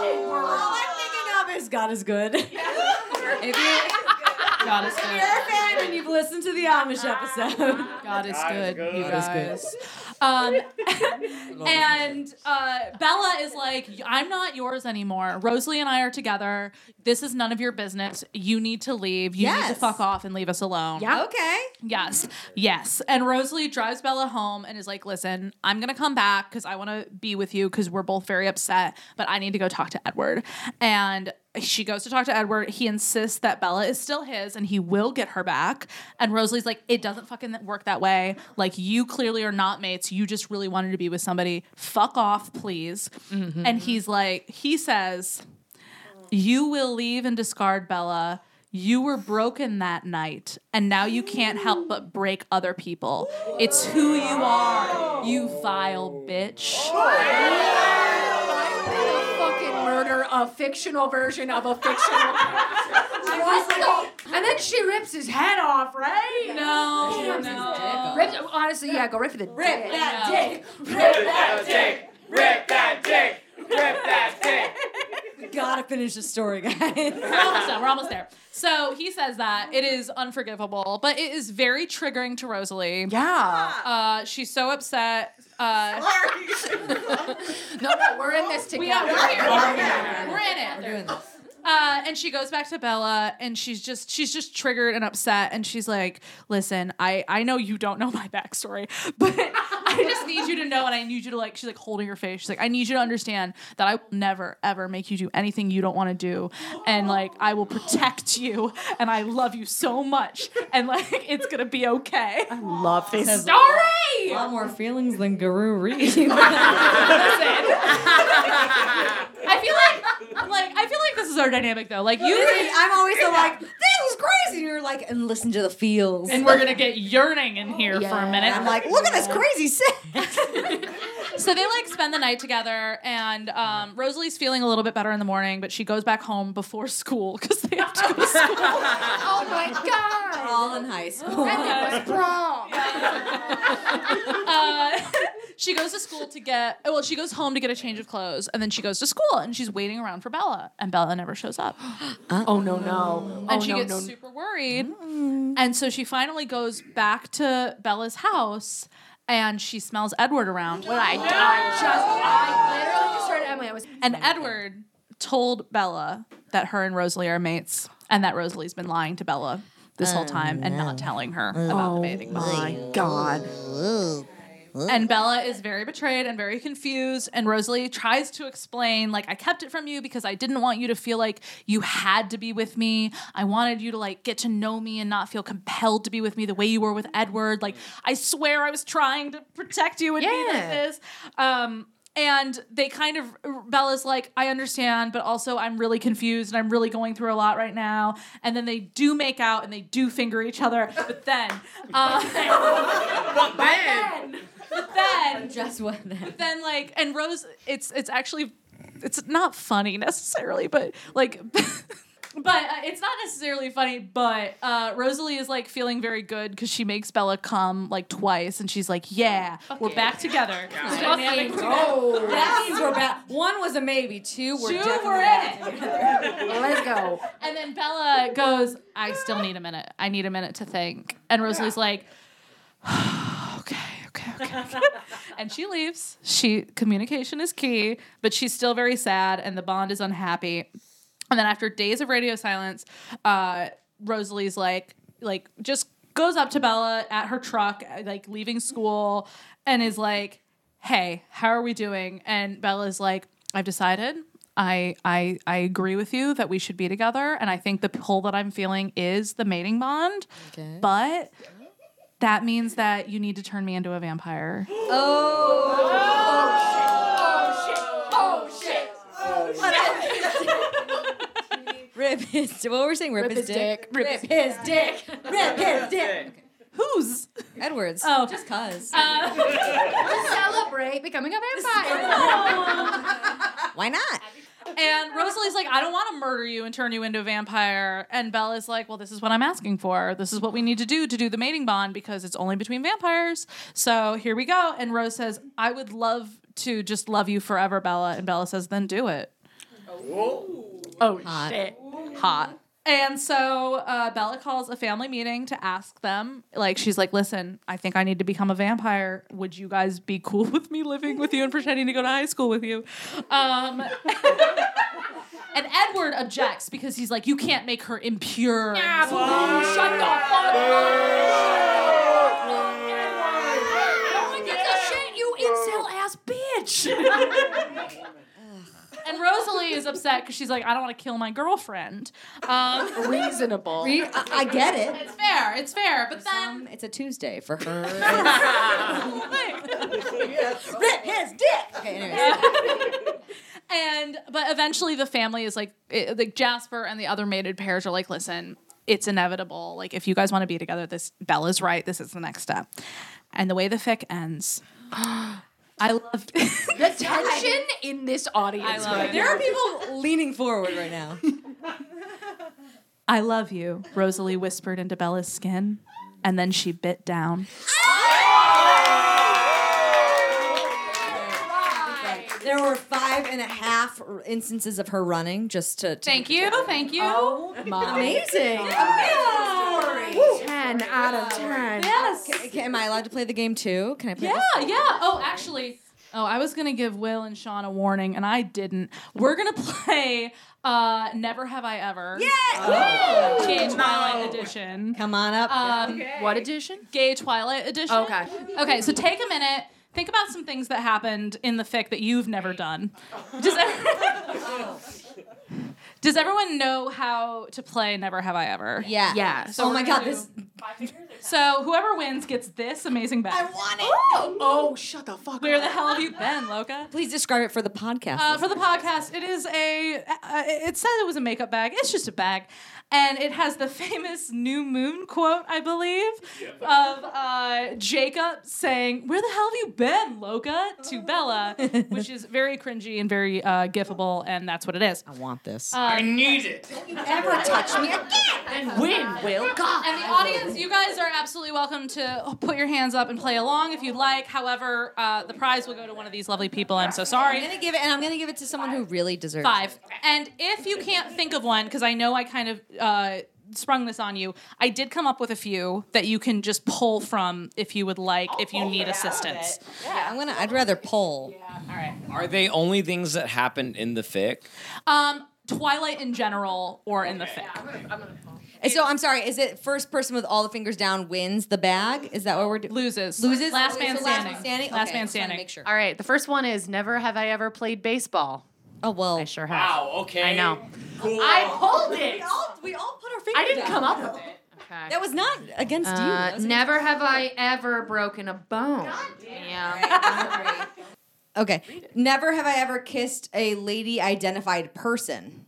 Shut the fuck up. All I'm thinking of is God is good. if you, God is if good. you're a fan and you've listened to the Amish episode. God is good, you God is good. guys. Um, and uh, Bella is like, I'm not yours anymore. Rosalie and I are together. This is none of your business. You need to leave. You need Yes. to fuck off and leave us alone. Okay. Yes. Yes. And Rosalie drives Bella home and is like, listen, I'm going to come back because I want to be with you because we're both very upset, but I need to go talk to Edward. And she goes to talk to Edward. He insists that Bella is still his and he will get her back. And Rosalie's like, it doesn't fucking work that way. Like, you clearly are not mates. You just really wanted to be with somebody. Fuck off, please. And he's like, he says, you will leave and discard Bella. You were broken that night, and now you can't help but break other people. It's who you are, you vile bitch. I'm gonna fucking murder a fictional version of a fictional character. and then she rips his head off, right? Oh, No, no. Rips, honestly, yeah, go rip for the rip. Dick. That dick. Rip that dick! Rip that dick! We gotta finish the story, guys. We're almost done. We're almost there. So he says that it is unforgivable, but it is very triggering to Rosalie. Yeah. Uh, she's so upset. Uh, No, no, we're in this We together. are. We're here. We're in it. doing this. Uh, and she goes back to Bella, and she's just she's just triggered and upset, and she's like, "Listen, I I know you don't know my backstory, but I just need you to know, and I need you to like." She's like holding her face. She's like, "I need you to understand that I will never ever make you do anything you don't want to do, and like I will protect you, and I love you so much, and like it's gonna be okay." Love this. Sorry. A lot more feelings than Guru Reed. I feel like like I feel like this is our dynamic though. Like you. I'm always so like, this is crazy. And you're like, and listen to the feels. and we're gonna get yearning in here for a minute. I'm like, look at this crazy set. so they like spend the night together, and um, Rosalie's feeling a little bit better in the morning, but she goes back home before school because they have to go to school. Oh my god. All in high school. It was prom. Uh, she goes to school to get oh, well, she goes home to get a change of clothes, and then she goes to school, and she's waiting around for Bella, and Bella never shows up. Oh no no. Mm. and she gets super worried. And so she finally goes back to Bella's house and she smells Edward around. But I, I just, I literally just started Emily. I was. And Edward told Bella that her and Rosalie are mates and that Rosalie's been lying to Bella this whole time and not telling her Oh, about the bathing Oh My God. and Bella is very betrayed and very confused. And Rosalie tries to explain, like, I kept it from you because I didn't want you to feel like you had to be with me. I wanted you to, like, get to know me and not feel compelled to be with me the way you were with Edward. Like, I swear I was trying to protect you and be like Yeah. this. Um, And they kind of uh, Bella's like, I understand, but also I'm really confused and I'm really going through a lot right now. And then they do make out and they do finger each other, but then, uh, but then, but then, just what then. but then like and Rose, it's it's actually it's not funny necessarily, but like. But uh, it's not necessarily funny. But uh, Rosalie is like feeling very good because she makes Bella come like twice, and she's like, "Yeah, we're back together." The dynamic Oh, that means we're back. One was a maybe. Two were Two definitely were back. Let's go. And then Bella goes, I still need a minute. I need a minute to think. And Rosalie's like, okay, okay, okay. and she leaves. She communication is key, but she's still very sad and the bond is unhappy. And then after days of radio silence, uh, Rosalie's like, like just goes up to Bella at her truck, uh, like leaving school, and is like, "Hey, how are we doing?" And Bella's like, "I've decided. I I I agree with you that we should be together, and I think the pull that I'm feeling is the mating bond, but." That means that you need to turn me into a vampire. Oh. Rip his. What were we saying? Rip, his, dick. Rip Rip his dick. Rip his dick. Who's? Edwards. Oh. just Uh, cause. Celebrate becoming a vampire. Why not? And Rosalie's like, I don't want to murder you and turn you into a vampire. And Bella's like, Well, this is what I'm asking for. This is what we need to do to do the mating bond because it's only between vampires. So here we go. And Rose says, I would love to just love you forever, Bella. And Bella says, Then do it. Oh Hot. shit, hot. And so uh, Bella calls a family meeting to ask them. Like, she's like, listen, I think I need to become a vampire. Would you guys be cool with me living with you and pretending to go to high school with you? Um, and Edward objects because he's like, you can't make her impure. Yeah, shut the fuck you incel ass bitch. And Rosalie is upset because she's like, I don't want to kill my girlfriend. Um, Reasonable. Re- I, I get it. it's fair, it's fair. But then. Um, it's a Tuesday for her. Rip his dick. Okay, anyways. and but eventually the family is like it, like Jasper and the other mated pairs are like listen it's inevitable like if you guys want to be together this Bella's right this is the next step and the way the fic ends I love The tension in this audience. I love it. There are people leaning forward right now. I love you Rosalie whispered into Bella's skin and then she bit down There were five and a half r- instances of her running just to. to thank you thank you Oh, Amazing. Ten out of ten. yes Okay, okay, am I allowed to play the game too? Can I play? Yeah, this? yeah. Oh, actually, oh, I was gonna give Will and Sean a warning, and I didn't. We're gonna play uh, "Never Have I Ever." Yeah, Gay Twilight Edition. Oh. Come on up. Um, What edition? Gay Twilight Edition. Okay. Okay. So take a minute. Think about some things that happened in the fic that you've never done. Does everyone, Does everyone know how to play Never Have I Ever? yeah. Yeah. oh my we're God, gonna this. So whoever wins gets this amazing bag. want it. Oh, shut the fuck Where the hell have you been, Loca? Please describe it for the podcast. Uh, for the podcast, it is a. Uh, it said it was a makeup bag. It's just a bag, and it has the famous new moon quote, I believe, of uh, Jacob saying, "Where the hell have you been, Loca?" to Bella, which is very cringy and very uh, gifable, and that's what it is. I want this. Uh, I need it. Never touch me again. Win, Will. God. And the audience, you guys are absolutely welcome to put your hands up and play along if you'd like. However, uh, the prize will go to one of these lovely people. I'm so sorry. I'm gonna give it, and I'm gonna give it to someone who really deserves Five. And if you can't think of one, because I know I kind of uh, sprung this on you, I did come up with a few that you can just pull from if you would like, if you need assistance. it. I'm gonna. I'd rather poll. Are they only things that happened in the fic? Um, Twilight in general or in the fic. And So I'm sorry. Is it first person with all the fingers down wins the bag? Is that what we're doing? Loses. Loses. Last Okay, man so standing. Last man standing. Last Okay, man just wanna standing. Make sure. All right, the first one is never have I ever played baseball. Oh well. I sure have. okay. I know. Cool. pulled it. all we all put our fingers. I didn't come up with it. Okay. That was not against you. Uh, That was never have I ever broken a bone. Damn. against- Okay. Never have I ever kissed a lady identified person.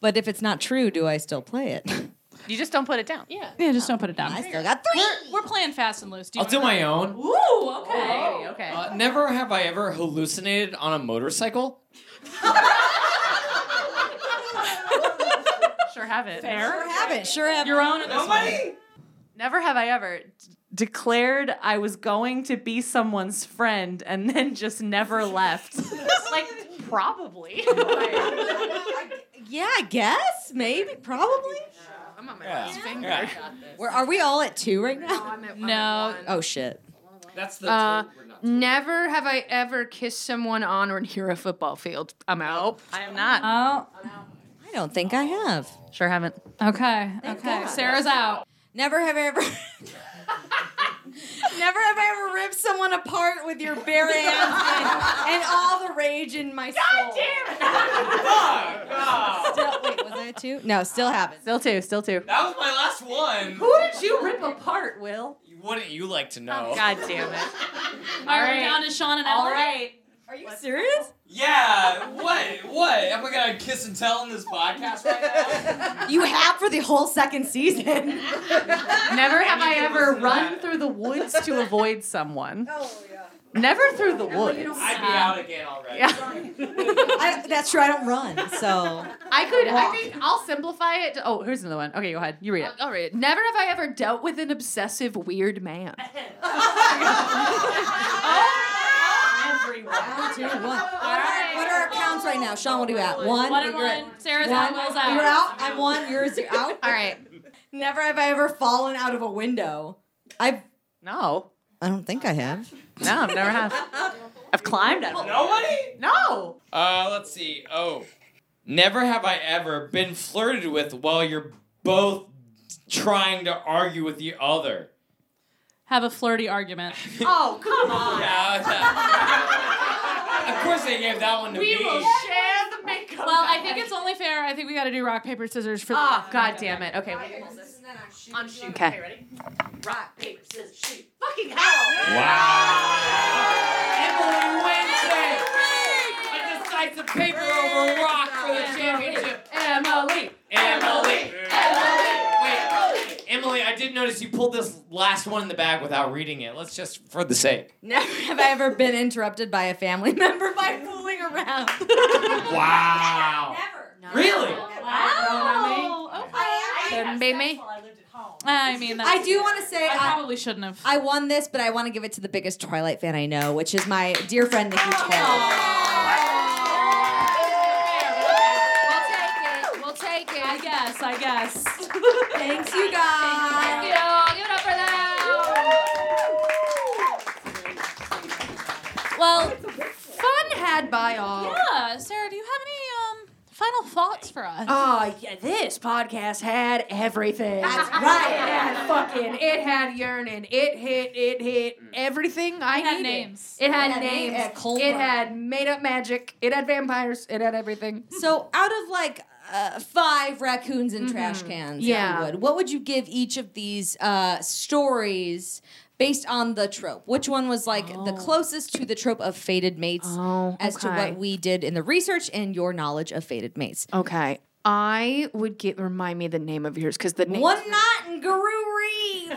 But if it's not true, do I still play it? You just don't put it down. Yeah. Yeah, just don't put it down. I still got three. We're, we're playing fast and loose. Do you I'll do wanna- my own. Ooh, Oh. okay. Okay. Uh, never have I ever hallucinated on a motorcycle. Sure have it. Fair. Sure have it. Sure have Your it. own. Nobody? Never have I ever d- declared I was going to be someone's friend and then just never left. like probably. Yeah, I guess. Maybe. Probably. I'm on my Yeah. last finger. Yeah. Where are we all at two right now? No. Oh shit. That's Uh, never have I ever kissed someone on or near a football field. I'm out. I am not. Oh, I don't think I have. Sure haven't. okay. okay. Sarah's out. Never have I ever. Never have I ever ripped someone apart with your bare hands and, and all the rage in my soul. God mm. Still, wait, was I a two? No, still happens. Still two, still two. That was my last one. Who did you rip apart, Will? Wouldn't you like to know? Oh, God damn it. All right, we're down to Sean and Emily. Are you serious? Yeah. What? What? Am I gonna kiss and tell in this podcast right now? You have for the whole second season. Never have I can ever listen to run that. through the woods to avoid someone. Oh, yeah. Never through the woods. I'd be out again already. I, that's true. I don't run, so I could. I Walk. think I'll simplify it. To, Oh, here's another one. Okay, go ahead. You read it. I'll read it. Never have I ever dealt with an obsessive weird man. Everyone. one, two, one. What are, what are our counts right now? Sean, what are you at? One. One and You're at- one. Sarah's out. one. Will's out. You're out. I'm one. Yours. You're out. All right. Never have I ever fallen out of a window. I've. No. I don't think I have. No, I've never have. I've climbed out of Nobody. No. Uh, let's see. Oh, never have I ever been flirted with while you're both trying to argue with the other. Have a flirty argument. Oh, come on. Yeah, that- of course they gave that one to me. share the makeup. Well, I think it's only fair. I think we got to do rock paper scissors for. Ah, Oh, god damn it. Okay. on shoot. Okay. ready? Rock, paper, scissors, shoot. Wow. Emily wins it. A decisive paper over rock for the championship. Emily. Emily. Emily. Wait. Emily, I did notice you pulled this last one in the bag without reading it. Let's just, for the sake. Never have I ever been interrupted by a family member by fooling around. Wow. Really? Wow. Then baby. I mean, that's I do want to say I I, probably shouldn't have. I won this, but I want to give it to the biggest Twilight fan I know, which is my dear friend Nikki Oh, Twilight. We'll take it. I guess. I guess. Thanks, you guys. Thank you. Give it up for them. Well, Fun had by all. yeah. Sarah, do you have any um final thoughts for us? Oh, yeah, this podcast had everything. That's It right. had fucking, it had yearning, it hit, it hit everything I It had needed. names. It had It had names, it had names. cold It war. had made up magic. It had vampires. It had everything. So, out of like uh, five raccoons in trash cans, if you Mm-hmm. Yeah. would, what would you give each of these uh, stories based on the trope? Which one was like the closest to the trope of fated mates Oh, as to okay. what we did in the research and your knowledge of fated mates? Okay. I would get remind me the name of yours because the name One knot and Guru Reeve.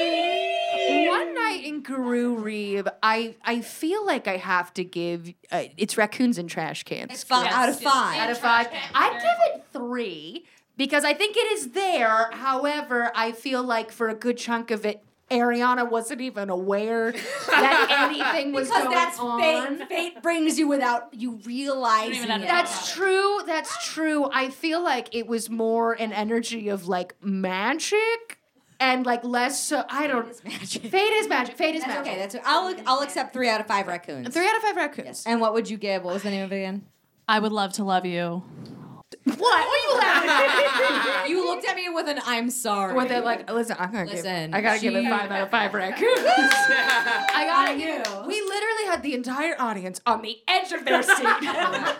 One night in Guru Reeb, I I feel like I have to give uh, it's raccoons and trash cans. It's five Uh, out of five. out of five. I'd give it three because I think it is there. However, I feel like for a good chunk of it, Ariana wasn't even aware that anything was because going that's on. fate. Fate brings you without you realizing. even it. understand. That's true. That's true. I feel like it was more an energy of like magic and like less so. I don't. magic. Fate is magic. Fate is That's magic. okay. That's I'll I'll accept three out of five raccoons. Three out of five raccoons. And what would you give? What was the name of it again? I would love to love you. What? What are you laughing at? You looked at me with an I'm sorry. With it like, listen, I'm gonna Listen, give, I gotta give it she- five out of five raccoons. I gotta give. We literally had the entire audience on the edge of their seat.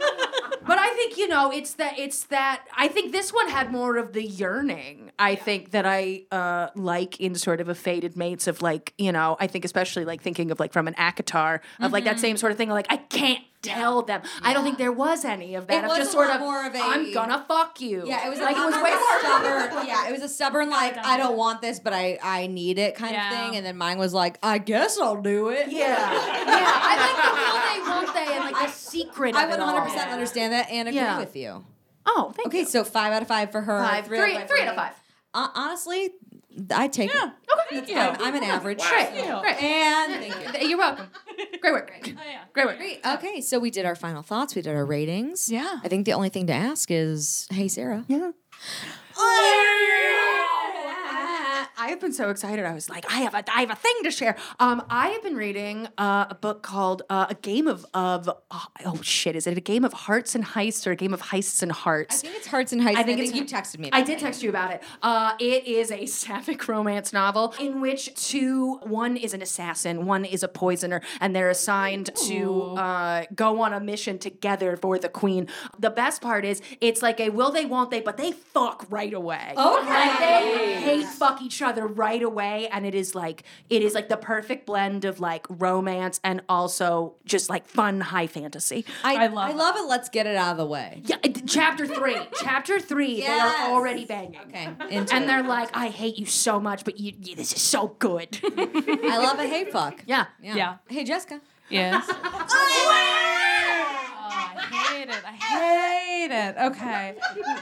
But I think you know it's that it's that I think this one had more of the yearning. I think that I uh, like in sort of a faded mates of like you know I think especially like thinking of like from an Akatar of like that Mm-hmm. Mhm. same sort of thing. Like I can't tell them. I don't think there was any of that. It of was just a sort lot of more of a- I'm gonna fuck you. Yeah, it was like a, it was I'm way a more stubborn. Yeah, it was a stubborn like I don't want this, but I I need it kind of thing. And then mine was like, I guess I'll do it. Yeah, yeah. I like the will they won't they and like the secret. I of it would all. 100 percent understand that and agree Yeah. with you. Oh, thank okay, so five out of five for her. Five, three, out of five three- three for out of me. five. Uh, honestly, th- I take it. Okay, That's fine. I'm an average. Great, Yeah. great. And thank you. are welcome. Great work. Oh, Great work. Okay, so we did our final thoughts. We did our ratings. Yeah. I think the only thing to ask is, hey, Sarah. Yeah. I have been so excited. I was like, I have a, I have a thing to share. Um, I have been reading uh, a book called uh, A Game of of oh, oh, shit, is it a game of hearts and heists or a game of heists and hearts? I think it's hearts and heists. I think, I it's, think you texted me I that. did text you about it. Uh, it is a sapphic romance novel in which two one is an assassin, one is a poisoner, and they're assigned to uh, go on a mission together for the queen. The best part is it's like a will they won't they, but they fuck right away. Okay. Like they hate fuck each other right away. And it is like it is like the perfect blend of like romance and also just like fun high fantasy. I, love I love it. Let's get it out of the way. Yeah, it- chapter three. chapter three, they Yes. are already banging. Okay. into it. And they're like, I hate you so much, but you, you this is so good. I love a hey fuck. Yeah. Yeah. Hey, Jessica. Yes. hate it. Oh, I hate it. Okay.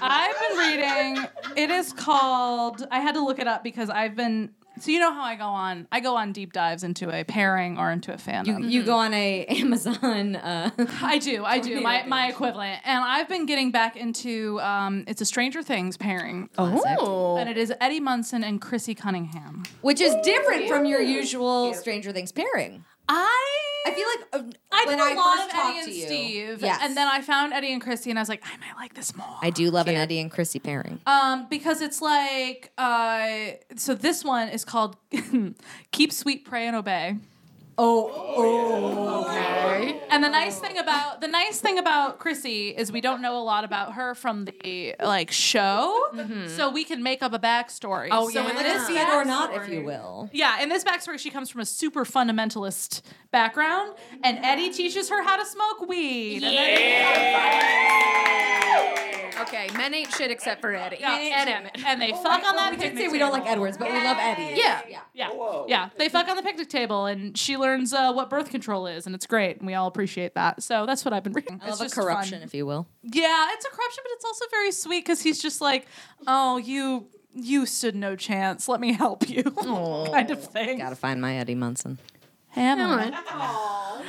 I've been reading. It is called. I had to look it up because I've been. So you know how I go on. I go on deep dives into a pairing or into a fandom. You, you go on a Amazon. Uh, I do. I do. My, my equivalent. And I've been getting back into um, it's a Stranger Things pairing. Oh. And it is Eddie Munson and Chrissy Cunningham. which is different from your usual Stranger Things pairing. I I feel like uh, I when did a I lot first of talked Eddie and to you, Steve. yes. And then I found Eddie and Chrissy and I was like, I might like this more. I do love an Eddie and Chrissy pairing. Um, because it's like uh, so this one is called Keep Sweet, Pray and Obey. Oh, okay. And the nice thing about the nice thing about Chrissy is we don't know a lot about her from the like show, so we can make up a backstory. Mm-hmm. Oh, so yeah. in Like this a see it or backstory- not, if you will. Yeah, in this backstory, she comes from a super fundamentalist background, and Eddie teaches her how to smoke weed. and then- Okay, men ain't shit except for Eddie. Yeah, and Emmett. and they fuck on that Oh, we picnic did say we table. don't like Edwards, but we love Eddie. Yeah. yeah. Yeah. Yeah, they fuck on the picnic table, and she learns uh, what birth control is, and it's great, and we all appreciate that. So that's what I've been reading. I It's love a just fun. corruption, if you will. Yeah, it's a corruption, but it's also very sweet because he's just like, oh, you you stood no chance. Let me help you, kind of thing. Gotta find my Eddie Munson. Hamlet. Oh,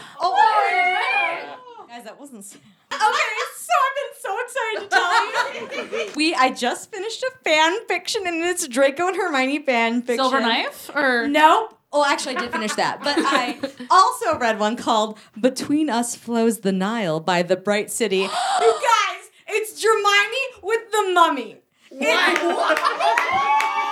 Guys, that wasn't. s- Okay, so I've been so excited to tell you. We I just finished a fan fiction and it's Draco and Hermione fan fiction. Silver Knife or Nope. Well, actually, I did finish that, but I also read one called "Between Us Flows the Nile" by The Bright City. you guys, it's Hermione with the mummy. It-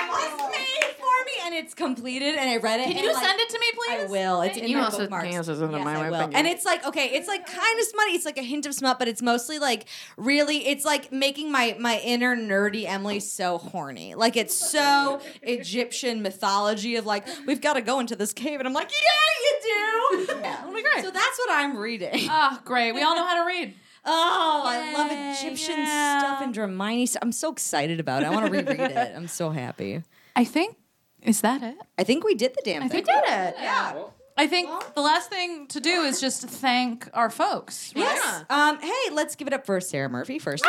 It was made for me, and it's completed, and I read it. Can and, you like, send it to me, please? I will. It's in You my also- bookmarks. yes, it's in Yes, my I web will. finger. And it's like okay, it's like kind of smutty. It's like a hint of smut, but it's mostly like really. It's like making my my inner nerdy Emily so horny. Like it's so Egyptian mythology of like we've got to go into this cave, and I'm like, yeah, you do. That'll be great. So that's what I'm reading. Ah, great. We all know how to read. Oh, I love Egyptian stuff and Dramini stuff. I'm so excited about it. I want to reread it. I'm so happy. I think is that it. I think we did the damn I thing. think we did it. Yeah. I think the last thing to do is just thank our folks. right? Yes. Um, hey, let's give it up for Sarah Murphy first.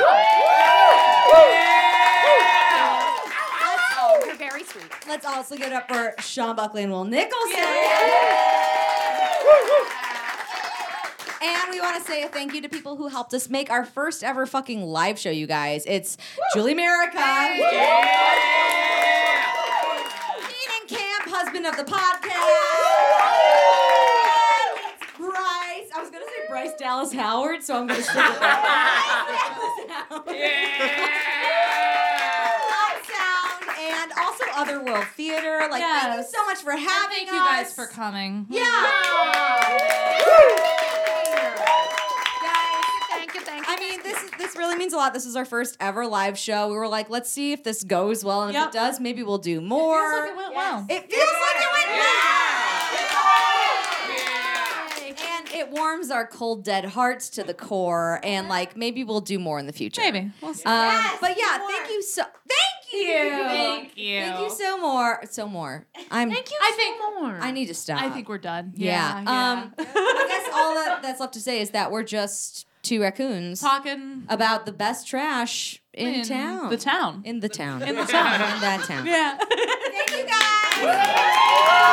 You're very sweet. Let's also give it up for Sean Buckley and Will Nicholson. And we want to say a thank you to people who helped us make our first ever fucking live show, you guys. It's Julie Merica. Keenan Camp, husband of the podcast. It's Bryce. I was going to say Bryce Dallas Howard, so I'm going to say Live Sound and also Otherworld Theater. Like, thank you Yes. so much for having us. Thank you guys for coming. Yeah. Guys, means a lot. This is our first ever live show. We were like, let's see if this goes well, and if Yep. it does, maybe we'll do more. Feels like it went well. It feels like it went well. And it warms our cold dead hearts to the core, and like maybe we'll do more in the future. Maybe. We'll see. Um, but yeah, thank you so. Thank you. Thank you. Thank you so more. So more. I'm. thank you. I think More. I need to stop. I think we're done. Yeah. Um. I guess all that, that's left to say is that we're just two raccoons talking about the best trash in, town. the town. In the town. In the town. In that town. yeah. Thank you guys.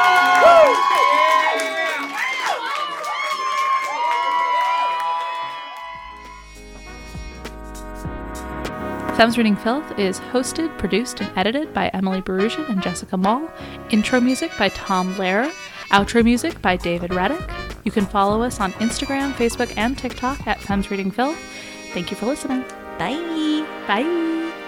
Thumbs Reading Filth is hosted, produced, and edited by Emily Barusian and Jessica Mall. Intro music by Tom Lehrer. Outro music by David Reddick. You can follow us on Instagram, Facebook, and TikTok at Thumbs Reading Filth. Thank you for listening. Bye. Bye.